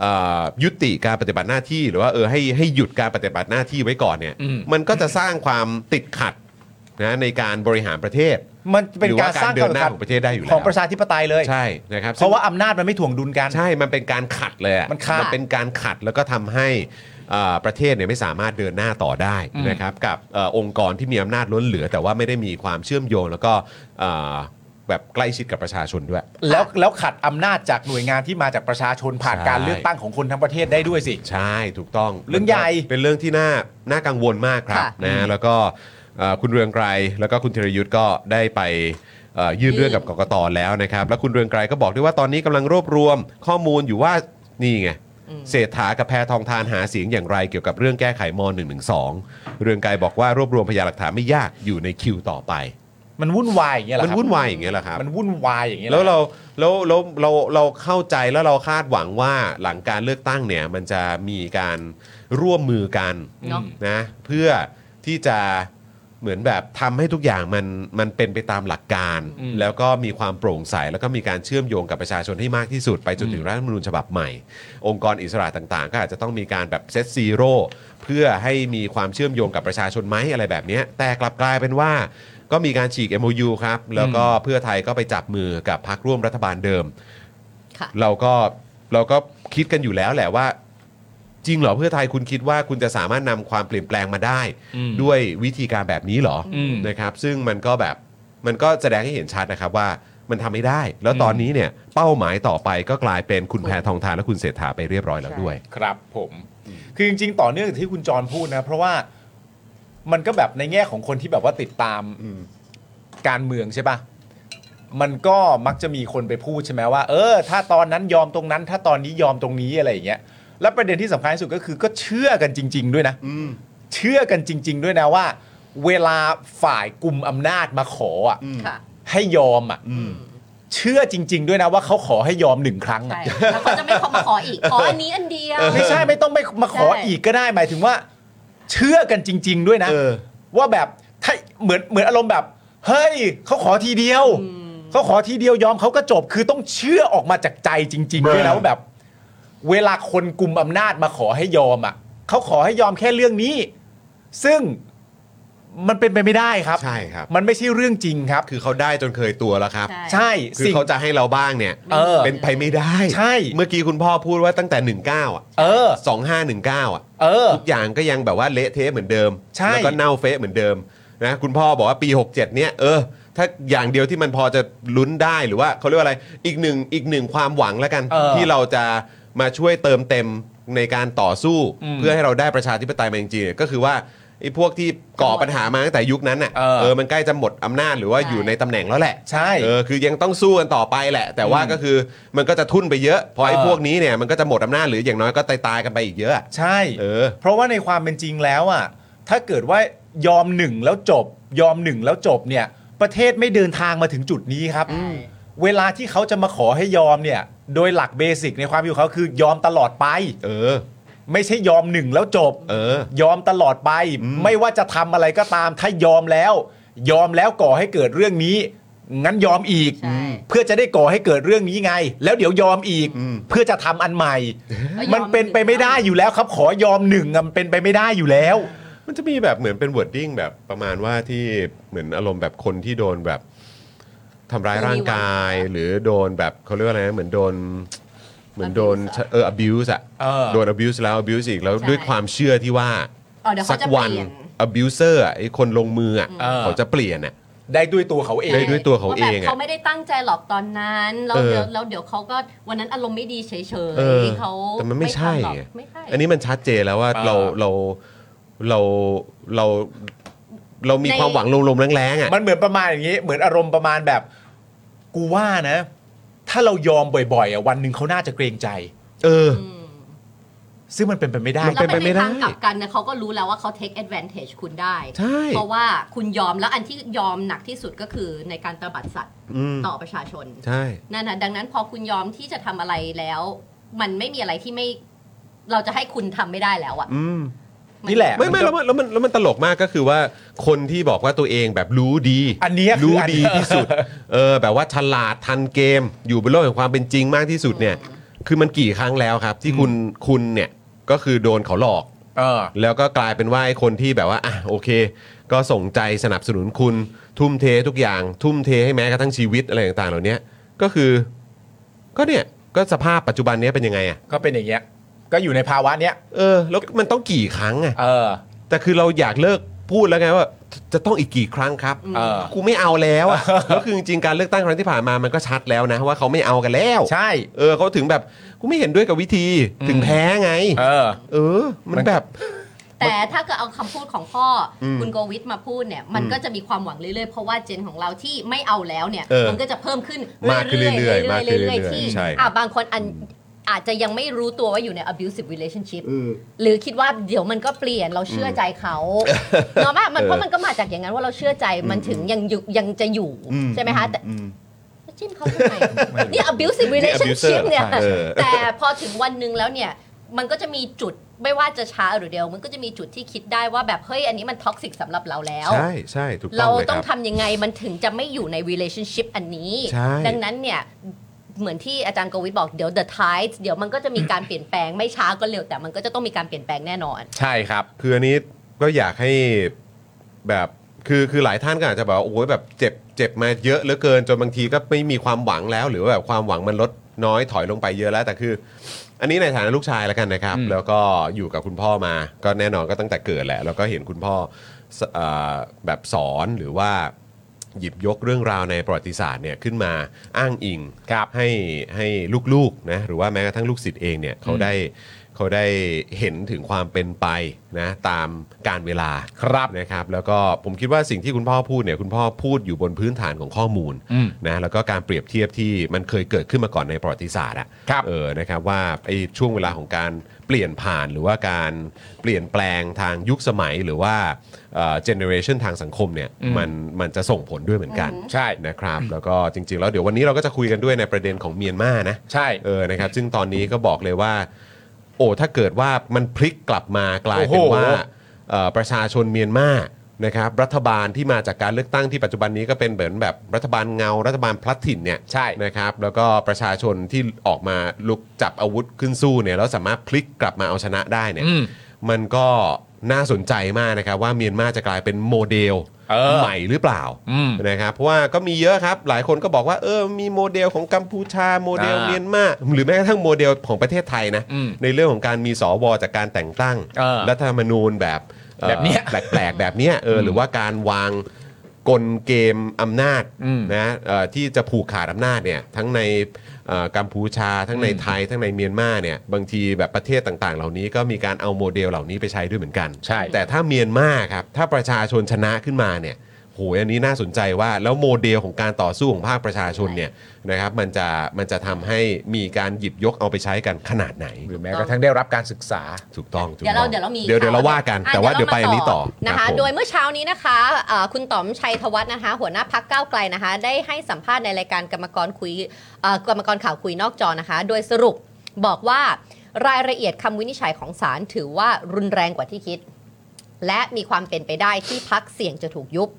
A: เอ่อยุติการปฏิบัติหน้าที่หรือว่าเออให้ให้หยุดการปฏิบัติหน้าที่ไว้ก่อนเนี่ย
B: อืม
A: มันก็จะสร้างความติดขัดนะในการบริหารประเทศ
B: มันเป็น
A: หรือว่
B: การสร้าง
A: เดินหน้าของประเทศได้อยู่แล้ว
B: ของประชาธิปไตยเลย
A: ใช่นะครับซึ่ง
B: เพราะว่าอำนาจมันไม่ถ่วงดุลกัน
A: ใช่ มันเป็นการขัดเลยอะ
B: มันขัด
A: เป็นการขัดแล้วก็ทำให้อ่าประเทศเนี่ยไม่สามารถเดินหน้าต่อได้
B: อืม
A: นะครับกับเออองค์กรที่มีอำนาจล้นเหลือ แต่ว่าไม่ได้มีความเชื่อมโยง แล้วก็อ่าแบบใกล้ชิดกับประชาชนด้วย
B: แล้วแล้วขัดอำนาจจากหน่วยงานที่มาจากประชาชนผ่าน
A: ใช่
B: การเลือกตั้งของคนทั้งประเทศได้ด้วยสิ
A: ใช่ถูกต้อง
B: เรื่องใหญ่
A: เป็นเรื่องที่น่าน่ากังวลมากครับ
C: ค่ะ
A: นะฮะแล้วก็เอ่อคุณเรืองไกรแล้วก็คุณธีรยุทธ์ก็ได้ไปเอ่อยื่น
C: ยื่น
A: เรื่องกับกกตแล้วนะครับ แล้วคุณเรืองไกรก็บอกด้วยว่าตอนนี้กำลังรวบรวมข้อมูลอยู่ว่านี่ไงเศรษฐากับแพทองทานหาเสียงอย่างไรเกี่ยวกับเรื่องแก้ไขม .112 เรืองไกรบอกว่ารวบรวมพยานหลักฐานไม่ยากอยู่ในคิวต่อไป
B: มันวุ่นวายอย่างเงี้ยเหร
A: มั
B: อนครับ
A: วุ่นวายอย่างเงี้ยเหรอครับ
B: มันวุ่นวายอย่างเงี้ยห
A: แล้
B: อ
A: วเราแล้วแล้วเราเราเข้าใจแล้วเราคาดหวังว่าหลังการเลือกตั้งเนี่ยมันจะมีการร่วมมือกัน
C: เนอะ
A: นะเพื่อที่จะเหมือนแบบทำให้ทุกอย่างมันมันเป็นไปตามหลักการ แล้วก็มีความโปร่งใส แล้วก็มีการเชื่อมโยงกับประชาชนให้มากที่สุด ไปจนถึงรัฐธรรมนูญฉบับใหม่ องค์กรอิสระต่างๆ ก็อาจจะต้องมีการแบบเซตซีโร่เพื่อให้มีความเชื่อมโยงกับประชาชนไหมอะไรแบบเนี้ยแต่กลับกลายเป็นว่า ก็มีการฉีก MOU ครับ แล้วก็เพื่อไทยก็ไปจับมือกับพรรคร่วมรัฐบาลเดิม
C: ค่ะ
A: เราก็เราก็คิดกันอยู่แล้วแหละว่า จริงเหรอเพื่อไทยคุณคิดว่าคุณจะสามารถนำความเปลี่ยนแปลงมาได้ ด้วยวิธีการแบบนี้เหรออ
B: ม
A: นะครับ ซึ่งมันก็แบบมันก็แสดงให้เห็นชัดนะครับว่ามันทำไม่ได้ แล้วตอนนี้เนี่ย เป้าหมายต่อไปก็กลายเป็นคุณแพทองทานและคุณเศรษฐาไปเรียบร้อยแล้วด้วย
B: ครับผม คือจริงๆ ต่อเนื่องจากที่คุณจรพูดนะ เพราะว่ามันก็แบบในแง่ของคนที่แบบว่าติดตามการเมืองใช่ปะมันก็มักจะมีคนไปพูดใช่ไหมว่า เออ ถ้าตอนนั้นยอมตรงนั้น ถ้าตอนนี้ยอมตรงนี้อะไรอย่างเงี้ยแล้วประเด็นที่สำคัญที่สุดก็คือก็เชื่อกันจริง ๆ ด้วยนะเชื่อกันจริง ๆ ด้วยนะว่า เวลาฝ่ายกลุ่มอำนาจมาขออ่ะ
C: ค่ะ
B: ให้ยอมอ่ะเชื่อจริง ๆ ด้วยนะว่าเขาขอให้ยอมหนึ่งครั้งอ่ะ
C: ใช่แล้วเขาจะไม่ขอมาขออีก ขออันนี้อันเดียว
B: ไม่ใช่ไม่ต้องไปมาขอ
C: ใช่
B: อีกก็ได้หมายถึงว่า เชื่อกันจริง ๆ ด้วยนะ
A: เออ
B: ว่าแบบถ้าเหมือนเหมือนอารมณ์แบบ เฮ้ยเขาขอทีเดียวเขาขอทีเดียวยอมเขาก็จบคือต้องเชื่อออกมาจากใจจริงๆด้วยนะว่าแบบ เวลาคนกลุ่มอำนาจมาขอให้ยอมอ่ะเขาขอให้ยอมแค่เรื่องนี้ ซึ่งมันเป็นไปไม่ได้ครับ
A: ใช่ครับ
B: มันไม่ใช่เรื่องจริงครับ
A: คือเขาได้จนเคยตัวแล้วครับ
C: ใช่
B: ใช่
A: คือ
B: สิ่ง
A: เขาจะให้เราบ้างเนี่ย
B: เออ
A: เป็นไปไม่ได้
B: ใช่
A: เมื่อกี้คุณพ่อพูดว่าตั้งแต่ 19อ่ะ
B: เออ
A: สองห้าหนึ่งเก้าอ่ะ
B: เออ
A: ทุกอย่างก็ยังแบบว่าเละเทะเหมือนเดิม
B: ใช่
A: แล้วก็เน่าเฟะเหมือนเดิมนะคุณพ่อบอกว่าปี 67 เนี่ยเออ ถ้าอย่างเดียวที่มันพอจะลุ้นได้หรือว่าเขาเรียกว่าอะไรอีกหนึ่งอีกหนึ่งความหวังแล้วกัน
B: เออ
A: ที่เราจะมาช่วยเติมเต็มในการต่อสู้ เพื่อให้เราได้ประชาธิปไตยมาจริงๆเนี่ยก็คือว่าไอ้พวกที่ก่อปัญหามาตั้งแต่ยุคนั้นน่ะ
B: เออ
A: เออมันใกล้จะหมดอำนาจหรือว่า
C: ใช่
A: อยู่ในตำแหน่งแล้วแหละ
B: ใช่
A: เออคือยังต้องสู้กันต่อไปแหละ แต่ว่าก็คือมันก็จะทุ่นไปเยอะ พอไอ้
B: เออ
A: พวกนี้เนี่ยมันก็จะหมดอำนาจหรืออย่างน้อยก็ตายตายๆกันไปอีกเยอะอะ
B: ใช่
A: เออ
B: เพราะว่าในความเป็นจริงแล้วอ่ะถ้าเกิดว่ายอมหนึ่งแล้วจบ ยอมหนึ่งแล้วจบเนี่ย ประเทศไม่เดินทางมาถึงจุดนี้ครับ เวลาที่เขาจะมาขอให้ยอมเนี่ย โดยหลักเบสิกในความคิดของเขาคือยอมตลอดไป
A: เออ
B: ไม่ใช่ยอมหนึ่งแล้วจบ
A: เออ
B: ยอมตลอดไป ไม่ว่าจะทำอะไรก็ตาม ถ้ายอมแล้ว ยอมแล้วก่อให้เกิดเรื่องนี้ งั้นยอมอีก
C: ใช่
B: เพื่อจะได้ก่อให้เกิดเรื่องนี้ไง แล้วเดี๋ยวยอมอีก เพื่อจะทำอันใหม่ มันเป็นไปไม่ได้อยู่แล้วครับ ขอยอมหนึ่งอะมันเป็นไปไม่ได้อยู่แล้ว
A: มันจะมีแบบเหมือนเป็นวอร์ดดิ้งแบบประมาณว่าที่เหมือนอารมณ์แบบคนที่โดนแบบทำร้ายร่างกาย หรือโดนแบบเขาเรียกว่าอะไรนะเหมือนโดน เหมือนโดน
C: Abuse อะ
A: เออ abuse อะ
B: เออ
A: โดน abuse แล้ว abuse อีกแล้ว
C: ใช่
A: ด้วยความเชื่อที่ว่า
C: อ๋อเดี๋ยว
A: สั
C: เขาจะ
A: วัน
C: เปลี่ยน
A: abuser อะไอ้คนลงมืออะเขาจะเปลี่ยนอะ
B: ได้ด้วยตัวเขาเอง
A: ได้ด้วยตัวเขาเองอะ
C: พระแบบเขาไม่ได้ตั้งใจหรอกตอนนั้นแล้ว
A: เออ
C: เดี๋ยวแล้วเดี๋ยวเขาก็วันนั้นอารมณ์ไม่ดีเฉย
A: เออ
C: ๆเขา
A: แต่มันไม่ใช่
C: ทำหรอก
A: ไง
C: ไม่ใช่
A: อันนี้มันชัดเจนแล้วว่า
B: อ่า
A: เราเราเราเราเรามี
C: ใน
A: ความหวังลมๆแรงๆอ่ะ
B: มันเหมือนประมาณอย่างนี้ เหมือนอารมณ์ประมาณแบบ กูว่านะ ถ้าเรายอมบ่อยๆอะวันหนึ่งเขาน่าจะเกรงใจ
A: เออ
C: อืม
B: ซึ่งมันเป็นไปไม่ได้
A: มันเป็นไปไม่ได้
C: แล้วในทางกลับกันนะเขาก็รู้แล้วว่าเขา take advantage คุณได้
A: ใช่
C: เพราะว่าคุณยอมแล้วอันที่ยอมหนักที่สุดก็คือในการตบัดสัตว์
A: อืม
C: ต่อประชาชน
A: ใช่
C: นั่นนะดังนั้นพอคุณยอมที่จะทำอะไรแล้ว มันไม่มีอะไรที่ไม่เราจะให้คุณทำไม่ได้แล้วอะ
A: อืม
C: มั
B: นี่แหละ
A: ไม่ไม่แล้วมันแล้วมันแล้วมันตลกมากก็คือว่าคนที่บอกว่าตัวเองแบบรู้ดี
B: อันเนี้ยคือ
A: รู้
B: อัน
A: ดีที่ สุด เออ แบบว่าฉลาดทันเกม อยู่บนโลกแห่งความเป็นจริงมากที่สุดเนี่ย คือมันกี่ครั้งแล้วครับ ที่คุณคุณเนี่ยก็คือโดนเขาหลอก
B: เออ
A: แล้วก็กลายเป็นว่าไอ้คนที่แบบว่าอ่ะโอเค ก็ส่งใจสนับสนุนคุณ ทุ่มเททุกอย่าง ทุ่มเทให้แม้กระทั่งชีวิตอะไรต่างๆ เหล่านี้ก็คือ ก็เนี่ยก็สภาพปัจจุบันเนี้ยเป็นยังไงอะ
B: ก็เป็นอย่างเงี้ย ก็อยู่ในภาวะเนี้ย
A: เออแล้วมันต้องกี่ครั้งอะ
B: เออ
A: แต่คือเราอยากเลิกพูดแล้วไงว่าจะจะต้องอีกกี่ครั้งครับ
B: เออ
A: กูไม่เอาแล้วอะแล้วคือจริงๆการเลือกตั้งครั้งที่ผ่านมามันก็ชัดแล้วนะว่าเขาไม่เอากันแล้ว
B: ใช่
A: เออเขาถึงแบบกูไม่เห็นด้วยกับวิธีถึงแพ้ไง
B: เออ
A: เออ มัน
B: มัน
A: แบบ
C: แต่ถ้าเกิดเอาคำพูดของพ่ออ
A: ม
C: คุณโกวิทมาพูดเนี่ยมัน
A: อืม
C: ก็จะมีความหวังเรื่อยๆ เพราะว่าเจนของเราที่ไม่เอาแล้วเนี่ย
A: เออ
C: มันก็จะเพิ่มขึ้น
A: มากขึ้นเรื่อยๆมากขึ้นเรื่อยๆ
C: ๆที่
A: ใช่
C: อ่ะบางคนอันอาจจะยังไม่รู้ตัวว่าอยู่ใน abusive relationship หรือคิดว่าเดี๋ยวมันก็เปลี่ยนเราเชื่อใจเขาเนาะว่ามันเพราะมันก็มาจากอย่างนั้นว่าเราเชื่อใจมันถึงยังอยู่ยังจะอยู่ใช่ไหมคะแต่แล้วจิ้มเขาทำไมนี่ abusive relationship เนี่ย
A: เออ
C: แต่พอถึงวันหนึ่งแล้วเนี่ย มันก็จะมีจุดไม่ว่าจะช้าหรือเร็ว มันก็จะมีจุดที่คิดได้ว่าแบบเฮ้ยอันนี้มันท็อกซิกสำหรับเราแล้ว
A: ใช่ใช่ถูกต้
C: เรา
A: องเลยค
C: ต้อง
A: รับ
C: ทำยังไงมันถึงจะไม่อยู่ใน relationship อันนี้
A: ใช่
C: ดังนั้นเนี่ย เหมือนที่อาจารย์โกวิทบอกเดี๋ยว the tides เดี๋ยวมันก็จะมีการเปลี่ยนแปลงไม่ช้าก็เร็วแต่มันก็จะต้องมีการเปลี่ยนแปลงแน่นอน
B: ใช่ครับ
A: คืออันนี้ก็อยากให้แบบคือคือหลายท่านก็อาจจะแบบว่าโอ้ยแบบเจ็บเจ็บมาเยอะเหลือเกินจนบางทีก็ไม่มีความหวังแล้ว หรือว่าแบบความหวังมันลดน้อยถอยลงไปเยอะแล้ว แต่คือ อันนี้ในฐานะลูกชายแล้วกันนะครับ
B: อืม
A: แล้วก็อยู่กับคุณพ่อมา ก็แน่นอนก็ตั้งแต่เกิดแหละ แล้วก็เห็นคุณพ่อสเออแบบสอนหรือว่า หยิบยกเรื่องราวในประวัติศาสตร์เนี่ยขึ้นมาอ้างอิง
B: ครับ
A: ให้ให้ลูกๆนะหรือว่าแม้กระทั่งลูกศิษย์เองเนี่ยเขาได้เขาได้เห็นถึงความเป็นไปนะตามการเวลา
B: ครับ
A: นะครับแล้วก็ผมคิดว่าสิ่งที่คุณพ่อพูดเนี่ยคุณพ่อพูดอยู่บนพื้นฐานของข้อมูล
B: อืม
A: นะแล้วก็การเปรียบเทียบที่มันเคยเกิดขึ้นมาก่อนในประวัติศาสตร์อะ
B: ครับ
A: เออนะครับว่าไอ้ช่วงเวลาของการเปลี่ยนผ่านหรือว่าการเปลี่ยนแปลงทางยุคสมัยหรือว่าเจเนอเรชันทางสังคมเนี่ยมันมันจะส่งผลด้วยเหมือนกัน
B: ใช่
A: นะครับแล้วก็จริง ๆ แล้วเดี๋ยววันนี้เราก็จะคุยกันด้วยในประเด็นของเมียนมานะ
B: ใช่
A: เออนะครับซึ่งตอนนี้ก็บอกเลยว่า โอ้ถ้าเกิดว่ามันพลิกกลับมากลายเป็น
B: โอ้โห
A: ว่าเอ่อประชาชนเมียนมานะครับรัฐบาลที่มาจากการเลือกตั้งที่ปัจจุบันนี้ก็เป็นเหมือนแบบรัฐบาลเงา รัฐบาลพลัดถิ่นเนี่ย
B: ใช่
A: นะครับแล้วก็ประชาชนที่ออกมาลุกจับอาวุธขึ้นสู้เนี่ยแล้วสามารถพลิกกลับมาเอาชนะได้เนี่ย
B: อืม
A: มันก็น่าสนใจมากนะครับว่าเมียนมาจะกลายเป็นโมเดล
B: เออ
A: ใหม่หรือเปล่า
B: อืม
A: นะครับเพราะว่าก็มีเยอะครับหลายคนก็บอกว่าเออมีโมเดลของกัมพูชาโมเดล
B: อ่า
A: เมียนมาหรือแม้กระทั่งโมเดลของประเทศไทยนะ
B: อืม
A: ในเรื่องของการมีสวจากการแต่งตั้ง
B: เออ
A: รัฐธรรมนูญแบบอ่อ
B: แบบเนี้ย
A: แปลกๆแบบเนี้ยเอออหรือว่าการวางกลเกมอำนาจ
B: อืม
A: นะเอ่อที่จะผูกขาดอำนาจเนี่ยทั้งในเอ่อกัมพูชาทั้งใน
B: อืม
A: ไทยทั้งในเมียนมาเนี่ยบางทีแบบประเทศต่างๆ เหล่านี้ก็มีการเอาโมเดลเหล่านี้ไปใช้ด้วยเหมือนกัน
B: ใช่
A: แต่ถ้าเมียนมาครับ ถ้าประชาชนชนะขึ้นมาเนี่ยโหยอันนี้น่าสนใจว่าแล้วโมเดลของการต่อสู้ของภาคประชาชนเนี่ยนะครับมันจะมันจะทำให้มีการหยิบยกเอาไปใช้กันขนาดไหน
B: หรือแม้กระทั่งได้รับการศึกษา
A: ถูกต้องถูก
C: เดี๋ยว
A: ต้
C: เรา
A: อง
C: เดี๋ยวเรามี
A: เดี๋ยวเดี๋ยวเราว่ากัน
C: อ่ะ
A: แต่ว่าเดี๋ยวไปอันนี้ต่อ
C: นะคะ
A: รับผม
C: โดยเมื่อเช้านี้นะคะเอ่อคุณต๋อมชัยธวัฒน์นะคะ หัวหน้าพักก้าวไกลนะคะ ได้ให้สัมภาษณ์ในรายการกรรมกรคุยเอ่อกรรมกรข่าวคุยนอกจอนะคะ โดยสรุปบอกว่ารายละเอียดคำวินิจฉัยของศาลถือว่ารุนแรงกว่าที่คิด และมีความเป็นไปได้ที่พักเสี่ยงจะถูกยุบ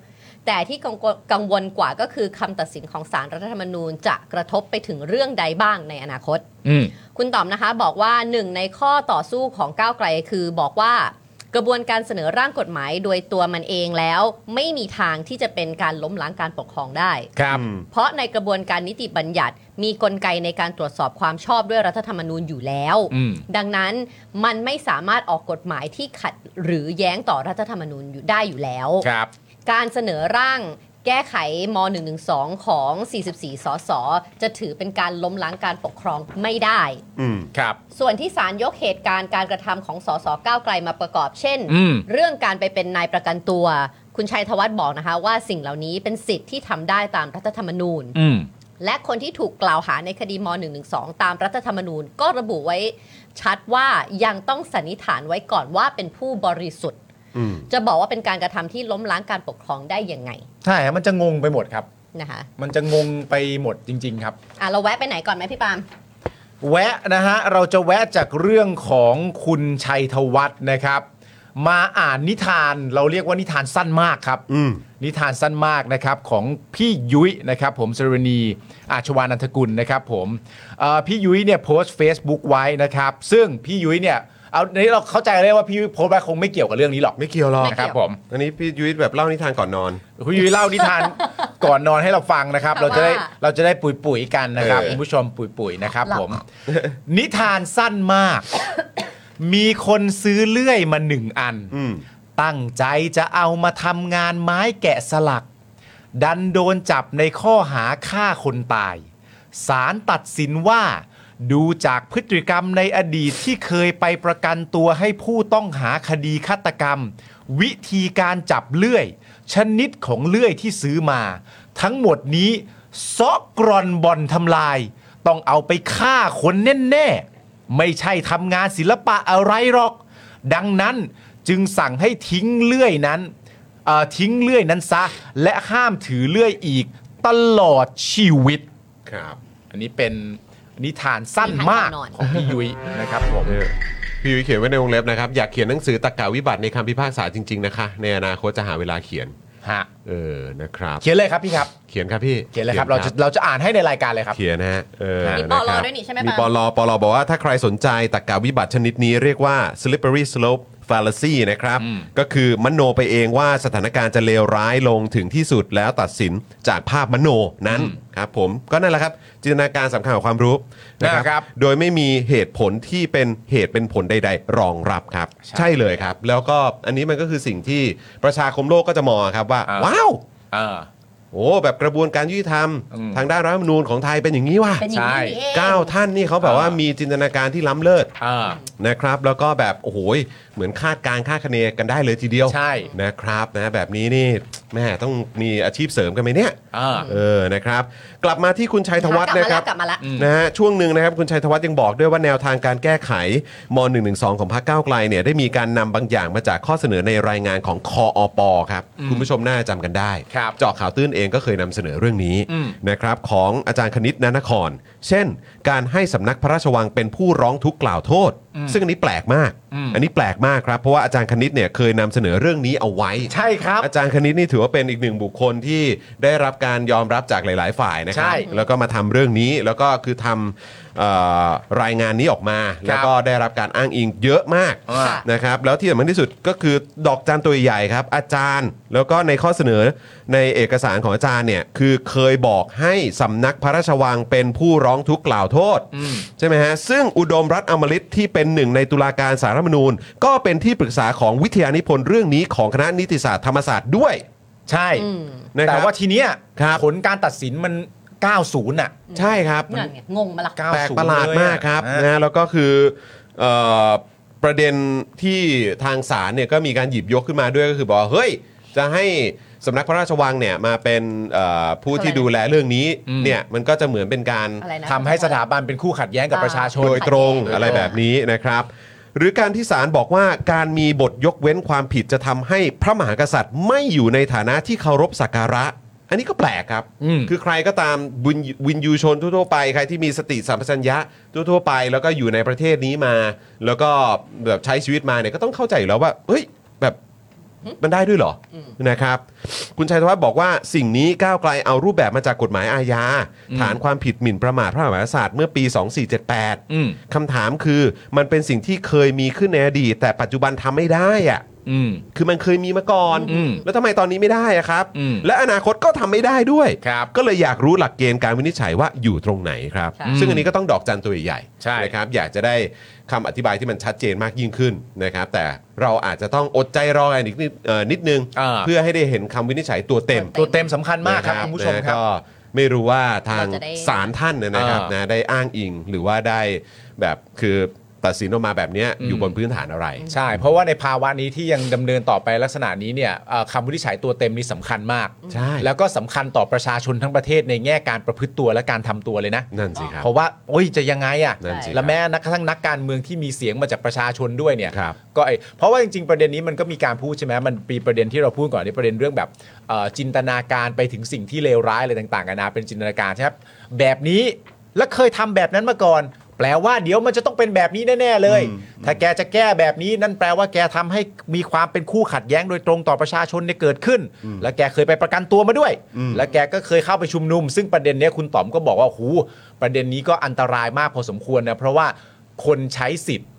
C: แต่ที่กังวลกังวลกว่าก็คือคำตัดสินของศาลรัฐธรรมนูญจะกระทบไปถึงเรื่องใดบ้างในอนาคต
B: อืม
C: คุณต๋อมนะคะบอกว่าหนึ่งในข้อต่อสู้ของก้าวไกลคือบอกว่ากระบวนการเสนอร่างกฎหมายโดยตัวมันเองแล้ว ไม่มีทางที่จะเป็นการล้มล้างการปกครองได้
B: ครับ
C: เพราะในกระบวนการนิติบัญญัติ มีกลไกในการตรวจสอบความชอบด้วยรัฐธรรมนูญอยู่แล้ว
B: อืม
C: ดังนั้นมันไม่สามารถออกกฎหมายที่ขัดหรือแย้งต่อรัฐธรรมนูญอยู่ได้อยู่แล้ว
B: ครับ
C: การเสนอร่างแก้ไขม .112 ของ 44 สส จะถือเป็นการล้มล้างการปกครองไม่ได้
B: ครับ
C: ส่วนที่ศาลยกเหตุการณ์การกระทำของสสก้าวไกลมาประกอบ เช่น
B: อืม
C: เรื่องการไปเป็นนายประกันตัว คุณชัยธวัฒน์บอกนะคะว่าสิ่งเหล่านี้เป็นสิทธิ์ที่ทำได้ตามรัฐธรรมนูญ
B: อืม
C: และคนที่ถูกกล่าวหาในคดีม .112 ตามรัฐธรรมนูญ ก็ระบุไว้ชัดว่ายังต้องสันนิษฐานไว้ก่อนว่าเป็นผู้บริสุทธิ์
A: อืม
C: จะบอกว่าเป็นการกระทำที่ล้มล้างการปกครองได้ยังไง
B: ใช่ครับมันจะงงไปหมดครับ
C: นะคะ
B: มันจะงงไปหมดจริง ๆ ครับ
C: อ่ะเราแวะไปไหนก่อนไหมพี่ปาล์ม
B: แวะนะฮะ เราจะแวะจากเรื่องของคุณชัยธวัฒน์นะครับ มาอ่านนิทานเราเรียกว่านิทานสั้นมากครับ
A: อืม
B: นิทานสั้นมากนะครับของพี่ยุ้ยนะครับผมสรณีอาชวานันทกุลนะครับผมเอ่อพี่ยุ้ยเนี่ยโพสต์ Facebook ไว้นะครับ ซึ่งพี่ยุ้ยเนี่ย เอาในนี้เราเข้าใจเลยว่าพี่ยุ้ยโพสต์ไว้คงไม่เกี่ยวกับเรื่องนี้หรอก
A: ไม่เกี่ยวหรอก
C: ไม่
B: นะ
C: เกี่
B: ค
C: ยว
B: รับผม
A: อันนี้พี่ยุ้ยแบบเล่านิทานก่อนนอน
B: พี่ยุ้ยเล่านิ ทาน ก่อนนอนให้เราฟังนะครับ
C: แต่
B: เราจะได้
C: ว่า
B: เราจะได้ปุ๋ยปุ๋ยๆกันนะครับ
A: เออ
B: คุณผู้ชมปุ๋ยปุ๋ยๆนะครับ
C: หลับ
B: ผม นิทานสั้นมาก มีคนซื้อเลื่อยมาหนึ่งอัน
A: อืม
B: ตั้งใจจะเอามาทำงานไม้แกะสลัก ดันโดนจับในข้อหาฆ่าคนตาย ศาลตัดสินว่า ดูจากพฤติกรรมในอดีตที่เคยไปประกันตัวให้ผู้ต้องหาคดีฆาตกรรม วิธีการจับเลื่อย ชนิดของเลื่อยที่ซื้อมา ทั้งหมดนี้ซอกกรอนบอนทำลาย ต้องเอาไปฆ่าคนแน่ๆ ไม่ใช่ทำงานศิลปะอะไรหรอก ดังนั้นจึงสั่งให้ทิ้งเลื่อยนั้นเอ่อทิ้งเลื่อยนั้นซะ และห้ามถือเลื่อยอีกตลอดชีวิต
A: ครับ
B: อันนี้เป็นนิทานสั้นมาก
C: นิทานก่อนนอน
B: ของพี่ยุ้ยนะครับผม
A: เออพี่ยุ้ยเขียนไว้ในวงเล็บนะครับ อยากเขียนหนังสือตะกาวิบัติในคำพิพากษาจริง ๆ นะคะ ในอนาคตจะหาเวลาเขียน
B: ฮะ
A: เออ นะครับ
B: เขียนเลยครับพี่ครับ
A: เขียนครับพี่
B: เขียนเลยครับ เราจะเราจะอ่านให้ในรายการเลยครับ
A: เขียนนะฮะเออ
C: มีปล
A: นะครับ
C: ด้วยนี่ใช่ไหม
A: มี
C: ปะ
A: ปลปลบอกว่าถ้าใครสนใจตะกาวิบัติชนิดนี้เรียกว่า slippery slope fallacy นะครับ ก็คือมโนไปเองว่าสถานการณ์จะเลวร้ายลงถึงที่สุดแล้วตัดสินจากภาพมโนนั้นครับผมก็นั่นแหละครับ จินตนาการสำคัญของความรู้นะครับ
B: นะครับ
A: โดยไม่มีเหตุผลที่เป็นเหตุเป็นผลใด ๆ รองรับครับ
B: ใช่
A: ใช่เลยครับ แล้วก็อันนี้มันก็คือสิ่งที่ประชาคมโลกก็จะมองครับว่า
B: อ่า
A: ว้าว
B: เออ
A: โอ้แบบกระบวนการยุติธรรม
B: อืม
A: ทางด้านรัฐธรรมนูญของไทยเป็นอย่างนี้ว่ะ
C: เป็นอย่าง
B: ใช่
C: นี้นี่เอง
A: เก้าท่านนี่เขาแบบว่ามีจินตนาการที่ล้ำเลิศ
B: เออ
A: นะครับ แล้วก็แบบโอ้โหเหมือนคาดการณ์คาดคะเนกันได้เลยทีเดียว
B: ใช่
A: นะครับนะแบบนี้นี่แม่ต้องมีอาชีพเสริมกันไหมเนี่ย
B: เออ
A: เออ นะครับ กลับมาที่คุณชัยธวัฒน์นะครับ
C: กลับมาละ
A: นะฮะ ช่วงหนึ่งนะครับ คุณชัยธวัฒน์ยังบอกด้วยว่าแนวทางการแก้ไขม .112 ของพรรคก้าวไกลเนี่ย ได้มีการนำบางอย่างมาจากข้อเสนอในรายงานของคออปครับ คุณผู้ชมน่าจำกันได้
B: ครับ
A: เจาะข่าวตื้นเองก็เคยนำเสนอเรื่องนี้
B: อืม
A: นะครับ ของอาจารย์คณิตนานคร เช่น การให้สำนักพระราชวังเป็นผู้ร้องทุกข์กล่าวโทษ ซึ่งอันนี้แปลกมาก อันนี้แปลกมากครับ เพราะว่าอาจารย์คณิตเนี่ยเคยนำเสนอเรื่องนี้เอาไว้
B: ใช่ครับ
A: อาจารย์คณิตนี่ถือว่าเป็นอีกหนึ่งบุคคลที่ได้รับการยอมรับจากหลาย ๆ ฝ่ายนะครั
B: ใช่
A: แล้วก็มาทำเรื่องนี้แล้วก็คือทำเอ่อรายงานนี้ออกมา
B: ครับ
A: แล้วก็ได้รับการอ้างอิงเยอะมาก
B: ค่ะ
A: นะครับแล้วที่สำคัญที่สุดก็คือดอกจันตัวใหญ่ครับ อาจารย์แล้วก็ในข้อเสนอในเอกสารของอาจารย์เนี่ยคือเคยบอกให้สำนักพระราชวังเป็นผู้ร้องทุกข์กล่าวโทษ ใช่ไหมฮะซึ่งอุดมรัฐอมฤตที่เป็นหนึ่งในตุลาการสารรัฐธรรมนูญ ก็เป็นที่ปรึกษาของวิทยานิพนธ์เรื่องนี้ของคณะนิติศาสตร์ธรรมศาสตร์ด้วย
B: ใช่
A: นะครับ
B: แต่ว่าทีเนี้ย
A: ครับ
B: ผลการตัดสินมัน 90อ่ะ
A: ใช่ครับ
C: นั่นไงงงมาละ
B: 90
A: แปลกประหลาดมากครับ
B: เลยอะ
A: นะแล้วก็คือเอ่อประเด็นที่ทางศาลเนี่ยก็มีการหยิบยกขึ้นมาด้วยก็คือบอกว่าเฮ้ย จะให้สำนักพระราชวังเนี่ยมาเป็นเอ่อผู้ที่
C: อะไรนะ
A: ดูแลเรื่องนี้
B: อืม
A: เนี่ยมันก็จะเหมือนเป็นการ
C: อะไรนะ
B: ทำให้สถาบันเป็นคู่ขัดแย้งกับประชาชน
A: โดยตรง
C: โดยตรง
A: อะไรแบบนี้นะครับ หรือการที่ศาลบอกว่าการมีบทยกเว้นความผิดจะทำให้พระมหากษัตริย์ไม่อยู่ในฐานะที่เคารพสักการะ อันนี้ก็แปลกครับ
B: อืม
A: คือใครก็ตามวินวินยูชนทั่วๆไปใครที่มีสติสัมปชัญญะทั่วๆไป แล้วก็อยู่ในประเทศนี้มา แล้วก็แบบใช้ชีวิตมาเนี่ยก็ต้องเข้าใจอยู่แล้วว่าเฮ้ยแบบ มันได้ด้วยเหรออนะครับคุณชัยธวัฒน์บอกว่าสิ่งนี้ก้าวไกลเอารูปแบบมาจากกฎหมายอาญา ฐานความผิดหมิ่นประมาทพระมหากษัตริย์เมื่อปี
B: อืม
A: 2478คำถามคือมันเป็นสิ่งที่เคยมีขึ้นในอดีตแต่ปัจจุบันทำไม่ได้อะ
B: อืม
A: คือมันเคยมีมาก่อน
B: อืม
A: แล้วทำไมตอนนี้ไม่ได้อะครับ
B: อืม
A: และอนาคตก็ทำไม่ได้ด้วย
B: ครับ
A: ก็เลยอยากรู้หลักเกณฑ์การวินิจฉัยว่าอยู่ตรงไหนครับ
C: ใช่
A: ซึ่งอันนี้ก็ต้องดอกจันตัวใหญ่
B: ใช่
A: นะครับ อยากจะได้คำอธิบายที่มันชัดเจนมากยิ่งขึ้นนะครับ แต่เราอาจจะต้องอดใจรอกันอีกนิดเอ่อนิดนึง
B: อ่า
A: เพื่อให้ได้เห็นคำวินิจฉัยตัวเต็ม
B: ตัวเต็มสำคัญมากครับ
A: นะ
B: คุณผู้ชมค
A: นะ
B: รับ
A: ก็ไม่รู้ว่าทาง
C: เราจะได้
A: ศาลท่านเนยนะครับ
B: อ่าน
A: นะได้อ้างอิงหรือว่าได้แบบคือตัดสินออกมาแบบเนี้ย
B: อืม
A: อยู่บนพื้นฐานอะไร
B: ใช่ เพราะว่าในภาวะนี้ที่ยังดำเนินต่อไปลักษณะนี้เนี่ยเอ่อคำวินิจฉัยตัวเต็มนี่สำคัญมาก
A: ใช่
B: แล้วก็สำคัญต่อประชาชนทั้งประเทศในแง่การประพฤติตัวและการทำตัวเลยนะ
A: นั่นสิครับ
B: เพราะว่าโอ้ยจะยังไงอ่ะ
A: นั่นสิ
B: และแม้นักกระทั่งนักการเมืองที่มีเสียงมาจากประชาชนด้วยเนี่ย
A: ครับ
B: ก็ไอเพราะว่าจริงๆประเด็นนี้มันก็มีการพูดใช่ไหมมันปีประเด็นที่เราพูดก่อนในประเด็นเรื่องแบบเอ่อจินตนาการไปถึงสิ่งที่เลวร้ายอะไรต่างๆกันานาเป็นจินตนาการใช่ไหมแบบนี้และเคยทำแบบนั้นมาก่อน แปลว่าเดี๋ยวมันจะต้องเป็นแบบนี้แน่ๆเลย ถ้าแกจะแก้แบบนี้นั่นแปลว่าแกทำให้มีความเป็นคู่ขัดแย้งโดยตรงต่อประชาชนเนี่ยเกิดขึ้น และแกเคยไปประกันตัวมาด้วย
A: อืม
B: และแกก็เคยเข้าไปชุมนุม ซึ่งประเด็นเนี้ยคุณต๋อมก็บอกว่าหูประเด็นนี้ก็อันตรายมากพอสมควรนะ เพราะว่าคนใช้สิทธิ์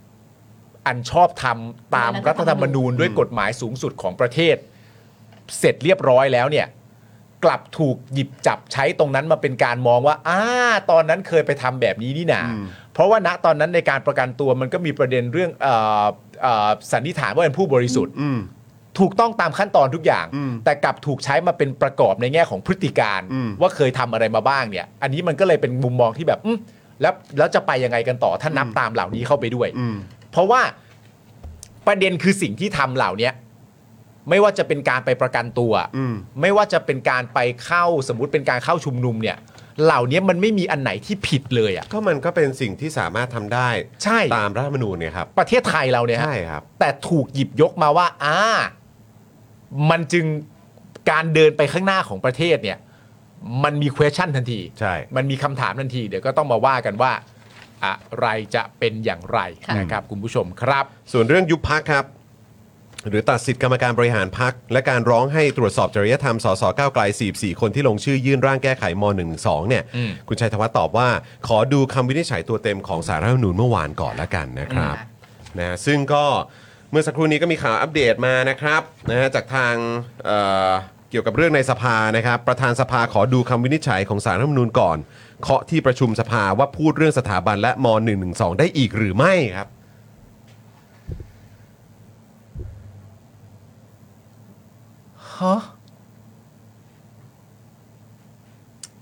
B: อันชอบธรรมตามรัฐธรรมนูญด้วยกฎหมายสูงสุดของประเทศ เสร็จเรียบร้อยแล้วเนี่ย กลับถูกหยิบจับใช้ตรงนั้นมาเป็นการมองว่าอ่าตอนนั้นเคยไปทำแบบนี้นี่นา เพราะว่าณตอนนั้นในการประกันตัวมันก็มีประเด็นเรื่องเออเอ่อสันนิษฐานว่าเป็นผู้บริสุทธิ์
A: อืม
B: ถูกต้องตามขั้นตอนทุกอย่าง
A: อืม
B: แต่กลับถูกใช้มาเป็นประกอบในแง่ของพฤติการ
A: อืม
B: ว่าเคยทำอะไรมาบ้างเนี่ย อันนี้มันก็เลยเป็นมุมมองที่แบบอืมแล้วแล้วจะไปยังไงกันต่อถ้านับตามเหล่านี้เข้าไปด้วย
A: อืม
B: เพราะว่าประเด็นคือสิ่งที่ทำเหล่าเนี้ยไม่ว่าจะเป็นการไปประกันตัว
A: อืม
B: ไม่ว่าจะเป็นการไปเข้าสมมุติเป็นการเข้าชุมนุมเนี่ย เหล่านี้มันไม่มีอันไหนที่ผิดเลยอะ่ะ
A: ก็มันก็เป็นสิ่งที่สามารถทำได้
B: ใช่
A: ตามรัฐธรรมนูญเนี่ยครับ
B: ประเทศไทยเราเนี่ยฮะ
A: ใช่ครับ
B: แต่ถูกหยิบยกมาว่าอ่ามันจึงการเดินไปข้างหน้าของประเทศเนี่ย มันมี question ทันที
A: ใช่
B: มันมีคำถามทันที เดี๋ยวก็ต้องมาว่ากันว่า อะไรจะเป็นอย่างไรนะครับ คุณผู้ชมครับ
A: ส่วนเรื่องยุบพักครับ หรือตัดสิทธิกรรมการบริหารพัก และการร้องให้ตรวจสอบจริยธรรมสสก้าวไกล 44 คนที่ลงชื่อยื่นร่างแก้ไขม .112 เนี่ย
B: อืม
A: คุณชัยธวัฒน์ตอบว่า ขอดูคำวินิจฉัยตัวเต็มของสารรัฐธรรมนูญเมื่อวานก่อนละกันนะครับ นะฮะซึ่งก็เมื่อสักครู่นี้ก็มีข่าวอัปเดตมานะครับนะฮะจากทางเอ่อเกี่ยวกับเรื่องในสภานะครับ ประธานสภาขอดูคำวินิจฉัยของสารรัฐธรรมนูญก่อน เคาะที่ประชุมสภาว่าพูดเรื่องสถาบันและม .112 ได้อีกหรือไม่ครับ
B: ฮะ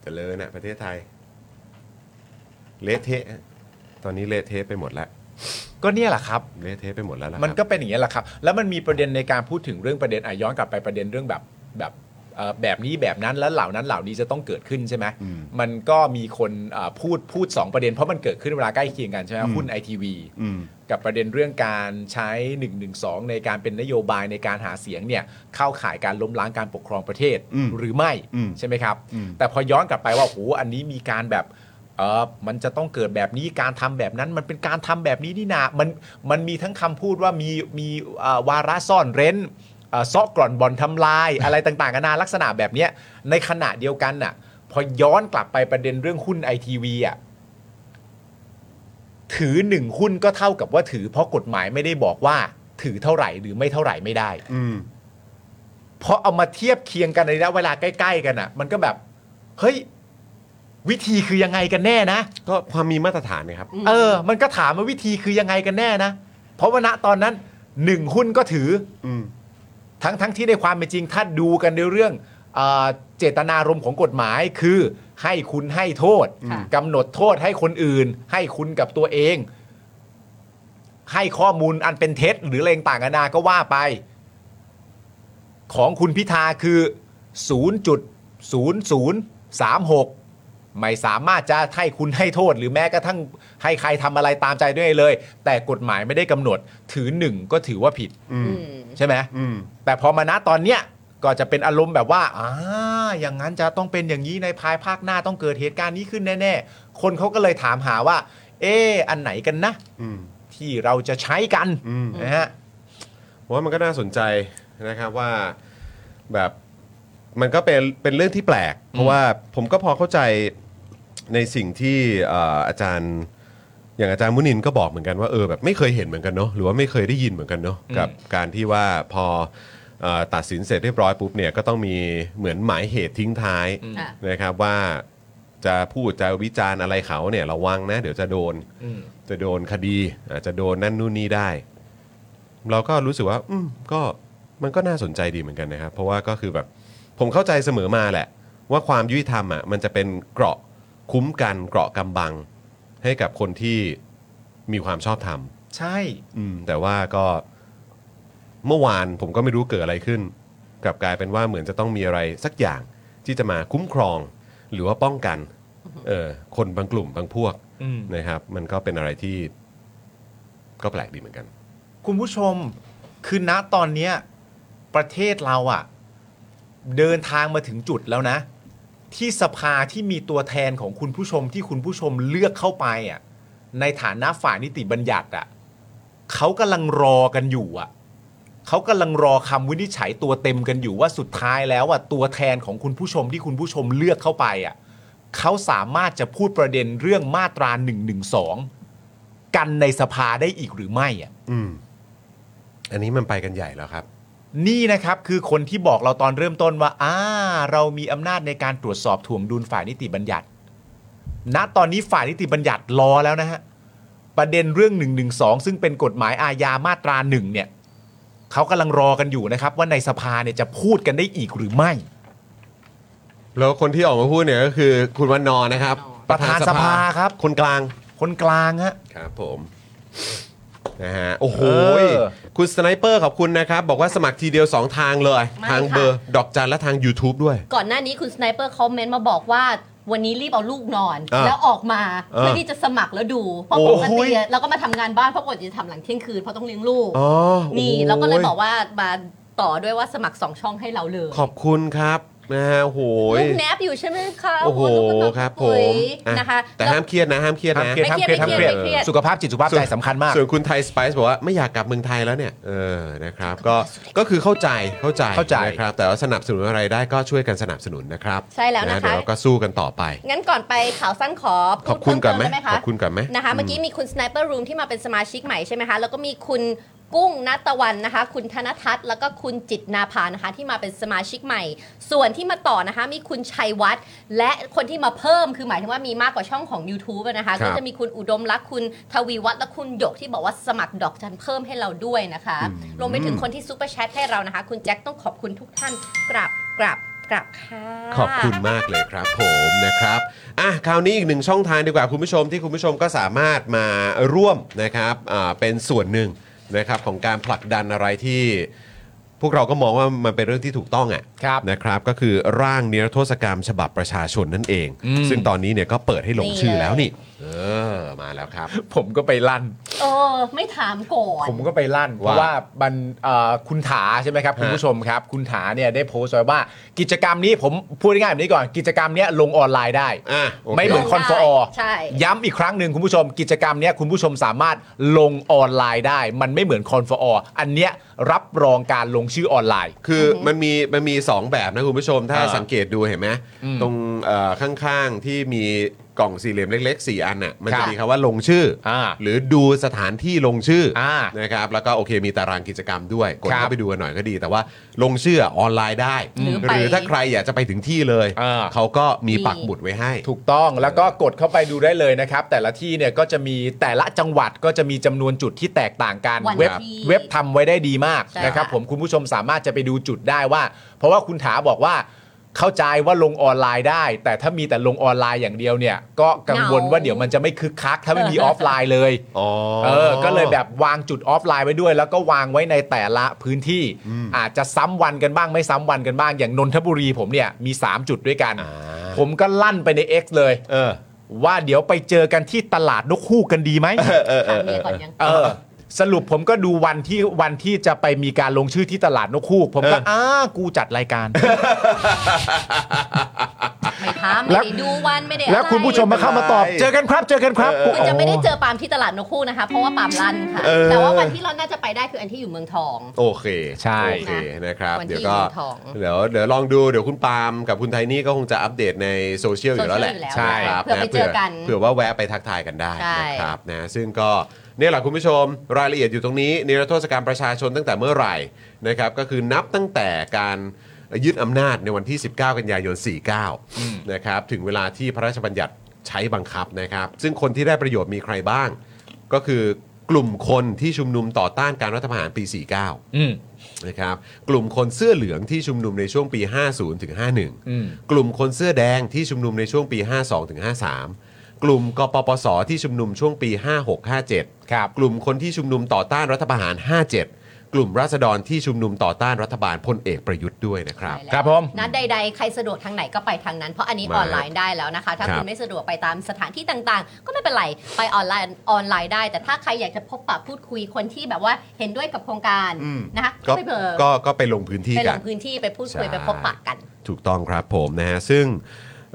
A: เจริญนะประเทศไทย เละเทะฮะตอนนี้เละเทะไปหมดแล้ว
B: ก็เนี่ยแหละครับ
A: เละเทะไปหมดแล้วล่ะครับ
B: มันก็เป็นอย่างนี้ยแหละครับ แล้วมันมีประเด็นในการพูดถึงเรื่องประเด็นอ่ะย้อนกลับไปประเด็นเรื่องแบบแบบเอ่อแบบนี้แบบนั้นแล้วเหล่านั้นเหล่านี้จะต้องเกิดขึ้นใช่ไหมมันก็มีคนอ่าพูดพูด 2 ประเด็นเพราะมันเกิดขึ้นเวลาใกล้เคียงกันใช่ไหมหุ้นไอทีวีกับประเด็นเรื่องการใช้1นึในการเป็นนโยบายในการหาเสียงเนี่ยเข้าข่ายการล้มล้างการปกครองประเทศหรือไม่ใช่ไหมครับ แต่พอย้อนกลับไปว่าโอ้โหอันนี้มีการแบบ เออมันจะต้องเกิดแบบนี้การทำแบบนั้นมันเป็นการทำแบบนี้นี่นา มันมันมีทั้งคำพูดว่ามีมีเอ่อวาระซ่อนเร้นเอ่อซ้อกร่อนบ่อนทำลาย อะไรต่างๆนานาลักษณะแบบเนี้ยในขณะเดียวกันน่ะ พอย้อนกลับไปประเด็นเรื่องหุ้นไอทีวีอ่ะถือหนึ่งหุ้นก็เท่ากับว่าถือเพราะกฎหมายไม่ได้บอกว่า ถือเท่าไหร่หรือไม่เท่าไหร่ไม่ได้
A: อืม
B: พอเอามาเทียบเคียงกันในระยะเวลาใกล้ ๆ กันอ่ะ มันก็แบบเฮ้ยวิธีคือยังไงกันแน่นะ
A: ก็ความมีมาตรฐานเนะครับ
B: เออ มันก็ถามว่าวิธีคือยังไงกันแน่นะ เพราะว่าณตอนนั้นหนึ่งหุ้นก็ถือ
A: อืม
B: ทั้งทั้งที่ในความเป็นจริงถ้าดูกันในเรื่องเอ่อเจตนารมณ์ของกฎหมายคือให้คุณให้โทษ
F: ค่ะ
B: กำหนดโทษให้คนอื่น ให้คุณกับตัวเอง ให้ข้อมูลอันเป็นเท็จ หรืออะไรต่างๆนานาก็ว่าไป ของคุณพิธาคือ 0.0036 ไม่สามารถจะให้คุณให้โทษ หรือแม้กระทั่งให้ใครทำอะไรตามใจด้วยเลย แต่กฎหมายไม่ได้กำหนด ถือหนึ่งก็ถือว่าผิด
A: อืม
C: อืม
B: ใช่ไหม
A: อืม
B: แต่พอมาณตอนเนี้ยก็จะเป็นอารมณ์แบบว่าอ่าอย่างนั้นจะต้องเป็นอย่างนี้ในภายภาคหน้าต้องเกิดเหตุการณ์นี้ขึ้นแน่ ๆ คนเขาก็เลยถามหาว่า เอออันไหนกันนะ
A: อืม
B: ที่เราจะใช้กัน
A: อืม
B: นะฮะ
A: ผมว่ามันก็น่าสนใจนะครับว่าแบบมันก็เป็นเป็นเรื่องที่แปลก เพราะว่าผมก็พอเข้าใจในสิ่งที่เอ่ออาจารย์ อย่างอาจารย์มุนินก็บอกเหมือนกันว่าเออแบบไม่เคยเห็นเหมือนกันเนาะหรือว่าไม่เคยได้ยินเหมือนกันเนาะ
B: อืม
A: กับการที่ว่าพอเอ่อตัดสินเสร็จเรียบร้อยปุ๊บเนี่ยก็ต้องมีเหมือนหมายเหตุทิ้งท้าย
C: อ่ะ
A: นะครับว่าจะพูดจะวิจารณ์อะไรเขาเนี่ยระวังนะเดี๋ยวจะโดน
B: อืม
A: จะโดนคดีอาจจะโดนนั่นนู่นนี่ได้ เราก็รู้สึกว่า อืมก็มันก็น่าสนใจดีเหมือนกันนะครับ เพราะว่าก็คือแบบ ผมเข้าใจเสมอมาแหละ ว่าความยุติธรรมอ่ะมันจะเป็นเกราะคุ้มกันเกราะกำบัง ให้กับคนที่มีความชอบธรรม
B: ใช่
A: อืมแต่ว่าก็เมื่อวานผมก็ไม่รู้เกิดอะไรขึ้นกลับกลายเป็นว่าเหมือนจะต้องมีอะไรสักอย่างที่จะมาคุ้มครอง หรือว่าป้องกันเออคนบางกลุ่มบางพวก
B: อืม
A: นะครับมันก็เป็นอะไรที่ก็แปลกดีเหมือนกัน
B: คุณผู้ชมคือณตอนเนี้ยประเทศเราอะเดินทางมาถึงจุดแล้วนะ ที่สภาที่มีตัวแทนของคุณผู้ชมที่คุณผู้ชมเลือกเข้าไปอะในฐานะฝ่ายนิติบัญญัติอะ เขากำลังรอกันอยู่อ่ะ เขากำลังรอคำวินิจฉัยตัวเต็มกันอยู่ว่าสุดท้ายแล้วอ่ะตัวแทนของคุณผู้ชมที่คุณผู้ชมเลือกเข้าไปอ่ะเขาสามารถจะพูดประเด็นเรื่องมาตรา1นึ กันในสภาได้อีกหรือไม่อ่ะ
A: อืม อันนี้มันไปกันใหญ่แล้วครับ
B: นี่นะครับคือคนที่บอกเราตอนเริ่มต้นว่าอ่าเรามีอำนาจในการตรวจสอบถ่วงดุลฝ่ายนิติบัญญัติ ณตอนนี้ฝ่ายนิติบัญญัติรอแล้วนะฮะ ประเด็นเรื่อง1นึซึ่งเป็นกฎหมายอาญามาตราหนึ่งเนี่ยเขากำลังรอกันอยู่นะครับ ว่าในสภาเนี่ยจะพูดกันได้อีกหรือไม่
A: แล้วคนที่ออกมาพูดเนี่ยก็คือคุณวันนอร์นะครับ
B: ประธานสภาครับ
A: คนกลาง
B: คนกลางฮะ
A: ครับผมนะฮะโอ้โห
B: เออ
A: คุณสไนเปอร์ขอบคุณนะครับ บอกว่าสมัครทีเดียว 2 ทางเลย
C: ไม่
A: ทาง
C: ค่ะ
A: เบอร์ ดอกจันและทาง YouTube ด้วย
C: ก่อนหน้านี้คุณสไนเปอร์คอมเมนต์มาบอกว่า วันนี้รีบเอาลูกนอน
A: อ่า
C: แล้วออกมา
A: อ่า
C: เพื่อที่จะสมัครแล้วดู เพราะ
A: โอ้
C: ป
A: โห
C: กติอะเราก็มาทำงานบ้านเพราะปกติจะทำหลังเที่ยงคืนเพราะต้องเลี้ยงลูก
A: อ๋อ
C: นี่
A: โอ้โห
C: เราก็เลยบอกว่ามาต่อด้วยว่าสมัครสองช่องให้เราเลย
A: ขอบคุณครับนะฮะโอ้โหย
C: ลูกแนบอยู่ใช่ไหมคะ
A: โอ้โห
C: ลูกกำลัง
A: ครับผ
C: ปุ๋ย
A: มอ่ะ
C: นะคะ
A: แต่
C: แล้ว
A: ห้ามเครียดนะ ห้ามเครียด
B: ห้า
A: นะ
B: มเครียด
C: ไม่
B: ห้าม
C: เค
B: เค
C: รี
B: รี
C: ย
B: ย
C: ด
B: ด
C: ไม่เครี
B: ห้ามเครี
C: ยดไม่เครีย
B: ยด
C: ด
B: สุขภาพจิตสุขภาพใจสำคัญมาก
A: ส่วนคุณไทยสไปซ์บอกว่าไม่อยากกลับเมืองไทยแล้วเนี่ยเออนะครับก็ก็คือเข้าใจเข้าใจ
B: เข้าใจ
A: นะครับแต่ว่าสนับสนุนอะไรได้ก็ช่วยกันสนับสนุนนะครับ
C: ใช่แล้วนะคะ
A: เดี๋ยวเราก็สู้กันต่อไป
C: งั้นก่อนไปข่าวสั้นขอ
A: ขอบคุณ
C: พูด
A: ก่
C: เพิ่
A: อนไหม
C: เติด้
A: ขอบคุณก่อนไหม
C: นะคะ เมื่อกี้มีคุณสไนเปอร์รูมที่มาเป็นสมาชิกใหม่ใช่ไหมคะ แล้วก็มีคุณกุ้งนัตะวันนะคะ คุณธนทัศน์แล้วก็คุณจิตนาภานะคะ ที่มาเป็นสมาชิกใหม่ ส่วนที่มาต่อนะคะ มีคุณชัยวัฒน์และคนที่มาเพิ่มคือหมายถึงว่ามีมากกว่าช่องของ YouTube อะนะคะ
A: ครั
C: ก็
A: บ
C: จะมีคุณอุดมรักษ์คุณทวีวัฒน์และคุณหยกที่บอกว่าสมัครดอกจันเพิ่มให้เราด้วยนะคะรวมไปถึงคนที่ซูเปอร์แชทให้เรานะคะ คุณแจ็คต้องขอบคุณทุกท่านกราบกราบกราบค่ะ
A: ขอบคุณมากเลยครับผมนะครับอ่ะคราวนี้อีกหนึ่งช่องทางดีกว่าคุณผู้ชมที่คุณผู้ชมก็สามารถมาร่วมนะครับอ่าเป็นส่วนหนึ่งนะครับของการผลักดันอะไรที่ พวกเราก็มองว่ามันเป็นเรื่องที่ถูกต้องอ่ะ
B: ครับ
A: นะครับ ก็คือร่างนิรโทษกรรมฉบับประชาชนนั่นเอง ซึ่งตอนนี้เนี่ยก็เปิดให้ลงชื่อแล้วนี่ เออมาแล้วครับ
B: ผมก็ไปลั่น
C: เออ ไม่ถามก่อน
B: ผมก็ไปลั่น เพ
A: ว่า
B: ราะว่ามันเอ่อคุณถาใช่ไหมครับคุณผู้ชมครับ คุณถาเนี่ยได้โพสต์ไว้ว่า กิจกรรมนี้ผมพูดง่ายๆแบบนี้ก่อนกิจกรรมเนี้ยลงออนไลน์ได้
A: อ่ะโอเค
B: ไม่เหมือนคอนฟอร์
C: ใช่
B: ย้ำอีกครั้งหนึ่งคุณผู้ชม กิจกรรมเนี้ยคุณผู้ชมสามารถลงออนไลน์ได้ มันไม่เหมือนคอนฟอร์อันเนี้ยรับรองการลงชื่อออนไลน์
A: คือมันมีมันมี 2 แบบนะคุณผู้ชมถ้า
B: อ่า
A: สังเกตดูเห็นไหมตรงเอ่อข้างๆที่มีกล่องสี่เหลี่ยมเล็ก ๆ 4 อันน่ะมัน
B: ครั
A: จะ
B: บ
A: มีคำว่าลงชื่ออา หรือดูสถานที่ลงชื่ออา นะครับแล้วก็โอเคมีตารางกิจกรรมด้วยกด
B: ครั
A: เข้า
B: บ
A: ไปดูกันหน่อยก็ดี แต่ว่าลงชื่อออนไลน์ได้
C: หรือ
A: ห
C: ไป
A: รือถ้าใครอยากจะไปถึงที่เลย
B: อ่า
A: เขาก็มีปักหมุดไว้ให้
B: ถูกต้องแล้วก็กดเข้าไปดูได้เลยนะครับ แต่ละที่เนี่ยก็จะมีแต่ละจังหวัดก็จะมีจำนวนจุดที่แตกต่างกัน
C: วัน
B: เว็บ
C: ที่
B: เว็บทำไว้ได้ดีมาก
C: ใช่
B: นะครับ
C: ค่ะ
B: ผมคุณผู้ชมสามารถจะไปดูจุดได้ว่า เพราะว่าคุณถาบอกว่าเข้าใจว่าลงออนไลน์ได้ แต่ถ้ามีแต่ลงออนไลน์อย่างเดียวเนี่ย ก็กังวลว่าเดี๋ยวมันจะไม่คึกคัก ถ้าไม่มีออฟไลน์เลย
A: อ๋อ
B: เออ ก็เลยแบบวางจุดออฟไลน์ไว้ด้วย แล้วก็วางไว้ในแต่ละพื้นที่ อาจจะซ้ำวันกันบ้างไม่ซ้ำวันกันบ้าง อย่างนนทบุรีผมเนี่ยมี 3 จุดด้วยกัน
A: อ่า
B: ผมก็ลั่นไปใน X เลย
A: เออ
B: ว่าเดี๋ยวไปเจอกันที่ตลาดนกคู่กันดีไหม
A: เออเอ
C: ถาม
A: อเอ
C: เมีย
A: อ
C: ก่อนยัง
B: เออ สรุปผมก็ดูวันที่วันที่จะไปมีการลงชื่อที่ตลาดนกคู่ ผมก็
A: เอออ้
B: อ้ากูจัดรายการ
C: ไม่ถาม
B: แล้
C: ไม่
B: ว
C: ได้ดูวันไม่ได้
B: แล้ว
C: อะไร
B: คุณผู้ชมมาเข้ามาตอบ เจอกันครับ เจอกันครับ
C: คุณจะไม่ได้เจ
B: โ
C: อปาล์มที่ตลาดนกคู่นะคะ เพราะว่าปาล์มลั่นค่ะ
A: เออ
C: แต่ว่าวันที่เราน่าจะไปได้คืออันที่อยู่เมืองทอง
A: โอเค
B: ใช่
A: โอเคนะครับ
C: วันที่
A: เดี๋ยวก็
C: เมืองทอง
A: เดี๋ยวเดี๋ยวลองดูเดี๋ยวคุณปาล์มกับคุณไทนี่ก็คงจะอัปเดตในโซเชียลอยู่แล้วแหละ
C: โซเชียลอยู่แล้ว
A: ใช่ครับ
C: เผื่อไปเจอกัน
A: เผื่อว่าแวะไปทักทายกันได้
C: ใช่
A: นะครับนะซึ่งก็เนี่ยแหละคุณผู้ชมรายละเอียดอยู่ตรงนี้นิรโทษกรรมประชาชนตั้งแต่เมื่อไหร่นะครับก็คือนับตั้งแต่การยึดอำนาจในวันที่ 19 กันยายน 49นะครับถึงเวลาที่พระราชบัญญัติใช้บังคับนะครับ ซึ่งคนที่ได้ประโยชน์มีใครบ้าง ก็คือกลุ่มคนที่ชุมนุมต่อต้านการรัฐประหารปี 49
B: อืม
A: นะครับกลุ่มคนเสื้อเหลืองที่ชุมนุมในช่วงปี 50ถึง
B: อืม
A: 51 กลุ่มคนเสื้อแดงที่ชุมนุมในช่วงปี 52ถึง53 กลุ่มกปปสที่ชุมนุมช่วงปี 56 57
B: ครับ
A: กลุ่มคนที่ชุมนุมต่อต้านรัฐประหาร 57 กลุ่มราษฎรที่ชุมนุมต่อต้านรัฐบาลพลเอกประยุทธ์ด้วยนะครับ
C: ใช่แล้ว
B: ครับผม
C: นัดใดๆ ใครสะดวกทางไหนก็ไปทางนั้น เพราะอันนี้
A: มา
C: ออนไลน์ได้แล้วนะคะ ถ้า
A: ครับ
C: คุณไม่สะดวกไปตามสถานที่ต่างๆ ก็ไม่เป็นไร ไปออนไลน์ออนไลน์ได้ แต่ถ้าใครอยากจะพบปะพูดคุยคนที่แบบว่าเห็นด้วยกับโครงการ
A: อืม
C: นะคะก็
A: ก็
C: ไปเบอร์
A: ก็ก็ไปลงพื้นที่
C: ไปล
A: กัน
C: งพื้นที่ไปพูดคุย
A: ใช่
C: ไปพบปะกัน
A: ถูกต้องครับผมนะฮะซึ่ง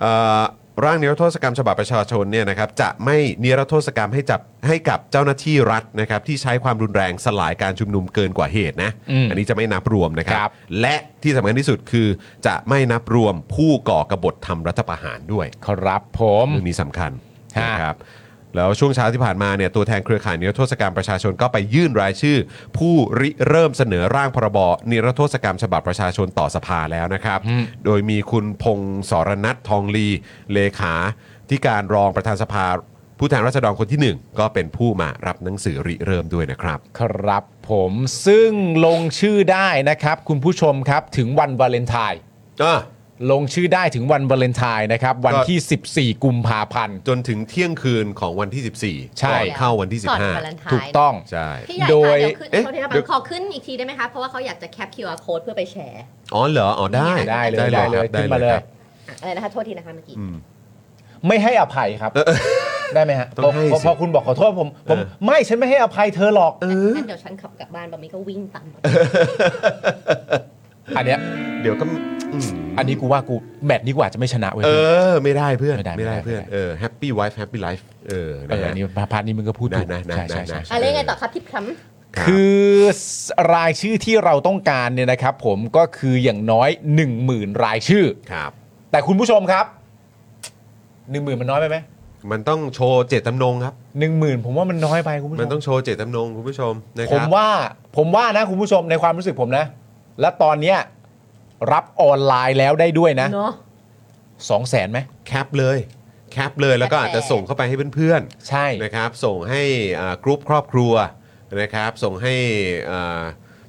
A: เอ่อร่างนิรโทษกรรมฉบับประชาชนเนี่ยนะครับจะไม่นิรโทษกรรมให้จับให้กับเจ้าหน้าที่รัฐนะครับที่ใช้ความรุนแรงสลายการชุมนุมเกินกว่าเหตุนะ
B: อืม
A: นนี้จะไม่นับรวมนะครั
B: ครับ บ
A: และที่สำคัญที่สุดคือจะไม่นับรวมผู้ก่อกบฏทำรัฐประหารด้วย
B: ครับผม
A: เรื่องนี้สำคัญ
B: ฮะ
A: นะครับ แล้วช่วงเช้าที่ผ่านมาเนี่ยตัวแทนเครือข่ายนิรโทษกรรมประชาชนก็ไปยื่นรายชื่อ ผู้ริเริ่มเสนอร่างพรบนิรโทษกรรมฉบับประชาชนต่อสภาแล้วนะครับ โดยมีคุณพงศ์สรนัททองลีเลขาที่การรองประธานสภา ผู้แทนราษฎรคนทีหนึ่1 ก็เป็นผู้มารับหนังสือริเริ่มด้วยนะครับ
B: ครับผมซึ่งลงชื่อได้นะครับ คุณผู้ชมครับถึงวันวาเลนไทน์ลงชื่อได้ถึงวันวาเลนไทน์นะครับ วันที่ 14 กุมภาพันธ์
A: จนถึงเที่ยงคืนของวันที่ 14
B: ใช่
A: ก่อนเข้าวันที่
C: ก่อนวาเลนไทน์
B: ถูกต้อง
A: 15 ใช่
C: พี่ใหญ่
B: โด
C: ค่ะ
B: ย
C: เดี๋ยวขึ้น
A: เอ๊ะ
C: โทษทีนะ
A: เดี๋ยว
C: คะขอขึ้นอีกทีได้ไหมคะ เพราะว่าเขาอยากจะแคป QR code เพื่อไปแชร์
A: อ๋อเหรอ อ๋อได้
B: ได้เลยได้เลย
A: ครับ
B: ขึ้นมาเลย
A: ครับ
C: อ่ะอะไรนะคะ โทษทีนะคะเมื่อกี้
B: ไม่ให้อภัยครับ ได้ไหมฮะ
A: ต้อง
B: พอ
A: ให้สิ
B: พอพอคุณบอกขอโทษผมผม
A: เออ
B: ไม่ฉันไม่ให้อภัยเธอหรอก
C: งั้นเดี๋ยวฉันขับกลับบ้านบอมมี่ก็วิ่งตามมา
B: อันเนี้ย
A: เดี๋ยวก็อืม
B: อันนี้กูว่ากูแมตช์นี้กว่าจะไม่ชนะเว้ย
A: เออ ไม่ได้เพื่อน
B: ไม่ได้ไม่
A: ไม่
B: ได้
A: ได้เพื่อน
B: ไม่ได้
A: เออ happy wife happy life เออ
B: เอ
A: นะ
B: อ
A: ฮะ
B: อันนี้พาร์ทนี้มึงก็พูดถูก
A: นะนะนะ
B: ใช่ใช่ใช่
A: นะ
C: อะไรไงต่อครับทิปครัม
A: ครับ
B: คือรายชื่อที่เราต้องการเนี่ยนะครับ ผมก็คืออย่างน้อย 1 0,000 รายชื่อ
A: ครับ
B: แต่คุณผู้ชมครับ 1 0,000 มันน้อยไปไหม
A: มันต้องโชว์เจตจำนงครับ
B: หนึ่งหมื่นผมว่ามันน้อยไปคุณผู้ช
A: มัน
B: ม
A: ต้องโชว์เจตจำนงคุณผู้ชมนะค
B: ผ
A: รั
B: ม
A: บ
B: ว่าผมว่านะคุณผู้ชมในความรู้สึกผมนะ และตอนเนี้ยรับออนไลน์แล้วได้ด้วยนะ
C: เนาะ
B: สองแสนไหม
A: แคปเลยแคปเลยแล้วก็อาจจะส่งเข้าไปให้เพื่อน
B: ใช่
A: ๆนะครับ ส่งให้อ่ากรุ๊ปครอบครัวนะครับ ส่งให้อ่า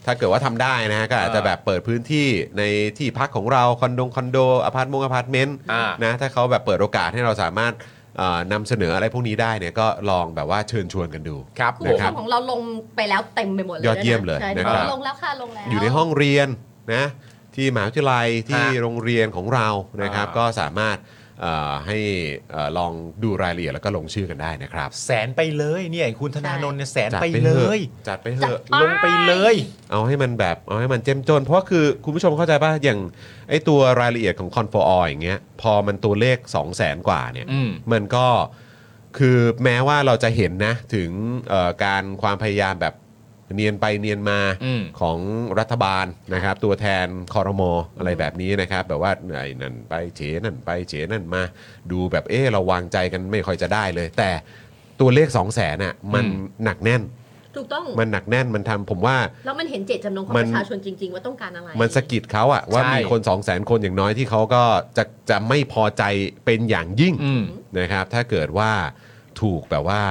A: ถ้าเกิดว่าทำได้นะฮะก็อาจจะแบบเปิดพื้นที่ในที่พักของเราคอนโดคอนโดอพาร์ตมงอพาร์ตเมนต์
B: อ่า
A: นะถ้าเขาแบบเปิดโอกาสให้เราสามารถเอ่อนำเสนออะไรพวกนี้ได้เนี่ยก็ลองแบบว่าเชิญชวนกันดู
B: ครับ
C: คุณ
B: ผม
C: ผู้ชมของเราลงไปแล้วเต็มไปหมดเลย
A: ยอดเยี่ยมเลย
C: ใช่
A: นะครับ
C: ลงแล้วค่ะลงแล้ว
A: อยู่ในห้องเรียนนะที่มหาวิทยาลัยที่
B: ฮะ
A: โรงเรียนของเรานะครับ
B: อ่า
A: ก็สามารถเอ่อให้เอ่อลองดูรายละเอียดแล้วก็ลงชื่อกันได้นะครับ
B: แสนไปเลยเนี่ยคุณธนาโนนเนี่ยแสน
A: จัด
B: ไป
A: ถ
B: เล
A: อะ
B: ย
A: จัดไปเถ
C: จัด
A: อะ
B: ลงไปเลย
A: เอาให้มันแบบเอาให้มันเจ้มจน เพราะคือคุณผู้ชมเข้าใจป่ะอย่างไอตัวรายละเอียดของคอนโฟออย่างเงี้ยพอมันตัวเลข 2 0 0แสนกว่าเนี่ย
B: อืม
A: มันก็คือแม้ว่าเราจะเห็นนะถึงเอ่อการความพยายามแบบเนียนไปเนียนมา
B: อืม
A: ของรัฐบาลนะครับ ตัวแทนคอรมออะไรแบบนี้นะครับ แบบว่าไอ้นั่นไปเฉนั่นไปเฉนั่นมา ดูแบบเออเราวางใจกันไม่ค่อยจะได้เลย แต่ตัวเลข 2 0 0แสนน่ะมัน
B: อืม
A: หนักแน่น
C: ถูกต้อง
A: มันหนักแน่นมันทำผมว่า
C: แล้วมันเห็นเจตจำนงของ
A: มัน
C: ประชาชนจริง ๆ ว่าต้องการอะไร
A: มันสะกิดเขาอะว่า
B: ใช่
A: มีคน 2 0 0แสนคนอย่างน้อยที่เขาก็จะจะไม่พอใจเป็นอย่างยิ่ง
B: อืม
A: นะครับถ้าเกิดว่าถูกแบบว่า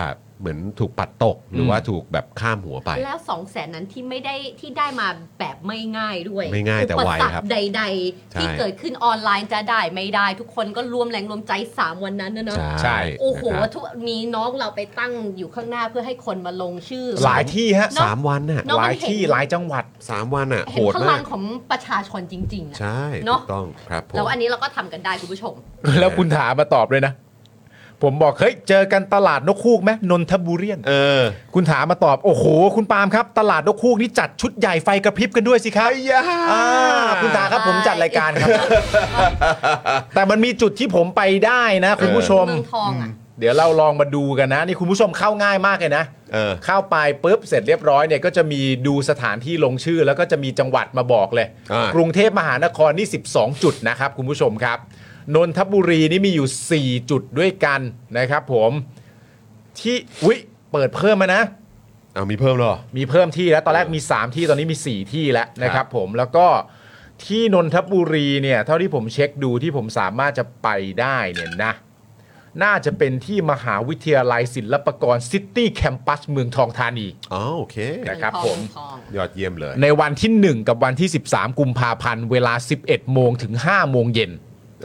A: เหมือนถูกปัดตก หรือว่าถูกแบบข้ามหัวไป
C: แล้วสองแสนนั้นที่ไม่ได้ที่ได้มาแบบไม่ง่ายด้วย
A: ไม่ง่ายแต่ไว
C: อุปสรร
A: ครับ
C: ใด
A: ใช่
C: ๆ ที่เกิดขึ้นออนไลน์จะได้ไม่ได้ ทุกคนก็รวมแรงรวมใจ 3 วันนั้นนะเนาะ
B: ใช่
C: โอ้โห
A: นะครับ
C: ทุกมีน้องเราไปตั้งอยู่ข้างหน้าเพื่อให้คนมาลงชื่อ
B: หลายที่ฮะ
C: เนอะ
A: สามวันน่ะ
C: เนอะ
B: หลายที่หลายจังหวัด
A: สามวันน่ะโห
C: เห็น
A: ด
C: พลั
A: มาง ก
C: ของประชาชนจริงๆอะ
A: ใช่
C: เนอะ
A: ถูกต้องครับผม
C: แล้วอันนี้เราก็ทำกันได้คุณผู้ชม
B: แล้วคุณถามมาตอบเลยนะ ผมบอกเฮ้ยเจอกันตลาดนกคูกไหมนนทบุรีน
A: เออ
B: คุณถามมาตอบ โอ้โห คุณปาล์มครับ ตลาดนกคูกนี่จัดชุดใหญ่ไฟกระพริบกันด้วยสิครับ
A: ย่า
B: อ่าคุณถาครับผมจัดรายการครับ แต่มันมีจุดที่ผมไปได้นะ คุณผู้ชม
C: เมืองทองอ่ะ
B: เดี๋ยวเราลองมาดูกันนะ นี่คุณผู้ชมเข้าง่ายมากเลยนะ
A: เออ
B: เข้าไปปุ๊บเสร็จเรียบร้อยเนี่ยก็จะมีดูสถานที่ลงชื่อแล้วก็จะมีจังหวัดมาบอกเลย
A: อ่าก
B: รุงเทพมหานครนี่ 12 จุดนะครับคุณผู้ชมครับนนทบบุรีนี่มีอยู่ 4 จุดด้วยกันนะครับผมที่วิเปิดเพิ่มมานะ
A: เอามีเพิ่มเหรอ
B: มีเพิ่มที่แล้วตอนแรกมี 3 ที่ตอนนี้มี 4 ที่แล้วนะครับผมแล้วก็ที่นนทบบุรีเนี่ยเท่าที่ผมเช็คดูที่ผมสามารถจะไปได้เนี่ยนะ น่าจะเป็นที่มหาวิทยาลัยศิลปากรซิตี้แคมปัสเมืองทองธานี
A: อ๋อโอเค
B: นะครับผม
C: เองทอง
A: ยอดเยี่ยมเลย
B: ในวันที่ 1 กับวันที่ 13 กุมภาพันธ์ เวลา 11 โมงถึง 5 โมงเย็น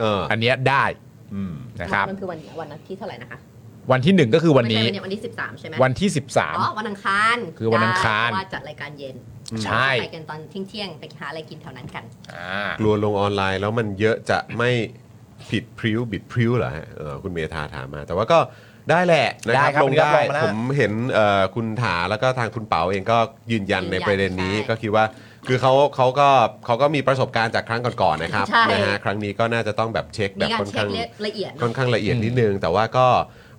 A: เออ
B: อันเนี้ยได้
A: อืม
B: นะครับ
C: มันคือวันวันอาทิตย์เท่าไหร่นะคะ
B: วันที่ 1 ก็คือวันนี้
C: ไม่ใช่วันที่สิบสามใช่ไหม
B: วันที่
C: อ๋อวันอังคาร
B: คือวันอังคาร
C: ได้เพะว่าจัดรายการเย็น
B: 13 ใช่
C: ไปกันตอนเที่ยงๆไปหาอะไรกินแถวนั้นกัน
B: อ่าก
A: ลัวลงออนไลน์แล้วมันเยอะจะไม่ผิดพริ้วบิดพริ้วเหรอฮะเออคุณเมธาถามมา แต่ว่าก็ได้แหละนะ
B: ได้
A: ครับ
B: ครับ
A: ลงได้
B: ลงมาแล้ว
A: ผมเห็นเอ่อคุณถาแล้วก็ทางคุณเป๋าเองก็ยืนยันใน
C: ยืนยัน
A: ประเด็นนี้
C: ใช่
A: ก็คิดว่า คือเขาเขาก็เขาก็มีประสบการณ์จากครั้งก่อนๆนะครับ
C: ใช่
A: นะฮะครั้งนี้ก็น่าจะต้องแบบเช็คแบ
C: มี
A: บ
C: การ
A: ค่อน
C: เช็
A: ข้า
C: ค
A: ง
C: ละเอียดเน
A: ค่อ
C: อะ
A: นข้างละเอียดนิดนึง แต่ว่าก็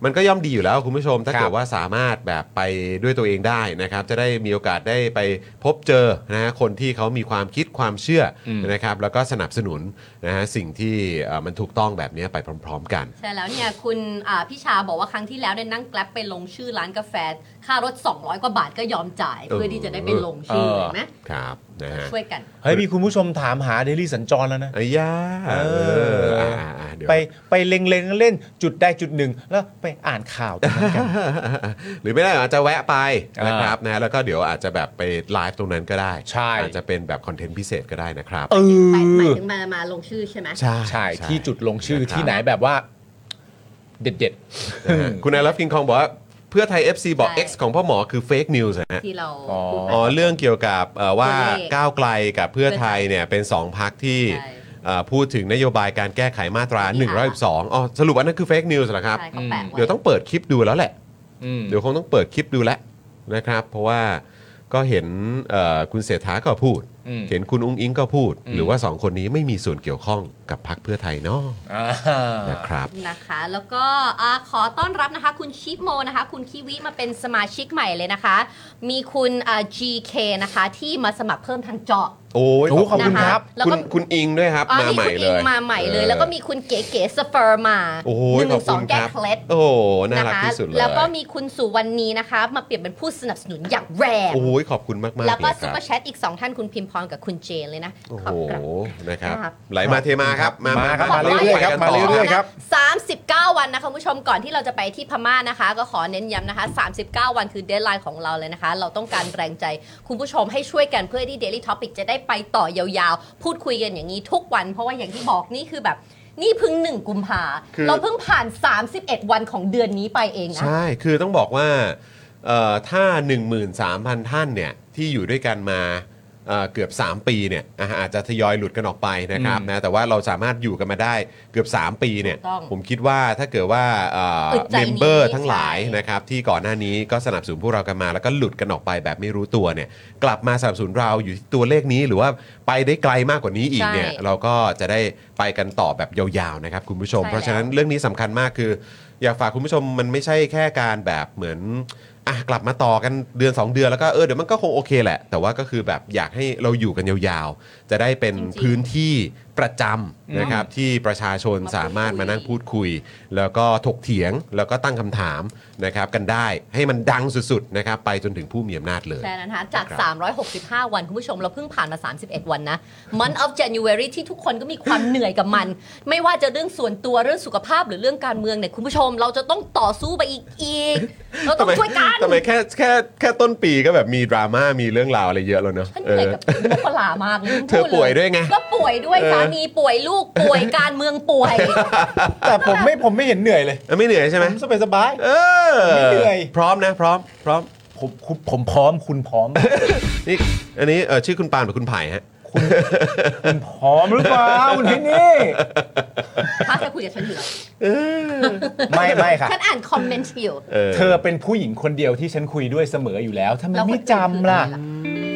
A: มันก็ย่อมดีอยู่แล้วคุณผู้ชม ถ้า
B: ครับ
A: เกิดว่าสามารถแบบไปด้วยตัวเองได้นะครับ จะได้มีโอกาสได้ไปพบเจอนะฮะคนที่เขามีความคิดความเชื่ออ
B: ม
A: นะครับ แล้วก็สนับสนุนนะฮะสิ่งที่เอ่อมันถูกต้องแบบนี้ไปพร้อม ๆ กัน
C: ใช่แล้วเนี่ยคุณอ่าพี่ชาบอกว่าครั้งที่แล้วเนี่ยนั่งแกล็บไปลงชื่อร้านกาแฟ ค่ารถ 200 กว่าบาทก็ยอมจ่าย เพื่อที่จะได้ไปลงชื่อ
B: เออ
C: เห็นไหม
A: ครับนะฮะ
C: ช่วยกัน
B: เฮ้ยมีคุณผู้ชมถามหาเดลี่สัญจรแล้วนะ
A: ไอ้ยา
B: เออ
A: อ่าอ่าเดี๋ยว
B: ไปไปเล็งๆเล่นจุดใดจุดหนึ่ง แล้วไปอ่านข่าวตรงนั้นกัน
A: หรือไม่ได้อาจจะแวะไปนะครับ
B: อ่าน
A: นะแล้วก็เดี๋ยวอาจจะแบบไปไลฟ์ตรงนั้นก็ได้
B: ใช่
A: อาจจะเป็นแบบคอนเทนต์พิเศษก็ได้นะครับ
B: เอ
C: หมายหมาย
B: อ
C: ถึงมามาลงชื่อใช่ไหม
A: ใช่
B: ใช่ที่จุดลงชื่อที่ไหนแบบว่า เด็ด
A: นะฮะคุณนายรับกิงคองบอกว่า เพื่อไทย FC บอก
C: ใช่
A: X ของพ่อหมอคือ fake news นะฮะ
C: ที่เรา
B: อ๋อ
C: พูดไป
A: อ๋อเรื่องเกี่ยวกับเอ่อว่า
C: ตัวเลข
A: ก้าวไกลกับเพื่อไทยเนี่ยเป็น 2พักที่
C: ใช่
A: เอ่อพูดถึงนโยบายการแก้ไขมาตรา112อ๋อสรุปอันนั้นคือ fake news เหรอครับ
C: ใช่เขาแปะไว้
A: เดี๋ยวต้องเปิดคลิปดูแล้วแหละ
B: ๆอืม
A: เดี๋ยวคงต้องเปิดคลิปดูแลวนะครับ เพราะว่าก็เห็นเอ่อคุณเศรษฐาก็พูด
B: อืม
A: เห็นคุณอุ้งอิงก็พูด
B: อืม
A: หรือว่าสองคนนี้ไม่มีส่วนเกี่ยวข้องกับพรรคเพื่อไทยเนาะ
B: อ่า
A: นะครับ
C: นะคะ แล้วก็อ่าขอต้อนรับนะคะ คุณชิปโมนะคะ คุณคิวิมาเป็นสมาชิกใหม่เลยนะคะ มีคุณอ่า GK นะคะ ที่มาสมัครเพิ่มทางเจาะ
A: โอ้ย
B: โอ้ขอบคุณ
C: นะคะครับแล้ว
A: คุ
C: ก็
A: ณคุณอิงด้วยครับ
C: อ๋อ
A: มา
C: นี่
A: ใหม่
C: คุณ
A: เล
C: อิง
A: ย
C: มาใหม่เลย แล้วก็มีคุณเก๋เก๋สเฟอร์มา
A: โอ้
C: ห
A: ยข
C: นึ่ง
A: อบ
C: ส
A: คุ
C: อง
A: ณ
C: แก้
A: ครับ
C: เคล็ด
A: โอ้น่ารัก
C: คะ
A: ที่สุดเลย
C: แล้วก็มีคุณสุวรรณีนะคะ มาเปลี่ยนเป็นผู้สนับสนุนอย่างแรง
A: โอ้ยขอบคุณมากมากๆ
C: แล้วก็
A: เย
C: ซุป
A: ค
C: เป
A: รั
C: อร์แชทอีก 2 ท่านคุณพิมพรกับคุณเจนเลยนะ
A: โอ้
C: ข
A: โห
C: อบคุณ
A: นะครับ
C: ครับ
A: ไหลมาเทมาครับมา
B: มาครับ
A: มา
B: มาเรื่อยๆครับมาเรื่อยๆ
A: ๆ
B: ครับ
C: 39 วันนะคะคุณผู้ชมก่อนที่เราจะไปที่พม่านะคะ ก็ขอเน้นย้ำนะคะ 39 วันคือเด d ไลน์ของเราเลยนะคะ เราต้องการแรงใจคุณผู้ชมให้ช่วยกันเพื่อที่ Daily Topic จะได้ไปต่อยาวๆ พูดคุยกันอย่างนี้ทุกวัน เพราะว่าอย่างที่บอกนี่คือแบบนี่เพิ่งหนึ่งกุมภา
A: คือ
C: เราเพิ่งผ่าน 31 วันของเดือนนี้ไปเองนะ
A: ใช่ คือต้องบอกว่าเอ่อถ้า 13,000 ท่านเนี่ยที่อยู่ด้วยกันมาเอ่อเกือบ 3 ปีเนี่ยอ่ะอาจจะทยอยหลุดกันออกไปนะครับ
B: อืม
A: นะแต่ว่าเราสามารถอยู่กันมาได้เกือบ 3 ปีเนี่ย
C: ถูกต้อง
A: ผมคิดว่าถ้าเกิดว่า
C: อึดใจ
A: เมมเบอ
C: นี้
A: ร์ทั้งหลาย
C: ใช่
A: นะครับที่ก่อนหน้านี้ก็สนับสนุนพวกเรากันมา แล้วก็หลุดกันออกไปแบบไม่รู้ตัวเนี่ยกลับมาสนับสนุนเราอยู่ที่ตัวเลขนี้หรือว่าไปได้ไกลมากกว่านี้อีกเนี่ย
C: ใช่
A: เราก็จะได้ไปกันต่อแบบยาวๆนะครับคุณผู้ชม
C: ใช่
A: เพราะฉะนั้นเรื่องนี้สำคัญมากคือ อยากฝากคุณผู้ชมมันไม่ใช่แค่การแบบเหมือนอ่ะกลับมาต่อกันเดือน 2 เดือนแล้วก็เออเดี๋ยวมันก็คงโอเคแหละ แต่ว่าก็คือแบบอยากให้เราอยู่กันยาวๆ จะได้เป็น
C: จริงๆ
A: พื้นที่ประจำนะครับที่ประชาชน
C: มาพูด
A: สามารถ
C: คุย
A: มานั่งพูดคุย แล้วก็ถกเถียงแล้วก็ตั้งคำถามนะครับกันได้ให้มันดังสุดๆนะครับไปจนถึงผู้มีอำนาจเลย
C: ใช่แล้วนะคะจาก
A: ครับ
C: 365 วัน คุณผู้ชมเราเพิ่งผ่านมา 31 วันนะ month of January ที่ทุกคนก็มีความ เหนื่อยกับมัน ไม่ว่าจะเรื่องส่วนตัวเรื่องสุขภาพหรือเรื่องการเมืองเนี่ยคุณผู้ชมเราจะต้องต่อสู้ไปอีกอีก เราต้องช่วยกัน
A: ทำไมแค่แค่แค่ต้นปีก็แบบมีดราม่ามีเรื่องราวอะไรเยอะแล้วเนอะ
C: ฉันเห
A: เอ
C: นื่
A: อ
C: อยกับมกรามากเลย
A: เธอป่วยด้วยไง
C: ก็ป่วยด้วย
A: เออ
C: สามีป่วยลูกป่วยการเมืองป่ วย
B: แต่ผมไม่ผมไม่เห็นเหนื่อยเลย
A: เออไม่เหนื่อยใช่ไหม
B: ผมสบายสบาย
A: เออ
B: ไม่เหนื่อย
A: พร้อมนะพร้อมพร้อม
B: ๆผมคุณผมพร้อมคุณพร้อม
A: นี่อันนี้เออชื่อคุณปานหรือคุณไผ่ฮะ
B: คุณคุณพร้อมหรือเปล่ าคุณที่นี่
C: ถ้าจะคุยกับฉันเหนื่อย
B: ไม่ไม่ค่ะ
C: ฉันอ่านคอมเมนต์อยู่
A: เออ
B: เธอเป็นผู้หญิงคนเดียวที่ฉันคุยด้วยเสมออยู่แล้วทำไม
C: แล้วคนอื่
B: ไม่
C: น
B: จำล่ะ
C: ล่ะ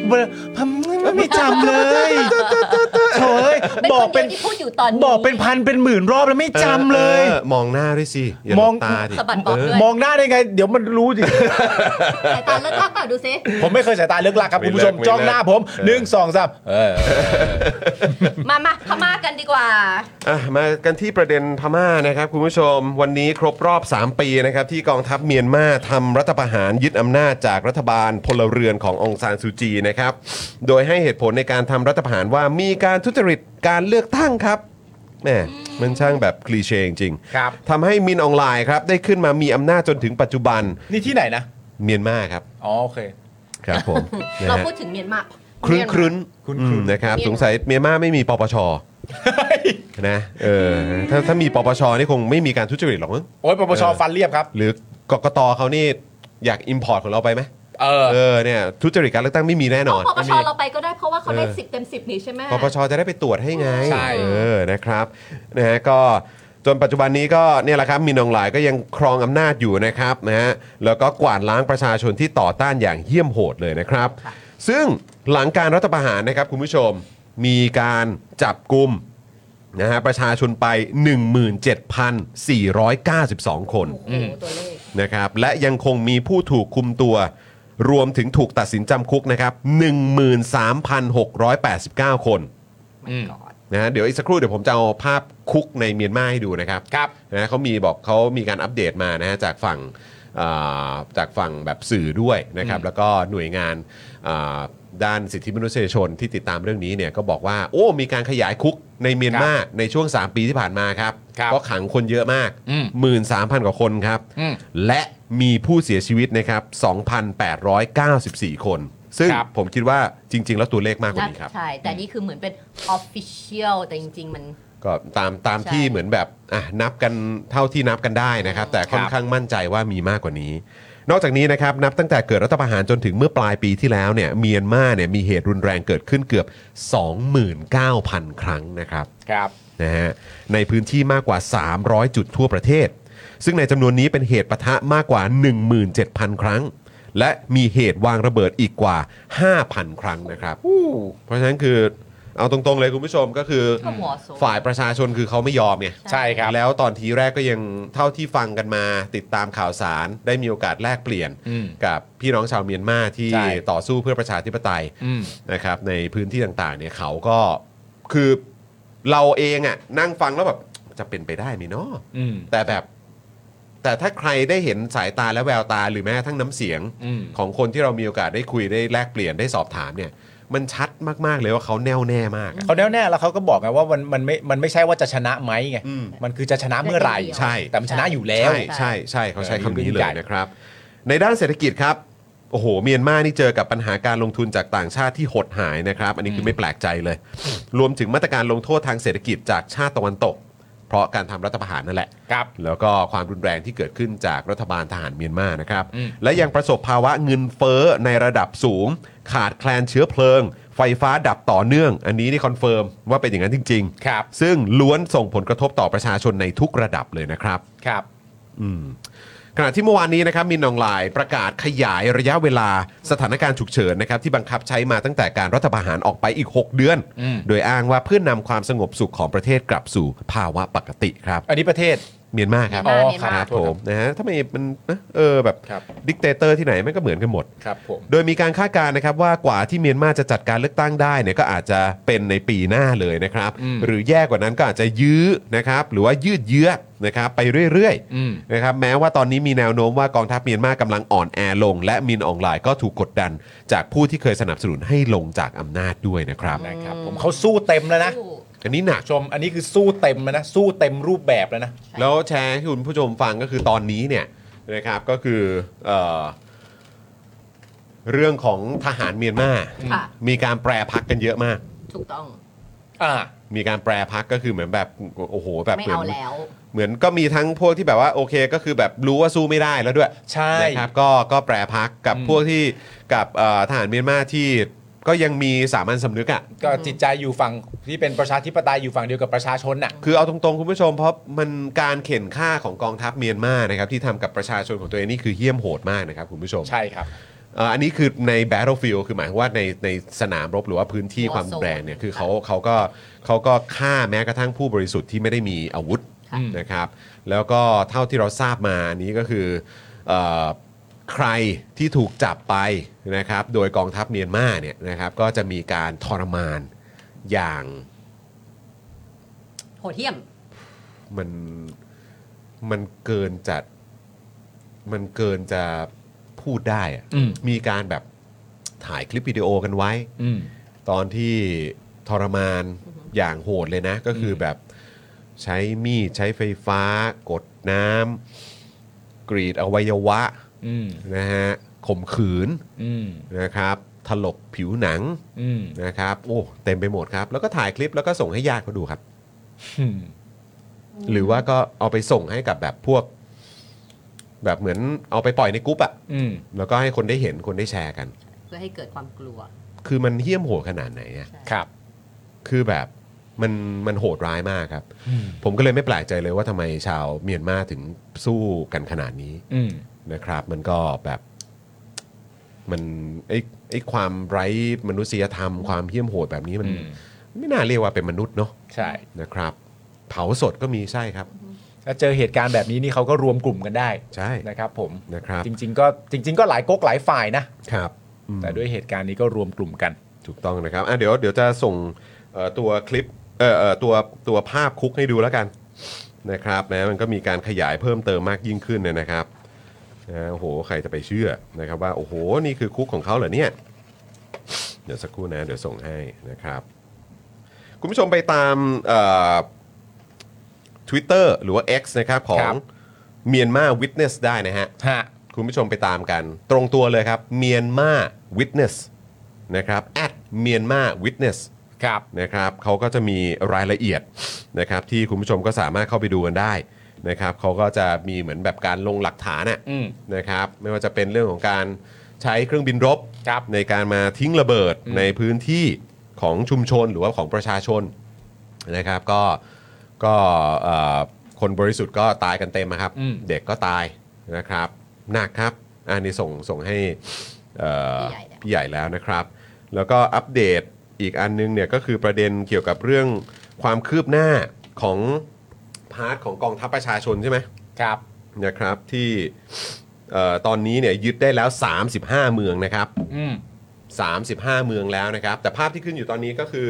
B: เบอร์ผมไม่ไม่จำเลยโถ่เอ้ย
C: เป็น
B: บอ
C: คนเดี
B: กเป็
C: ย
B: น
C: วที่พูดอยู่ตอนนี้
B: บอกเป็นพันเป็นหมื่นรอบแล้วไม่จำเลย
A: ออมองหน้าด้วยสิ อย่า
B: ม
A: ม
B: อ
A: อง งตาดิ
C: สะบัดบอกด้วย
B: มองหน้าได้ไง เดี๋ยวมันรู้ดิ
C: สายตาเลิกลักต่อดูซิ
B: ผมไม่เคยสายตาเลือกลักครับคุณผู้ชมจ้องหน้าผมหนึ่งสองสามเออ
C: มามาพม่ากันดีกว่า
A: อ่ะมากันที่ประเด็นพม่านะครับ คุณผู้ชม วันนี้ครบรอบ 3 ปีนะครับ ที่กองทัพเมียนมาทำรัฐประหารยึดอำนาจจากรัฐบาลพลเรือนขององซานซูจีนะครับ โดยให้เหตุผลในการทำรัฐประหารว่ามีการทุจริตการเลือกตั้งครับแหมมันช่างแบบคลีเช่จริงๆ
B: ครับ
A: ทำให้มินออนไลน์ครับได้ขึ้นมามีอำนาจจนถึงปัจจุบัน
B: นี่ที่ไหนนะ
A: เมียนมาครับ
B: อ๋อโอเค
A: ครับ ผมนะฮะ
C: เราพูดถึงเมียนมา
A: ครึ้นครึ้น
B: ครึ้น
A: อืม
B: ครึ้น
A: นะครับ
C: เมียนมา
A: สงสัยเมียนมาไม่มีปปชนะเออถ้าถ้ามีปปชนี่คงไม่มีการทุจริตหรอกมั้ง
B: โอ้ยปปชฟันเรียบครับ
A: หรือกกตเขานี่อยากอิมพอร์ตของเราไปไหม
B: เออ
A: เออเนี่ยทุจริตการเลือกตั้งไม่มีแน่นอน
C: ปปชเราไปก็ได้เพราะว่าเขาได้
A: เออ
C: สิบเต็มสิบนี่ใช่ไหม
A: ปปชจะได้ไปตรวจให้ไง
B: ใช่
A: เออนะครับนะฮะก็จนปัจจุบันนี้ก็เนี่ยแหละครับมีนองหลายก็ยังครองอำนาจอยู่นะครับนะฮะแล้วก็กวาดล้างประชาชนที่ต่อต้านอย่างเหี้ยมโหดเลยนะครับ ซึ่งหลังการรัฐประหารนะครับคุณผู้ชมมีการจับกลุ่ม นะฮะประชาชนไป 17,492 คน
C: โอ้โหตัวเลข
A: นะครับและยังคงมีผู้ถูกคุมตัว รวมถึงถูกตัดสินจำคุกนะครับ13,689 คน
B: อืม
C: God
A: นะฮะเดี๋ยวอีกสักครู่เดี๋ยวผมจะเอาภาพคุกในเมียนมาให้ดูนะครับ
B: ครับ
A: นะเขามีบอกเขามีการอัปเดตมานะฮะจากฝั่งอ่าจากฝั่งแบบสื่อด้วยนะครับแล้วก็หน่วยงานอ่าด้านสิทธิมนุษยชนที่ติดตามเรื่องนี้เนี่ยก็บอกว่าโอ้มีการขยายคุกในเมียนมาในช่วง 3 ปีที่ผ่านมาครับ
B: ครับ
A: ก็ขังคนเยอะมาก
B: อืม
A: 13,000 กว่าคนครับ
B: อืม
A: และมีผู้เสียชีวิตนะครับ 2,894 คน ซึ่ง
B: ครับ
A: ผมคิดว่าจริง ๆ แล้วตัวเลขมากกว่า
C: น่า
A: นี้ครับ
C: ใช่แต่นี่คือเหมือนเป็น official แต่จริง ๆ มัน
A: ก็ตามตาม
C: ใช่
A: ที่เหมือนแบบอ่ะนับกันเท่าที่นับกันได้นะครับ แต่ค่อนข้างมั่นใจว่ามีมากกว่านี้ นอกจากนี้นะครับ นับตั้งแต่เกิดรัฐประหารจนถึงเมื่อปลายปีที่แล้วเนี่ยเมียนมาเนี่ยมีเหตุรุนแรงเกิดขึ้นเกือบ 29,000 ครั้งนะครับ
B: ครับ
A: นะฮะในพื้นที่มากกว่า 300 จุดทั่วประเทศ ซึ่งในจำนวนนี้เป็นเหตุปะทะมากกว่า 17,000 ครั้ง และมีเหตุวางระเบิดอีกกว่า 5,000 ครั้งนะครับ เพราะฉะนั้นคือเอาตรงๆเลยคุณผู้ชมก็คือ
C: ก็หัวโสม
A: ฝ่ายประชาชนคือเขาไม่ยอมไง
B: ใช่ครับ
A: แล้วตอนทีแรกก็ยังเท่าที่ฟังกันมาติดตามข่าวสาร ได้มีโอกาสแลกเปลี่ยน
B: อืม
A: กับพี่น้องชาวเมียนมาที่
B: ใช่
A: ต่อสู้เพื่อประชาธิปไตย
B: อืม
A: นะครับในพื้นที่ต่างๆเนี่ยเขาก็คือเราเองอะนั่งฟังแล้วแบบจะเป็นไปได้ไหมเนาะ
B: อืม
A: แต่แบบ แต่ถ้าใครได้เห็นสายตาและแววตาหรือแม้กระทั้งน้ำเสียง
B: อืม
A: ของคนที่เรามีโอกาสได้คุยได้แลกเปลี่ยนได้สอบถามเนี่ย มันชัดมากๆเลยว่าเขาแน่วแน่มากอะ
B: เขาแน่วแน่แล้วเขาก็บอกไงว่ามันมันไม่มันไม่ใช่ว่าจะชนะไหมไง
A: อืม
B: มันคือจะชนะเมื่อไหร่
A: ใช่
B: แต่มันชนะอยู่แล้ว
A: ใช่ใช่ใช่เขาใช้คำนี้เล
B: ใหญ่
A: ยนะครับ ในด้านเศรษฐกิจครับ โอ้โห เมียนมานี่เจอกับปัญหาการลงทุนจากต่างชาติที่หดหายนะครับ อันนี้คือไม่แปลกใจเลย รวมถึงมาตรการลงโทษทางเศรษฐกิจจากชาติตะวันตก เพราะการทำรัฐประหารนั่นแหละ
B: ครับ
A: แล้วก็ความรุนแรงที่เกิดขึ้นจากรัฐบาลทหารเมียนมานะครับ
B: อืม
A: และยังประสบภาวะเงินเฟ้อในระดับสูง ขาดแคลนเชื้อเพลิง ไฟฟ้าดับต่อเนื่อง อันนี้นี่คอนเฟิร์มว่าเป็นอย่างนั้นจริง
B: ครับ
A: ๆ ซึ่งล้วนส่งผลกระทบต่อประชาชนในทุกระดับเลยนะครับ
B: ครับ
A: ขณะที่เมื่อวานนี้นะครับมินอองไลน์ประกาศขยายระยะเวลาสถานการณ์ฉุกเฉินนะครับที่บังคับใช้มาตั้งแต่การรัฐประหารออกไปอีก 6 เดือน
B: อืม
A: โดยอ้างว่าเพื่อนนำความสงบสุขของประเทศกลับสู่ภาวะปกติครับ
B: อันนี้ประเทศ
A: เมียนมาครับ
C: อ๋อ
A: ค
C: ครั
A: รับ บผมนะฮะทำไมมันนะเออแบบ
B: ครับ
A: ดิกเตเตอร์ที่ไหนมันก็เหมือนกันหมด
B: ครับผม
A: โดยมีการคาดการณ์นะครับว่ากว่าที่เมียนมาจะจัดการเลือกตั้งได้เนี่ยก็อาจจะเป็นในปีหน้าเลยนะครับ
B: อืม
A: หรือแย่กว่านั้นก็อาจจะยื้อนะครับหรือว่ายืดเยื้อนะครับไปเรื่อย
B: อืม
A: ๆนะครับแม้ว่าตอนนี้มีแนวโน้มว่ากองทัพเมียนมากำลังอ่อนแอลง และมินอองไลน์ก็ถูกกดดัน จากผู้ที่เคยสนับสนุนให้ลงจากอำนาจด้วยนะครับ
B: นะครับผมเขาสู้เต็มแล้วนะ
C: สู้
A: อันนี้หนัก
B: ชมอันนี้คือสู้เต็มแล้วนะ สู้เต็มรูปแบบแล้วนะ
A: แล้วแชร์ให้คุณผู้ชมฟังก็คือตอนนี้เนี่ยนะครับก็คือเอ่อเรื่องของทหารเมียนมา
C: ค่ะ
A: มีการแปรพักกันเยอะมาก
C: ถูกต้อง
B: อ่า
A: มีการแปรพักก็คือเหมือนแบบโอ้โหแบบ
C: ไม่
A: เหมือ
C: เอา
A: น
C: แล้ว
A: เหมือนก็มีทั้งพวกที่แบบว่าโอเคก็คือแบบรู้ว่าสู้ไม่ได้แล้วด้วย
B: ใช่
A: นะครับก็ก็แปรพักกับ
B: อืม
A: พวกที่กับเอ่อทหารเมียนมาที่ก็ยังมีสามัญสำนึกอ่ะ
B: ก็จิตใจอยู่ฝั่งที่เป็นประชาธิปไตยอยู่ฝั่งเดียวกับประชาชนน่ะ
A: คือเอาตรงๆคุณผู้ชมเพราะมันการเข็นฆ่าของกองทัพเมียนมานะครับที่ทำกับประชาชนของตัวเองนี่คือเหี้ยมโหดมากนะครับคุณผู้ชม
B: ใช่ครับ
A: เอ่ออันนี้คือใน battlefield คือหมายความว่าในในสนามรบหรือว่าพื้นที่
C: War
A: ความ
C: zone
A: แรงเนี่ยคือเขาเขาก็เขาก็ฆ่าแม้กระทั่งผู้บริสุทธิ์ที่ไม่ได้มีอาวุธ
C: ค่ะ
A: นะครับ แล้วก็เท่าที่เราทราบมานี้ก็คือเอ่อใครที่ถูกจับไปนะครับโดยกองทัพเมียนมาเนี่ยนะครับก็จะมีการทรมานอย่าง
C: โหดเหี้ยม
A: มันมันเกินจะมันเกินจะพูดได้อะ
B: อืม
A: มีการแบบถ่ายคลิปวิดีโอกันไว้
B: อืม
A: ตอนที่ทรมานอย่างโหดเลยนะ ก็คือแบบใช้มีดใช้ไฟฟ้ากดน้ำกรีดอวัยวะ
B: อืม
A: นะฮะข่มขืน
B: อืม
A: นะครับถลกผิวหนัง
B: อืม
A: นะครับโอ้เต็มไปหมดครับ แล้วก็ถ่ายคลิปแล้วก็ส่งให้ญาติเขาดูครับ
B: อืม
A: หรือว่าก็เอาไปส่งให้กับแบบพวก แบบเหมือนเอาไปปล่อยในกรุ๊ปอะ
B: อืม
A: แล้วก็ให้คนได้เห็นคนได้แชร์กัน
C: เพื่อให้เกิดความกลัว
A: คือมันเหี้ยมโหดขนาดไหนอะ
B: ครับ
A: คือแบบมันมันโหดร้ายมากครับ ผมก็เลยไม่แปลกใจเลยว่าทำไมชาวเมียนมาถึงสู้กันขนาดนี้
B: อืม
A: นะครับ มันก็แบบมันไอ้ไอ้ความไร้มนุษยธรรม ความเหี้ยมโหดแบบนี้มัน
B: อืม
A: ไม่น่าเรียกว่าเป็นมนุษย์เนาะ
B: ใช่
A: นะครับ เผาสดก็มีใช่ครับ
B: ถ้าเจอเหตุการณ์แบบนี้นี่เขาก็รวมกลุ่มกันได้
A: ใช่
B: นะครับ ผม
A: นะครับ
B: จริง ๆ ก็จริง ๆ ก็หลายก๊กหลายฝ่ายนะครับ แต่ด้วยเหตุการณ์นี้ก็รวมกลุ่มกัน
A: ถูกต้องนะครับอ่ะเดี๋ยวเดี๋ยวจะส่งเอ่อตัวคลิปเอ่อเอ่อตัวตัวภาพคุกให้ดูแล้วกันนะครับนะมันก็มีการขยายเพิ่มเติมมากยิ่งขึ้นเนี่ยนะครับนะโอ้โหใครจะไปเชื่อนะครับว่าโอ้โหนี่คือคุกของเขาเหรอเนี่ยเดี๋ยวสักครู่นะเดี๋ยวส่งให้นะครับ คุณผู้ชมไปตามเอ่อ Twitter หรือว่า X นะครับขอ
B: ค
A: ง
B: รับ
A: เมียนมาวิทเนสได้นะฮะ
B: ฮะ
A: คุณผู้ชมไปตามกัน ตรงตัวเลยครับเมียนมา witness นะครับ at เมียนมา witness
B: ครับ
A: นะครับเขาก็จะมีรายละเอียดนะครับที่คุณผู้ชมก็สามารถเข้าไปดูกันได้นะครับเขาก็จะมีเหมือนแบบการลงหลักฐานน่ะ
B: อืม
A: นะครับไม่ว่าจะเป็นเรื่องของการใช้เครื่องบินรบ
B: ครับ
A: ในการมาทิ้งระเบิดในพื้นที่ของชุมชนหรือว่าของประชาชนนะครับก็ก็เอ่อคนบริสุทธิ์ก็ตายกันเต็มนะครับ
B: อืม
A: เด็กก็ตายนะครับหนักครับอันนี้ส่งส่งให้เอ่อ
C: พี่ใหญ่
A: พี่ใหญ่
C: แล้ว
A: แล้วนะครับ แล้วก็อัปเดตอีกอันนึงเนี่ยก็คือประเด็นเกี่ยวกับเรื่องความคืบหน้าของพาร์ทของกองทัพประชาชนใช่ไหม
B: ครับ
A: นะครับที่เอ่อตอนนี้เนี่ยยึดได้แล้ว 35 เมืองนะครับ
B: อืม
A: 35 เมืองแล้วนะครับ แต่ภาพที่ขึ้นอยู่ตอนนี้ก็คือ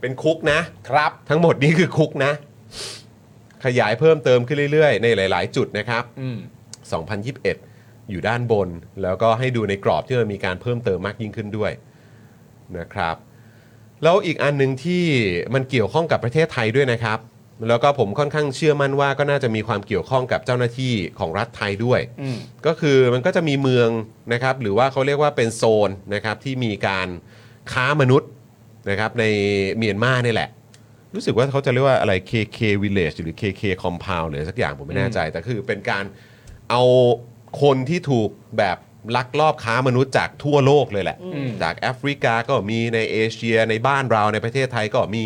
A: เป็นคุกนะ
B: ครับ
A: ทั้งหมดนี้คือคุกนะ ขยายเพิ่มเติมขึ้นเรื่อยๆ ในหลาย ๆ จุดนะครับ
B: อืม
A: 2021 อยู่ด้านบน แล้วก็ให้ดูในกรอบที่มันมีการเพิ่มเติมมากยิ่งขึ้นด้วยนะครับ แล้วอีกอันหนึ่งที่มันเกี่ยวข้องกับประเทศไทยด้วยนะครับ แล้วก็ผมค่อนข้างเชื่อมั่นว่าก็น่าจะมีความเกี่ยวข้องกับเจ้าหน้าที่ของรัฐไทยด้วย
B: อืม
A: ก็คือมันก็จะมีเมืองนะครับหรือว่าเขาเรียกว่าเป็นโซนนะครับที่มีการค้ามนุษย์นะครับในเมียนมาเนี่ยแหละ รู้สึกว่าเขาจะเรียกว่าอะไร KK Village หรือ KK Compound หรือสักอย่างผมไม่แน่ใจ แต่คือเป็นการเอาคนที่ถูกแบบลักลอบค้ามนุษย์จากทั่วโลกเลยแหละ จากแอฟริกาก็มีในเอเชียในบ้านเราในประเทศไทยก็มี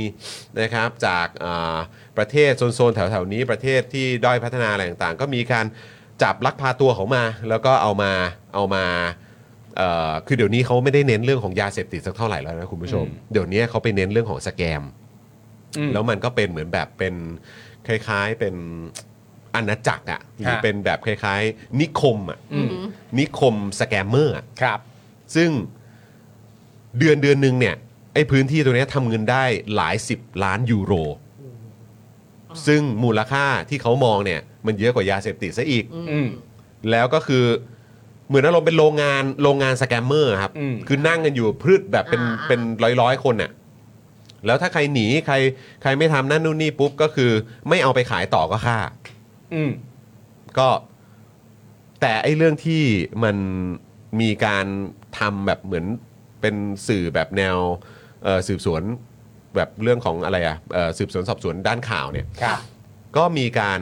A: นะครับจากอ่าประเทศโซนๆแถวๆนี้ประเทศที่ด้อยพัฒนาอะไรต่างๆ ก็มีการจับลักพาตัวเขามา แล้วก็เอามาเอามา เอ่อคือเดี๋ยวนี้เขาไม่ได้เน้นเรื่องของยาเสพติดสักเท่าไหร่แล้วนะคุณผู้ชม เดี๋ยวนี้เขาไปเน้นเรื่องของสแกม
B: อืม
A: แล้วมันก็เป็นเหมือนแบบเป็นคล้ายๆเป็นอาณาจักรอะหรือ
B: ฮะ
A: เป็นแบบคล้ายๆ นิคมอะ
B: อืม
A: นิคมสแกมเมอร์อะ
B: ครับ
A: ซึ่งเดือนเดือนหนึ่งเนี่ยไอ้พื้นที่ตัวเนี้ยทำเงินได้หลายสิบล้านยูโร ซึ่งมูลค่าที่เขามองเนี่ย มันเยอะกว่ายาเสพติดซะอีก
B: อืม
A: แล้วก็คือเหมือนอารมณ์เป็นโรงงานโรงงานสแกมเมอร์ครับ
B: อืม
A: คือนั่งกันอยู่พืชแบบเป็น
C: อ่า
A: เป็นร้อยร้อยๆคนน่ะแล้วถ้าใครหนีใครใครไม่ทำนั่นนู่นนี่ปุ๊บก็คือไม่เอาไปขายต่อก็ฆ่า
B: อืม
A: ก็ แต่ไอ้เรื่องที่มันมีการทำแบบเหมือนเป็นสื่อแบบแนวเอ่อสืบสวนแบบเรื่องของอะไรอะเอ่ะสืบสวนสอบสวนด้านข่าวเนี่ย
B: ครับ
A: ก็มีการ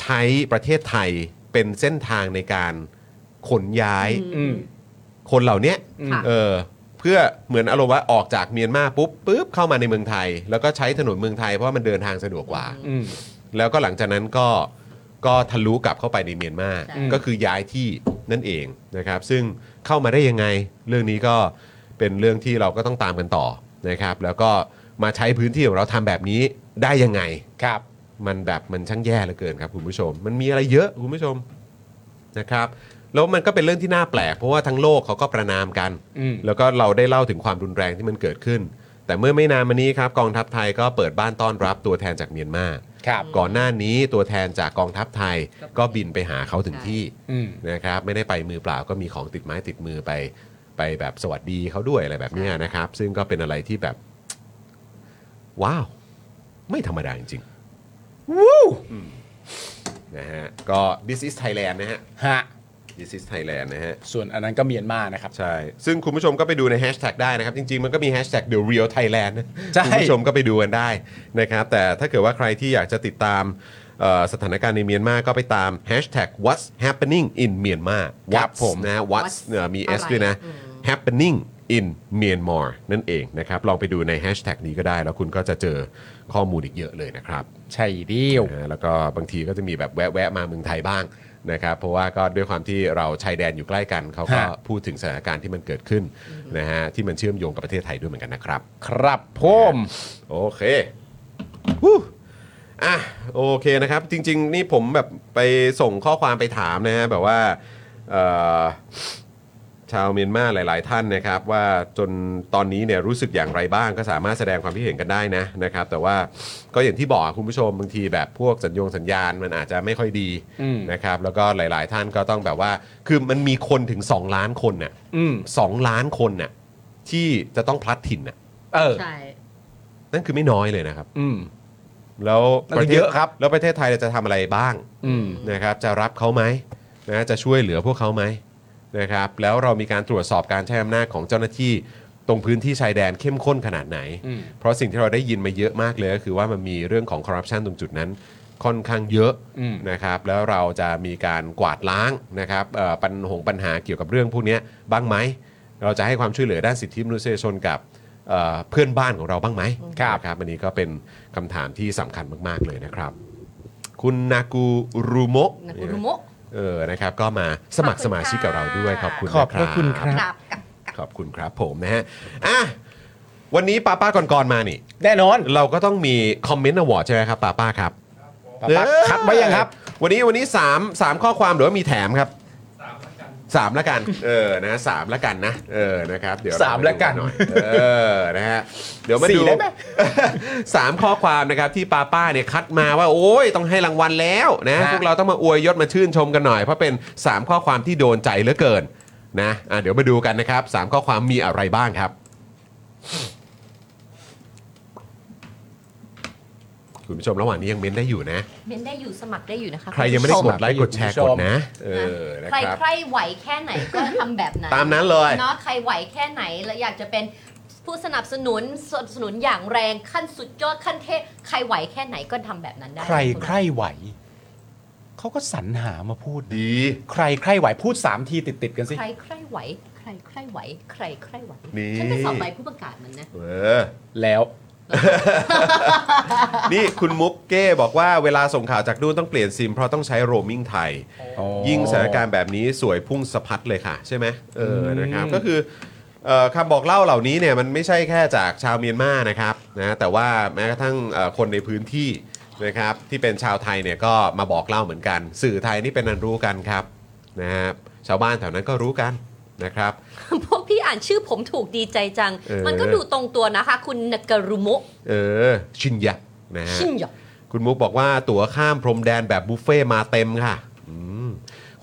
A: ใช้ประเทศไทยเป็นเส้นทางในการขนย้าย
B: อืม
A: คนเหล่าเนี้ย
B: อืม
A: เออเพื่อเหมือนอารมณ์ว่าออกจากเมียนมาปุ๊บปุ๊บเข้ามาในเมืองไทย แล้วก็ใช้ถนนเมืองไทยเพราะว่ามันเดินทางสะดวกกว่า
B: อืม
A: แล้วก็หลังจากนั้นก็ก็ทะลุกลับเข้าไปในเมียนมา
C: ใช่
A: ก็คือย้ายที่นั่นเองนะครับ ซึ่งเข้ามาได้ยังไง เรื่องนี้ก็เป็นเรื่องที่เราก็ต้องตามกันต่อนะครับ แล้วก็มาใช้พื้นที่ของเราทำแบบนี้ได้ยังไง
B: ครับ
A: มันแบบมันช่างแย่เหลือเกินครับคุณผู้ชม มันมีอะไรเยอะคุณผู้ชมนะครับแล้วมันก็เป็นเรื่องที่น่าแปลก เพราะว่าทั้งโลกเขาก็ประนามกัน
B: อืม
A: แล้วก็เราได้เล่าถึงความรุนแรงที่มันเกิดขึ้น แต่เมื่อไม่นานมานี้ครับกองทัพไทยก็เปิดบ้านต้อนรับตัวแทนจากเมียนมา
B: ครับ
A: ก่อนหน้านี้ตัวแทนจากกองทัพไทยก็บินไปหาเขาถึงที่
B: อืม
A: นะครับไม่ได้ไปมือเปล่าก็มีของติดไม้ติดมือไป ไปแบบสวัสดีเขาด้วยอะไรแบบเนี้ยนะครับ ซึ่งก็เป็นอะไรที่แบบ ว้าว ไม่ธรรมดาจริงๆ นะฮะก็ this is Thailand นะฮะ
B: ฮะ
A: this is Thailand นะฮะ
B: ส่วนอันนั้นก็เมียนมานะครับ
A: ใช่ ซึ่งคุณผู้ชมก็ไปดูในแฮชแท็กได้นะครับ จริง ๆ มันก็มีแฮชแท็ก the real Thailand นะ
B: ใช่
A: คุณผู้ชมก็ไปดูกันได้นะครับ แต่ถ้าเกิดว่าใครที่อยากจะติดตามเอ่อสถานการณ์ในเมียนมาก็ไปตามแฮชแท็ก what's happening in Myanmar
B: ครับ
A: What's
B: ผม
A: นะ what's
C: What's
A: เอ่อมี S
C: อะไร
A: ด้วยนะ
C: อืม
A: happening in Myanmar นั่นเองนะครับ ลองไปดูในแฮชแท็กนี้ก็ได้ แล้วคุณก็จะเจอข้อมูลอีกเยอะเลยนะครับ
B: ใช่เดียว
A: นะฮะแล้วก็บางทีก็จะมีแบบแวะๆมาเมืองไทยบ้างนะครับเพราะว่าก็ด้วยความที่เราชายแดนอยู่ใกล้กัน เขาก็
B: ฮะ
A: พูดถึงสถานการณ์ที่มันเกิดขึ้นนะฮะที่มันเชื่อมโยงกับประเทศไทยด้วยเหมือนกันนะครับ
B: ครับผม
A: โอเคฮู้อ่ะโอเคนะครับ จริง ๆ นี่ผมแบบไปส่งข้อความไปถามนะฮะแบบว่าเอ่อชาวเมียนมาหลาย ๆ ท่านนะครับ ว่าจนตอนนี้เนี่ยรู้สึกอย่างไรบ้างก็สามารถแสดงความคิดเห็นกันได้นะนะครับ แต่ว่าก็อย่างที่บอกอะคุณผู้ชมบางทีแบบพวกสัญญงสัญญาณมันอาจจะไม่ค่อยดี
B: อืม
A: นะครับแล้วก็หลาย ๆ ท่านก็ต้องแบบว่า คือมันมีคนถึง 2 ล้านคนน่ะ
B: อืม
A: สองล้านคนน่ะที่จะต้องพลัดถิ่นน่ะ
B: เออ
C: ใช่
A: นั่นคือไม่น้อยเลยนะครับ
B: อืม
A: แล้ว
B: นั่นคือเยอะครับ
A: แล้วประเทศไทยเราจะทำอะไรบ้าง
B: อืม
A: นะครับ จะรับเขาไหมนะจะช่วยเหลือพวกเขาไหมนะครับ แล้วเรามีการตรวจสอบการใช้อำนาจของเจ้าหน้าที่ตรงพื้นที่ชายแดนเข้มข้นขนาดไหน
B: อืม
A: เพราะสิ่งที่เราได้ยินมาเยอะมากเลยก็คือว่ามันมีเรื่องของคอร์รัปชันตรงจุดนั้นค่อนข้างเยอะ
B: อืม
A: นะครับแล้วเราจะมีการกวาดล้างนะครับเอ่อปัญหงปัญหาเกี่ยวกับเรื่องพวกเนี้ยบ้างไหมเราจะให้ความช่วยเหลือด้านสิทธิมนุษยชนกับเอ่อเพื่อนบ้านของเราบ้างไหม
B: ครับ
A: นะครับอันนี้ก็เป็นคำถามที่สำคัญมาก ๆ เลยนะครับ คุณนากูรุโมะ
C: นะคุณรุโมะ
A: เออนะครับก็มาสมัครสมาชิกกับเราด้วยขอบคุณนะ
B: ขอบพระคุณครับ
C: กราบกับ
A: ขอบคุณครับผมนะฮะ อ่ะ วันนี้ป้าป้าก่อนๆมานี่
B: แน่นอน
A: เราก็ต้องมีคอมเมนต์อวอร์ดใช่ไหมครับป้าป้าครับ
B: ป้าป้า
A: เอ้ย
B: คัดไว้ยังครับ
A: วันนี้วันนี้3 3ข้อความหรือว่ามีแถมครับสามละกันเออนะสามละกันนะเออนะครับเดี๋ยวเร
B: สามละกัน
A: ไปดูหน่อยเออนะฮะเดี๋ยวมา
B: สี่
A: ดู
B: ได้ไหม
A: สามข้อความนะครับที่ป้าป้าเนี่ยคัดมาว่า โอ้ยต้องให้รางวัลแล้วนะพวกเราต้องมาอวยยศมาชื่นชมกันหน่อยเพราะเป็นสามข้อความที่โดนใจเหลือเกินนะอ่ะเดี๋ยวมาดูกันนะครับสามข้อความมีอะไรบ้างครับ คุณผู้ชมระหว่างนี้ยังเม้นได้อยู่นะ
C: เมนได้อยู่สมัครได้อยู่นะคะ
A: ใครยังไม่ได้
C: ณ
A: ก
C: ผู้ช
A: ดไลค์กดแชร์กดนะ เออนะ
C: ใคร
A: ครับ
C: ใครไหวแค่ไหนก็ทำแบบนั้น
A: ตามนั้นเลย
C: เนาะใครไหวแค่ไหนแล้วอยากจะเป็นผู้สนับสนุนสนับสนุนอย่างแรงขั้นสุดยอดขั้นเทพใครไหวแค่ไหนก็ทำแบบนั้นได้
B: ใครใครไหว เขาก็สรรหามาพูดนะ
A: ดี
B: ใครใครไหวพูดสามทีติดติดๆกันสิ
C: ใครใครไหว ใครใครไหว ใครใครไหว
A: นี่
C: ฉันไปสอบใบผู้ประกาศมันนะ
A: เออ
B: แล้ว
A: นี่คุณมุกเก้บอกว่าเวลาส่งข่าวจากนู่นต้องเปลี่ยนซิม เพราะต้องใช้โรมมิ่งไทย ยิ่งสถานการณ์แบบนี้สวยพุ่งสะพัดเลยค่ะ ใช่ไหมเอออ
B: ม
A: นะครับก็คือเอ่อคำบอกเล่าเหล่านี้เนี่ยมันไม่ใช่แค่จากชาวเมียนมานะครับนะแต่ว่าแม้กระทั่งเอ่อคนในพื้นที่นะครับที่เป็นชาวไทยเนี่ยก็มาบอกเล่าเหมือนกัน สื่อไทยนี่เป็นอันรู้กันครับนะฮะชาวบ้านแถวนั้นก็รู้กันนะครับ
C: พวกพี่อ่านชื่อผมถูกดีใจจัง
A: เออ
C: มันก็ดูตรงตัวนะคะ คุณนกรุโมะ
A: เออชินยะนะฮะ
C: ชินหยอก
A: คุณมุกบอกว่าตั๋วข้ามพรมแดนแบบบุฟเฟ่มาเต็มค่ะอืม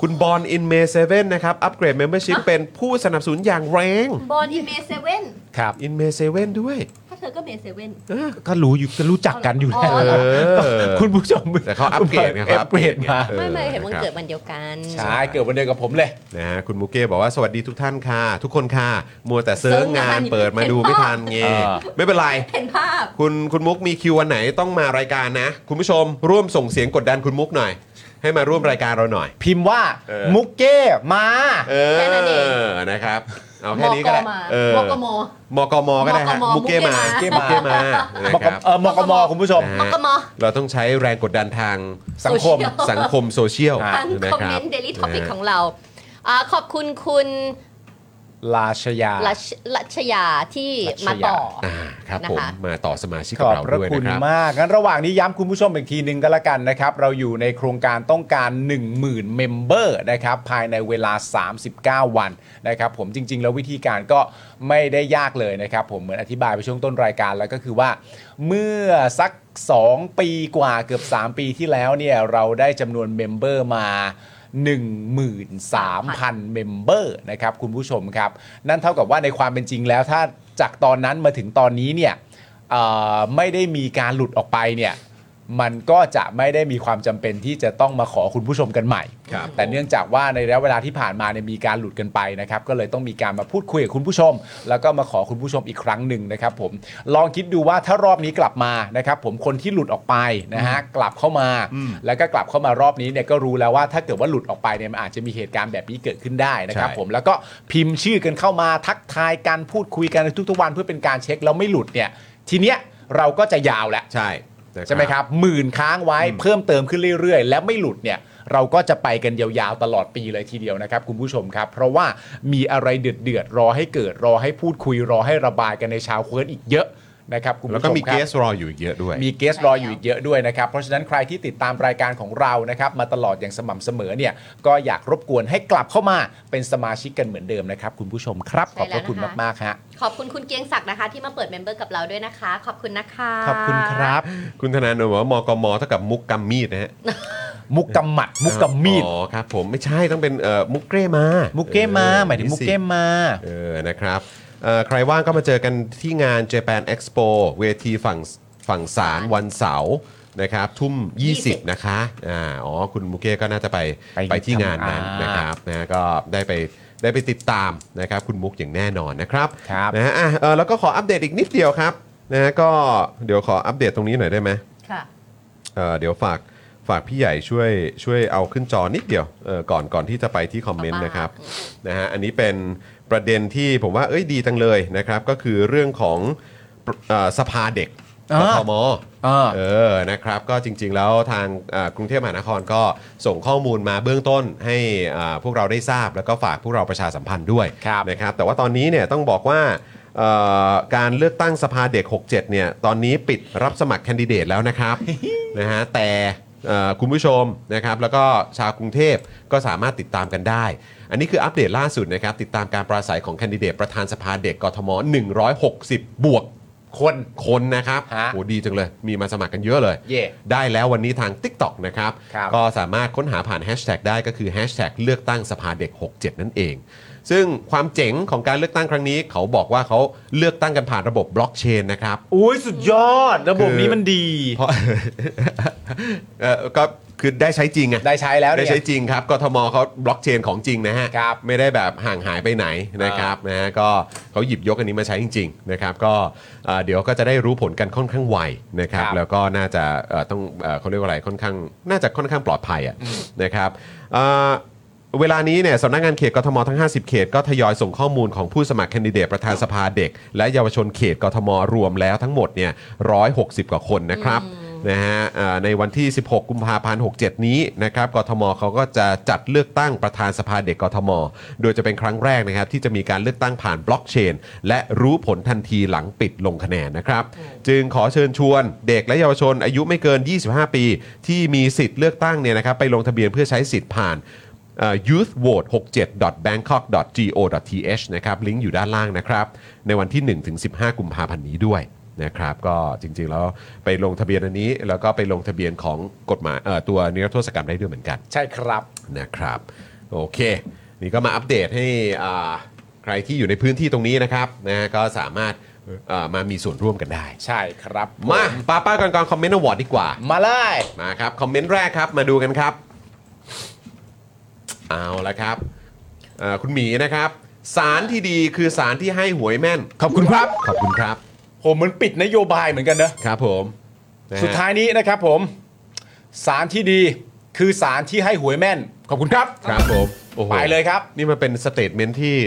A: คุณบอลอินเมเซเว่นนะครับ อัปเกรดเมมเบอร์ชิพ
C: ฮะ
A: เป็นผู้สนับสนุนอย่างแรง
C: บอล อินเมเซเว่น
B: ครับ
A: อินเมเซเว่นด้วย
C: ถ้าเธอก็เมเซเว่น
A: เออ
B: ก็รู้อยู่ก็รู้จักกันอยู่แล้ว
C: อ๋อ
A: เอ
C: เหร
A: อ
B: คุณผู้ชม
A: แต่เขาอัปเกรดไงเขา
B: อัปเกรดมา
A: เออ
C: ไม่ไม่เห็นมัน
A: นะครับ
C: เกิดวันเดียวกัน
B: ใช่เกิดวันเดียวกับผมเลย
A: นะฮะคุณมุกเก้บอกว่าสวัสดีทุกท่านค่ะ ทุกคนค่ะ มัวแต่เซิร์งงานเปิดมาดูไม่ทันเง
B: เออ
A: ไม่เป็นไร
C: เห็นภาพ
A: คุณคุณมุกมีคิววันไหนต้องมารายการนะ คุณผู้ชมร่วมส่งเสียงกดดันคุณมุกหน่อย ให้มาร่วมรายการเราหน่อย
B: พิมพ์ว่า
A: เออ
B: มุกเก้มา
A: เอ
C: แค่นั้นเอง
A: อนะครับ เอาแค่นี้ก็ได้
C: มกมา
A: เออ
C: มกม
A: มกมก็ได้ฮะ
C: มกม
A: มุกเก้มา
C: มุกเก้
A: มุ
C: มา
A: กเก้มานะ
B: มก
A: ครับ
B: เออมกมคุณผู้ชม
A: นะ
C: มก
A: ฮะ
C: ม
A: เราต้องใช้แรงกดดันทาง
B: สังคม
C: โซเชียล
A: สังคมโซเชียล
C: ทั้ง
A: นะ
C: คอม
A: รับ
C: เมนต์เดลิทอพิก
A: นะฮะ
C: ของเราอ่าขอบคุณคุณ
B: ราชยา
C: รัชรัชยาที่
B: รั
C: มา
B: ชยา
C: ต่อ
A: อ่าครับ
C: นะ
A: ผม
C: คะ
A: มาต่อสมาชิก
B: ข
A: กับ
B: อบ
A: เรา
B: พระ
A: ด้วย
B: คุ
A: นะ
B: ณ
A: ครับ
B: มากงั้นระหว่างนี้ย้ำคุณผู้ชมอีกทีหนึ่งก็แล้วกันนะครับ เราอยู่ในโครงการต้องการ 10,000 เมมเบอร์นะครับภายในเวลา 39 วันนะครับผมจริง ๆ แล้ววิธีการก็ไม่ได้ยากเลยนะครับผมเหมือนอธิบายไปช่วงต้นรายการแล้วก็คือว่า เมื่อสัก 2 ปีกว่าเกือบ 3 ปีที่แล้วเนี่ยเราได้จำนวนเมมเบอร์มา 13,000 เมมเบอร์นะครับคุณผู้ชมครับ นั่นเท่ากับว่าในความเป็นจริงแล้วถ้าจากตอนนั้นมาถึงตอนนี้เนี่ย เอ่อไม่ได้มีการหลุดออกไปเนี่ย มันก็จะไม่ได้มีความจำเป็นที่จะต้องมาขอคุณผู้ชมกันใหม่
A: ครับ
B: แต่เนื่องจากว่าในระยะเวลาที่ผ่านมาเนี่ยมีการหลุดกันไปนะครับ ก็เลยต้องมีการมาพูดคุยกับคุณผู้ชม แล้วก็มาขอคุณผู้ชมอีกครั้งหนึ่งนะครับผมลองคิดดูว่าถ้ารอบนี้กลับมานะครับ ผมคนที่หลุดออกไปนะฮะกลับเข้ามา
A: อืม
B: แล้วก็กลับเข้ามารอบนี้เนี่ยก็รู้แล้วว่าถ้าเกิดว่าหลุดออกไปเนี่ยมันอาจจะมีเหตุการณ์แบบนี้เกิดขึ้นได้นะครับ
A: ใช่
B: ผมแล้วก็พิมพ์ชื่อกันเข้ามาทักทายกันพูดคุยกันในทุกๆวันเพื่อเป็นการเช็คแล้วไม่หลุดเนี่ย ทีเนี้ยเราก็จะยาวแหละ
A: ใช่
B: ใช่ไหมครับหมื่นค้างไว้เพิ่มเติมขึ้นเรื่อย ๆ และไม่หลุดเนี่ย เราก็จะไปกันยาวๆตลอดปีเลยทีเดียวนะครับ คุณผู้ชมครับ เพราะว่ามีอะไรเดือดๆรอให้เกิดรอให้พูดคุยรอให้ระบายกันในเชาวเคิร์ดอีกเยอะนะครับคุณผู้ชม
A: แล้วก็มี
B: ค
A: เก
B: รับ
A: สรออยู่อีกเยอะด้วย
B: มีเกสรออยู่อีกเยอะด้วยนะครับ เพราะฉะนั้นใครที่ติดตามรายการของเรานะครับ มาตลอดอย่างสม่ำเสมอเนี่ย ก็อยากรบกวนให้กลับเข้ามาเป็นสมาชิกกันเหมือนเดิมนะครับ คุณผู้ชมครับ ขอบพระคุณมากๆฮะ
C: ขอบคุณคุณเกียงศักดิ์นะคะ ที่มาเปิดเมมเบอร์กับเราด้วยนะคะ ขอบคุณนะคะ
B: ขอบคุณครับ
A: คุณธนาโนบอกว่ามกมเท่ากับมุกกำมีดนะฮะ
B: มุกกำหมัด มุกกำมีด
A: อ๋อครับผมไม่ใช่ต้องเป็นเอ่อมุกเกรมา
B: มุ
A: มุ
B: กเกมมา หมายถึงมุกเกมมา
A: เออนะครับเอ่อใครว่างก็มาเจอกันที่งาน Japan Expo เวทีฝั่งฝั่งสารวันเสาร์นะครับ ทุ่ม 20 นะคะอ่าอ๋อคุณมุกเก้ก็น่าจะไป
B: ไป
A: ไปที่งานนั้น
B: อ่าน
A: นะครับนะก็ได้ไปได้ไปติดตามนะครับคุณมุกอย่างแน่นอนนะครับ
B: ครับ
A: นะฮะอ่ะเอ่อแล้วก็ขออัปเดตอีกนิดเดียวครับนะฮะก็เดี๋ยวขออัปเดตตรงนี้หน่อยได้ไหม
C: ค่ะ
A: เอ่อเดี๋ยวฝากฝากพี่ใหญ่ช่วยช่วยเอาขึ้นจอนิดเดียวเอ่อก่อนก่อนที่จะไปที่คอมเมนต์
C: เอามา
A: นะครับนะฮะอันนี้เป็นประเด็นที่ผมว่าเอ้ยดีจังเลยนะครับ ก็คือเรื่องของเอ่อสภาเด็กก
B: อ่า
A: ทม
B: อ่า
A: เออ นะครับ ก็จริง ๆ แล้วทางอ่ากรุงเทพมหานครก็ส่งข้อมูลมาเบื้องต้นให้อ่าพวกเราได้ทราบ แล้วก็ฝากพวกเราประชาสัมพันธ์ด้วย
B: ครับ
A: นะครับ แต่ว่าตอนนี้เนี่ยต้องบอกว่าเอ่อการเลือกตั้งสภาเด็ก 67 เนี่ย ตอนนี้ปิดรับสมัครแคนดิเดตแล้วนะครับ นะฮะ แต่เอ่อคุณผู้ชมนะครับ แล้วก็ชาวกรุงเทพก็สามารถติดตามกันได้ อันนี้คืออัปเดตล่าสุดนะครับ ติดตามการปราศัยของแคนดิเดตประธานสภาเด็กกทม 160 บวก
B: คน
A: คนนะครับ
B: ฮะ
A: โอ้ดีจังเลย มีมาสมัครกันเยอะเลย
B: เย่
A: ได้แล้ววันนี้ทาง TikTok นะครับ
B: ครับ
A: ก็สามารถค้นหาผ่านแฮชแท็กได้ก็คือแฮชแท็กเลือกตั้งสภาเด็ก 67 นั่นเอง ซึ่งความเจ๋งของการเลือกตั้งครั้งนี้ เขาบอกว่าเขาเลือกตั้งกันผ่านระบบบล็อกเชนนะครับ
B: อุ้ยสุดยอด ระบบ
A: คือ
B: นี้มันดี
A: เพราะ เอ่อก็คือได้ใช้จริงอะ
B: ได้ใช้แล้วเนี่
A: ได้
B: ย
A: ใช้จริงครับกทมเขาบล็อกเชนของจริงนะฮะ
B: ครับ
A: ไม่ได้แบบห่างหายไปไหนนะครับนะฮะก็เขาหยิบยกอันนี้มาใช้จริงๆนะครับก็เอ่อเดี๋ยวก็จะได้รู้ผลกันค่อนข้างไวนะครับ
B: ครับ
A: แล้วก็น่าจะเอ่อต้องเอ่อเขาเรียกว่าอะไรค่อนข้างน่าจะค่อนข้างปลอดภัยอะนะครับเอ่อเวลานี้เนี่ยสำนักงานเขตกทมทั้ง 50 เขตก็ทยอยส่งข้อมูลของผู้สมัครแคนดิเดตประธานสภาเด็ก และเยาวชนเขตกทมรวมแล้วทั้งหมดเนี่ย160 กว่าคนนะครับ นะฮะเอ่อในวันที่ 16 กุมภาพันธ์ 67 นี้นะครับ กทมเขาก็จะจัดเลือกตั้งประธานสภาเด็กกทม โดยจะเป็นครั้งแรกนะครับ ที่จะมีการเลือกตั้งผ่านบล็อกเชน และรู้ผลทันทีหลังปิดลงคะแนนนะครับ จึงขอเชิญชวนเด็กและเยาวชนอายุไม่เกิน 25 ปี ที่มีสิทธิ์เลือกตั้งเนี่ยนะครับไปลงทะเบียนเพื่อใช้สิทธิ์ผ่าน youthvote67.bangkok.go.th นะครับลิงก์อยู่ด้านล่างนะครับ ในวันที่ 1-15 กุมภาพันธ์นี้ด้วยนะครับก็จริงๆ แล้วไปลงทะเบียนอันนี้ แล้วก็ไปลงทะเบียนของกฎหมายเอ่อตัวนิรโทษกรรมได้ด้วยเหมือนกัน
B: ใช่ครับ
A: นะครับ โอเค นี่ก็มาอัปเดตให้อ่าใครที่อยู่ในพื้นที่ตรงนี้นะครับนะก็สามารถเอ่อมามีส่วนร่วมกันได้
B: ใช่ครับ
A: มาป้าป้าก่อนก่อนคอมเมนต์อวอร์ดดีกว่า
B: มาเลย
A: มาครับ คอมเมนต์แรกครับ มาดูกันครับ เอาละครับเอ่อคุณหมีนะครับ สารที่ดีคือสารที่ให้หวยแม่น
B: ขอบคุณครับ
A: ขอบคุณครับ
B: ผมเหมือนปิดนโยบายเหมือนกันเนอะ
A: ครับผมนะฮะ
B: สุดท้ายนี้นะครับผม สารที่ดีคือสารที่ให้หวยแม่น ขอบคุณครับ
A: ครับผมโอ้โห
B: ไปเลยครับ
A: นี่มันเป็นสเตทเมนต์ที่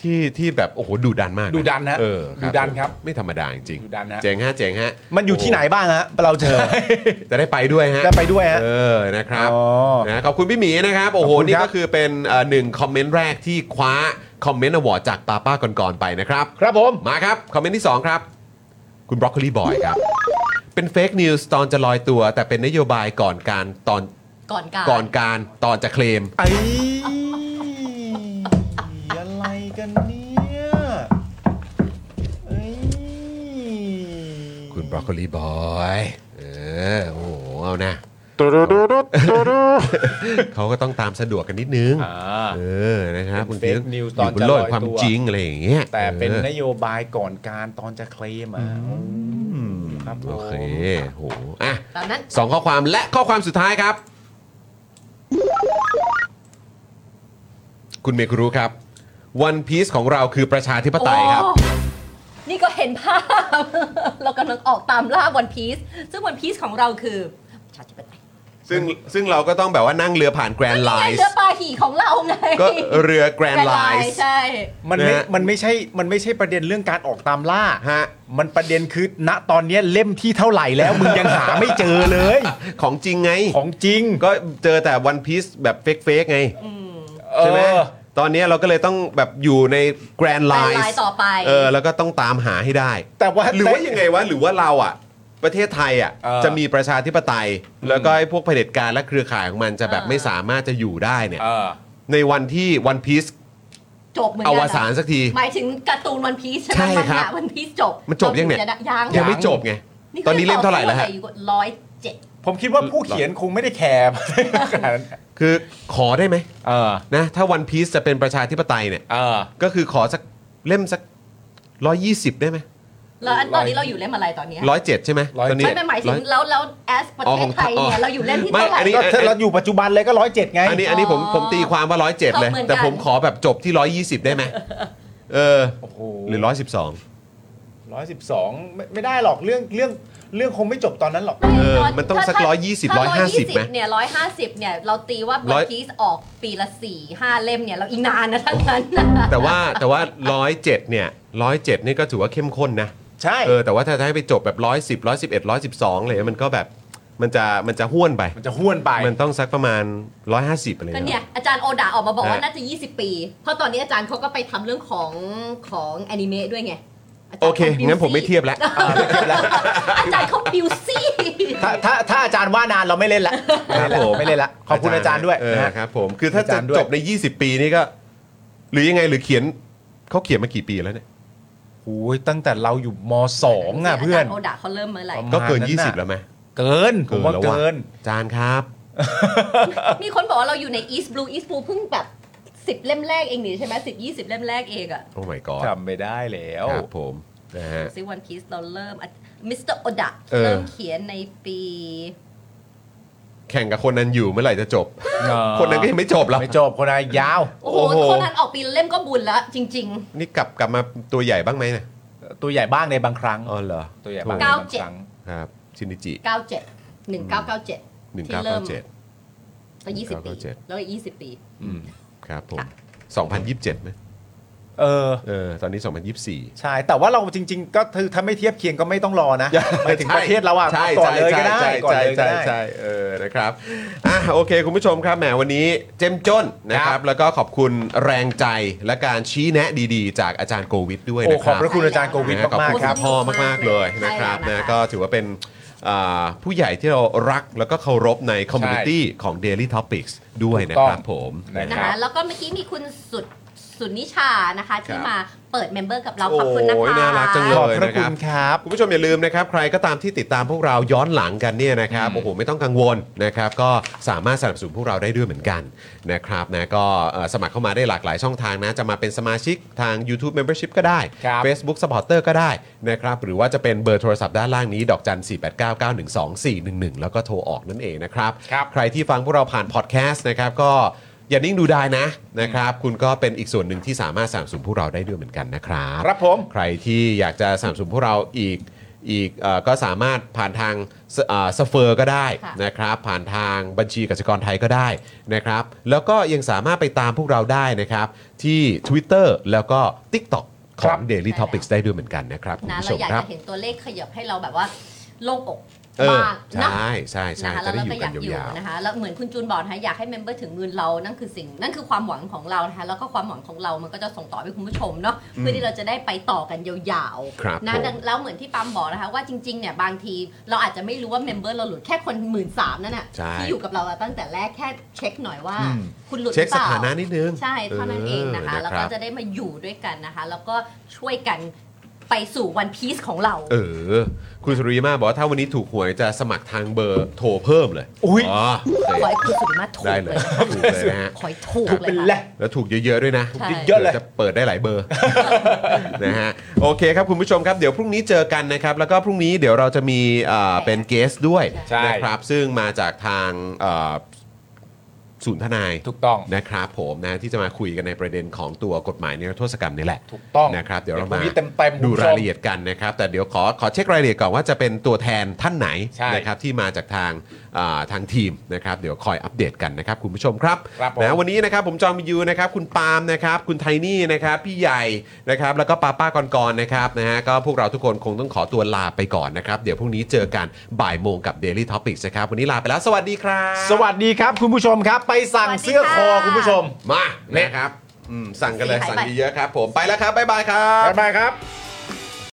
A: ที่ที่แบบโอ้โหดุดันมากะ
B: ดุดันนะ
A: เออ
B: ดุดันครับ
A: ผมไม่ธรรมดาจริงๆ
B: ดุดันฮะ
A: เจ๋งฮะเจ๋งฮะ
B: มันอยู่ที่ไหนบ้างฮะเราเจอ
A: จะได้ไปด้วยฮะ
B: จะไปด้วยฮะ
A: เออนะครับ
B: อ๋อ
A: นะขอบคุณพี่หมีนะครับ โอ้โห
B: ขอบคุณ
A: นี่
B: ครับ
A: ก็คือเป็นเอ่อหนึ่งคอมเมนต์แรกที่คว้าคอมเมนต์อวอร์ดจากป้าป้าก่อนๆไปนะครับ
B: ครับผม
A: มาครับ คอมเมนต์ที่ 2 ครับ คุณบรอกโคลีบอยครับ เป็นเฟกนิวส์ตอนจะลอยตัว แต่เป็นนโยบายก่อนการตอน
C: ก่อนการ
A: ก่อนการตอนจะเคลม
B: ไอ้อะไรกันเนี่ยไอ้
A: คุณบรอกโคลีบอยเออโอ้โหเอานะ เขาก็ต้องตามสะดวกกันนิดนึง
B: อ่า
A: เออนะครับ
B: เป็น
A: บางทีก็
B: fake news
A: อยู่บนโลกแห่งความ
B: ตอนจะลอย
A: จ
B: ตัว
A: ริงอะไรอย่างเงี้ย
B: แต่เป็น
A: ออ
B: นโยบายก่อนการตอนจะเคลมอ่ะ
A: อืม
B: ครับผม
A: โอเคโหอ่ะ
C: ตามนั้น
A: สองข้อความและข้อความสุดท้ายครับ คุณเมกุรู้ครับวันพีซของเราคือประชาธิปไตยครับ
C: โอ้นี่ก็เห็นภาพ เรากำลังออกตามล่าวันพีซซึ่งวันพีซของเราคือประชาธิปไตย
A: ซึ่งซึ่งเราก็ต้องแบบว่านั่งเรือผ่านแกรนไล
C: นี่ง
A: น์
C: เรือปลาหี่ของเราไง
A: ก็เรือแกรนไล
C: น์
A: น์
C: ใช่
B: มันไม่
A: นะฮะ
B: มันไม่ใช่มันไม่ใช่ประเด็นเรื่องการออกตามล่า
A: ฮะ
B: มันประเด็นคือณตอนเนี้ยเล่มที่เท่าไหร่แล้ว มึงยังหาไม่เจอเลย
A: ของจริงไง
B: ของจริง
A: ก็เจอแต่วันพีซแบบเฟกๆไง ใช่ไหม
B: เออ
A: ตอนนี้เราก็เลยต้องแบบอยู่ในแกรนไล
C: Grand
A: น์
C: Line ต่อไป
A: เออแล้วก็ต้องตามหาให้ได้
B: แต่ว่า
A: หรือว่ายังไงวะหรือว่าเราอ่ะ ประเทศไทยอ่ะ
B: เออ
A: จะมีประชาธิปไตย แล้วก็ไอ้พวกเผด็จการและเครือข่ายของมันจะแบบ
C: เออ
A: ไม่สามารถจะอยู่ได้เนี่ย
B: เออ
A: ในวันที่วันพีซ
C: จบเหมือน
A: อ
C: กัะ
A: วสานสักที
C: หมายถึงการ์ตูนวันพีซใช่ไหม
A: ใช่ครับ
C: วันพีซจบ
A: มันจบยังเนี่ย
C: ยัง
A: ยังไม่จบไง ตอนนี้เล่มเท่าไหร่แล้วฮะ
C: ร้อยเจ็ด
B: ผมคิดว่าผู้เขียนคงไม่ได้แค ร์ขนาดนั้น
A: คือขอได้ไหม
B: เออ
A: นะถ้าวันพีซจะเป็นประชาธิปไตยเนี่ย
B: เออ
A: ก็คือขอสักเล่มสักร้อยยี่สิบได้ไหม
C: แล้วอันตอนนี้เราอยู่เล่มอะไรตอนเนี้ย
A: ร้อยเจ็ดใช่ไหม
B: ร้อย
A: ตอนนี้
C: ไม่ไม่หมายถึงแล้วแล้วแอสประ
A: อ๋อข
C: เทศ
A: อง
C: ไทย
A: อ๋อ
C: เนี่ยเราอยู่เล่มที่
A: ไม่
C: เท่าไหร่
A: อันนี้
B: ก็ถ้าเราอยู่ปัจจุบันเลยก็ร้อยเจ็ดไง
A: อันนี้อันนี้ผม
C: อ๋อ
A: ผมตีความว่าร้อยเจ็ดเลย
C: เหมือนกัน
A: แต่ผมขอแบบจบที่ร้อยยี่สิบได้ไหมเออ
B: โอ้โห
A: หรือร้อยสิบสอง
B: ร้อยสิบสองไม่ไม่ได้หรอกเรื่องเรื่องเรื่องคงไม่จบตอนนั้นหรอก
C: ไม่
A: เออ
C: ร้ย
A: มันต้องสัก
C: ถ้า
A: ร้อยยี่สิบ
C: ถ้
A: ร้อยห้าสิบไหม
C: เนี่ยร้อยห้าสิบเนี่ย เราตีว่า
A: ร้
C: บั
A: อย
C: ตพีซออกปีละสี่ห้าเล่มเนี่ย เราอีกนานนะทั้งนั้นนะ
A: แต่ว่าแต่ว่าร้อยเจ็ดเนี่ยร้อยเจ็ดนี่ก็ถือว่าเข้มข้นนะ
B: ใช่
A: เออแต่ว่าถ้าจะให้ไปจบแบบร้อยสิบร้อยสิบเอ็ดร้อยสิบสองเลยมันก็แบบมันจะมันจะห้วนไป
B: มันจะห้วนไป
A: มันต้องสักประมาณร้อยห้าสิบอะไร
C: ก็
A: เงี้ย
C: เนี่ยอาจารย์โอดาออกมาบอกว่า
A: นะ
C: น่าจะ 20 ปี เพราะตอนนี้อาจารย์เขาก็ไปทำเรื่องของของแอนิเมะด้วยไงาจารย์
A: โอเค
C: ขา
A: งั้นผมไม่
C: busy
A: เทียบแล้ว
C: อาจารย์เขาบิวซี่
B: ถ้าถ้าถ้าอาจารย์ว่านานเราไม่เล่นละ
A: ครับผม
B: ไม่เล่นละ ขอบคุณอาจารย์ด้วย
A: เออ
B: นะฮะ
A: ครับผม คือถ้า
B: อา
A: จะ
B: จารย์ด้วย
A: จบใน 20 ปีนี่ก็ หรือยังไงหรือเขียนเขาเขียนมากี่ปีแล้วเนี่ย
B: โอ้ยตั้งแต่เราอยู่มสองอ่ะเพื่อ
C: า
B: น
C: จารย์โอดาเขาเริ่มเมื่อไหร่
B: ประมาณ
A: ก็เกิน
B: นั้น
A: 20
B: น่ะ
A: แล้วไหม
B: เกินผมว่า
A: แล้วะ
B: เกิน
A: จานครับ
C: มีคนบอกว่าเราอยู่ใน East Blue East Blue เพิ่งแบบสิบเล่มแรกเองนี่ใช่ไหมสิบยี่สิบเล่มแรกเองอะ
A: โอ้ my god
B: จำไม่ได้แล้ว
A: ครับผมนะฮะ
C: ซิวันพีซเราเริ่มมิสเตอร์โอดะ
A: เออ
C: เริ่มเขียนในปี
A: แข่งกับคนนั้นอยู่เมื่อไหร่จะจบ
B: เออ
A: คนนั้นก็ยังไม่จบหรอก
B: ไม่จบคนอะยาว
C: โอ้โห
A: โอ้โห
C: คนนั้นออกปีละเล่มก็บุญแล้วจริง
A: นี่กลับกลับมาตัวใหญ่บ้างไหมเนี่ย
B: ตัวใหญ่บ้างในบางครั้ง
A: อ๋อเหรอ
B: ตัวใหญ่บ้างใน
C: เก้า
B: บาง
C: เจ็ด
B: ครั้ง
A: ครับ ชินิจิ
C: ๆ 97 1997
A: 1997 1997
C: ก็20 ปีแล้วก็20 ปี
B: อืม
A: ครับผม 2027ไหม
B: เออ
A: เออ ตอนนี้ 2024
B: ใช่ แต่ว่าเราจริง ๆ ก็คือถ้าไม่เทียบเคียงก็ไม่ต้องรอนะหมายถึงประเทศเราอ่ะ
A: ใช่
B: ก่อนเลยก็ได้
A: ใช่
B: ก่อน
A: ใช่
B: เลยก็
A: ใช่
B: ได้
A: ใช่เออนะครับอ่ะโอเค คุณผู้ชมครับแหมวันนี้เจ้มจนนะค
B: ครั
A: รับ
B: บ
A: แล้วก็ขอบคุณแรงใจและการชี้แนะดีๆ จากอาจารย์โกวิทด้วย
B: โอ้
A: นะ
B: ข
A: ค
B: อบ
A: รับ
B: พระคุณอาจารย์โกวิท
A: นะฮะขอบ
B: มาก
A: คุณ
B: ๆครับ
A: คุณพ่อมากๆเลยนะครับ
C: ใช่แล้ว
A: นะ
C: นะคะ
A: ก็ถือว่าเป็นอ่าผู้ใหญ่ที่เรารักแล้วก็เคารพในคอมมูนิตี้ของ Daily Topics ด้วยนะ
B: ถูก
A: ค
B: ต้อง
A: รับผม
B: นะ
C: นะ
B: ครั
C: คะ
B: บ
C: แล้วก็เมื่อกี้มีคุณสุดสุนิชานะคะ ที่มาเปิดเมมเบอร์กับเรา
A: โอ้
C: ขอบคุณนะคะ
A: ยน่ารักจังเล
B: ขอบ
A: ย
B: พระ
A: นะค
B: คุ
A: รับ
B: ณครับ
A: คุณผู้ชมอย่าลืมนะครับ ใครก็ตามที่ติดตามพวกเราย้อนหลังกันเนี่ยนะครับโอ้โหไม่ต้องกังวลนะครับก็สามารถสนับสนุนพวกเราได้ด้วยเหมือนกันนะครับนะก็เอ่อสมัครเข้ามาได้หลากหลายช่องทางนะ จะมาเป็นสมาชิกทาง YouTube Membership ก็ได้
B: ครับ
A: Facebook Supporter ก็ได้นะครับหรือว่าจะเป็นเบอร์โทรศัพท์ด้านล่างนี้ ดอกจัน 4 8 9 9 1 2 4 1 1 แล้วก็โทรออกนั่นเองนะครับ
B: ครับ
A: ใครที่ฟังพวกเราผ่านพอดแคสต์นะครับก็อย่านิ่งดูได้นะนะครับคุณก็เป็นอีกส่วนหนึ่งที่สามารถสนับสนุนพวกเราได้ด้วยเหมือนกันนะครับ
B: ครับผม
A: ใครที่อยากจะสนับสนุนพวกเราอีกอีกเอ่อก็สามารถผ่านทางสเอ่อสเฟอร์ก็ได้
C: ค่ะ
A: นะครับ ผ่านทางบัญชีกสิกรไทยก็ได้นะครับ แล้วก็ยังสามารถไปตามพวกเราได้นะครับ ที่ Twitter แล้วก็ TikTok ข
B: ค
A: อ
B: รั
A: ง
B: บ
A: Daily Topics ได้ด้วยเหมือนกันนะครับคุณ
C: นะ
A: ผู้ช
C: เรา
A: ม
C: อยาก
A: ครั
C: จะ
A: บ
C: เห็นตัวเลขขยับให้เราแบบว่าโล่งอก
A: เออ
C: บ้าง
A: ใช
C: นะ
A: ่ใช่ใช่
C: นะคะ
A: จะ
C: แล้ว
A: ได้อ
C: เรา
A: ยู่
C: ก็อ
A: กัน
C: ยากอยู่
A: ยาวๆ
C: นะคะแล้วเหมือนคุณจูนบอกนะคะอยากให้เมมเบอร์ถึงมือเรานั่นคือสิ่ง นั่นคือความหวังของเรานะคะแล้วก็ความหวังของเรามันก็จะส่งต่อไปคุณผู้ชมเนาะเพื่อที่เราจะได้ไปต่อกันยาว
A: ครับ
C: ๆนะ
A: ผม
C: ดังแล้วเหมือนที่ปั๊มบอกนะคะว่าจริงๆเนี่ยบางทีเราอาจจะไม่รู้ว่าเมมเบอร์เราหลุดแค่คนหมื่นสามนั่นน่ะ
A: ใช่
C: ที่อยู่กับเราตั้งแต่แรกแค่เช็คหน่อยว่า
B: อืม
C: คุณหลุดห
A: เช็
C: รื
A: ค
C: อ
A: ส
C: เปล่า
A: ถานะนิดนึง
C: ใช่เท่านั้นเองนะคะ แล้ว
A: ค
C: ก็
A: รับ
C: จะได้มาอยู่ด้วยกันนะคะ แล้วก็ช่วยกัน ไปสู่วันพีซของเรา
A: เออ คุณสุริมาบอกว่าถ้าวันนี้ถูกหวยจะสมัครทางเบอร์โทรเพิ่มเลย
B: อุ๊ย
A: อ
C: ขอให้คุณสุริมาถูก
A: ได้เล
C: เลย ย
A: ถูกเลยนะฮะ
C: ขอให้ถูกเลย
B: เป็น
C: ค่ะ
B: แหละ
A: แล้วถูกเยอะ ๆ ด้วยนะ
C: ถูก
B: เยอะๆเลย
A: จะเปิดได้หลายเบอร์ นะฮะโอเคครับคุณผู้ชมครับเดี๋ยวพรุ่งนี้เจอกันนะครับ แล้วก็พรุ่งนี้เดี๋ยวเราจะมีเอ่อเป็นเกสด้วย
B: ใช่
A: นะครับซึ่งมาจากทางเอ่อศูนย์ทนาย
B: ถูกต้อง
A: นะครับผมนะที่จะมาคุยกันในประเด็นของตัวกฎหมายนิรโทษกรรมนี่แหละ
B: ถูกต้อง
A: นะครับเดี๋ยวเรา
B: เดี๋ยว
A: มาง
B: พรุ่นี้เต็ม
A: ดู
B: ๆคุณผู้ชม
A: รายละเอียดกันนะครับ แต่เดี๋ยวขอขอเช็ครายละเอียดก่อนว่าจะเป็นตัวแทนท่านไหน
B: ใช่
A: นะครับที่มาจากทางเอ่อทางทีมนะครับเดี๋ยวคอยอัปเดตกันนะครับคุณผู้ชมครับ
B: ครับผม
A: นะ วันนี้นะครับผมจอมยูนะครับคุณปาล์มนะครับคุณไทนี่นะครับพี่ใหญ่นะครับแล้วก็ป้าป้ากรกรนะครับนะฮะก็พวกเราทุกคนคงต้องขอตัวลาไปก่อนนะครับเดี๋ยวพรุ่งนี้เจอกันบ่ายโมงกับ Daily Topics นะครับวันนี้ลาไปแล้วสวัสดีครับ
B: สวัสดีครับคุณผู้ชมครับ ไปสั่ง
C: สวัสดี
B: เสื้อคอ
C: ค่ะ
B: คุณผู้ชม
A: มานะครับอืมสั่งกันเลย
C: สีขาย
A: สั่ง
C: ไป
A: เยอะๆครับผมไปแล้วครับบ๊ายบายครับ
B: บ๊ายบายครับ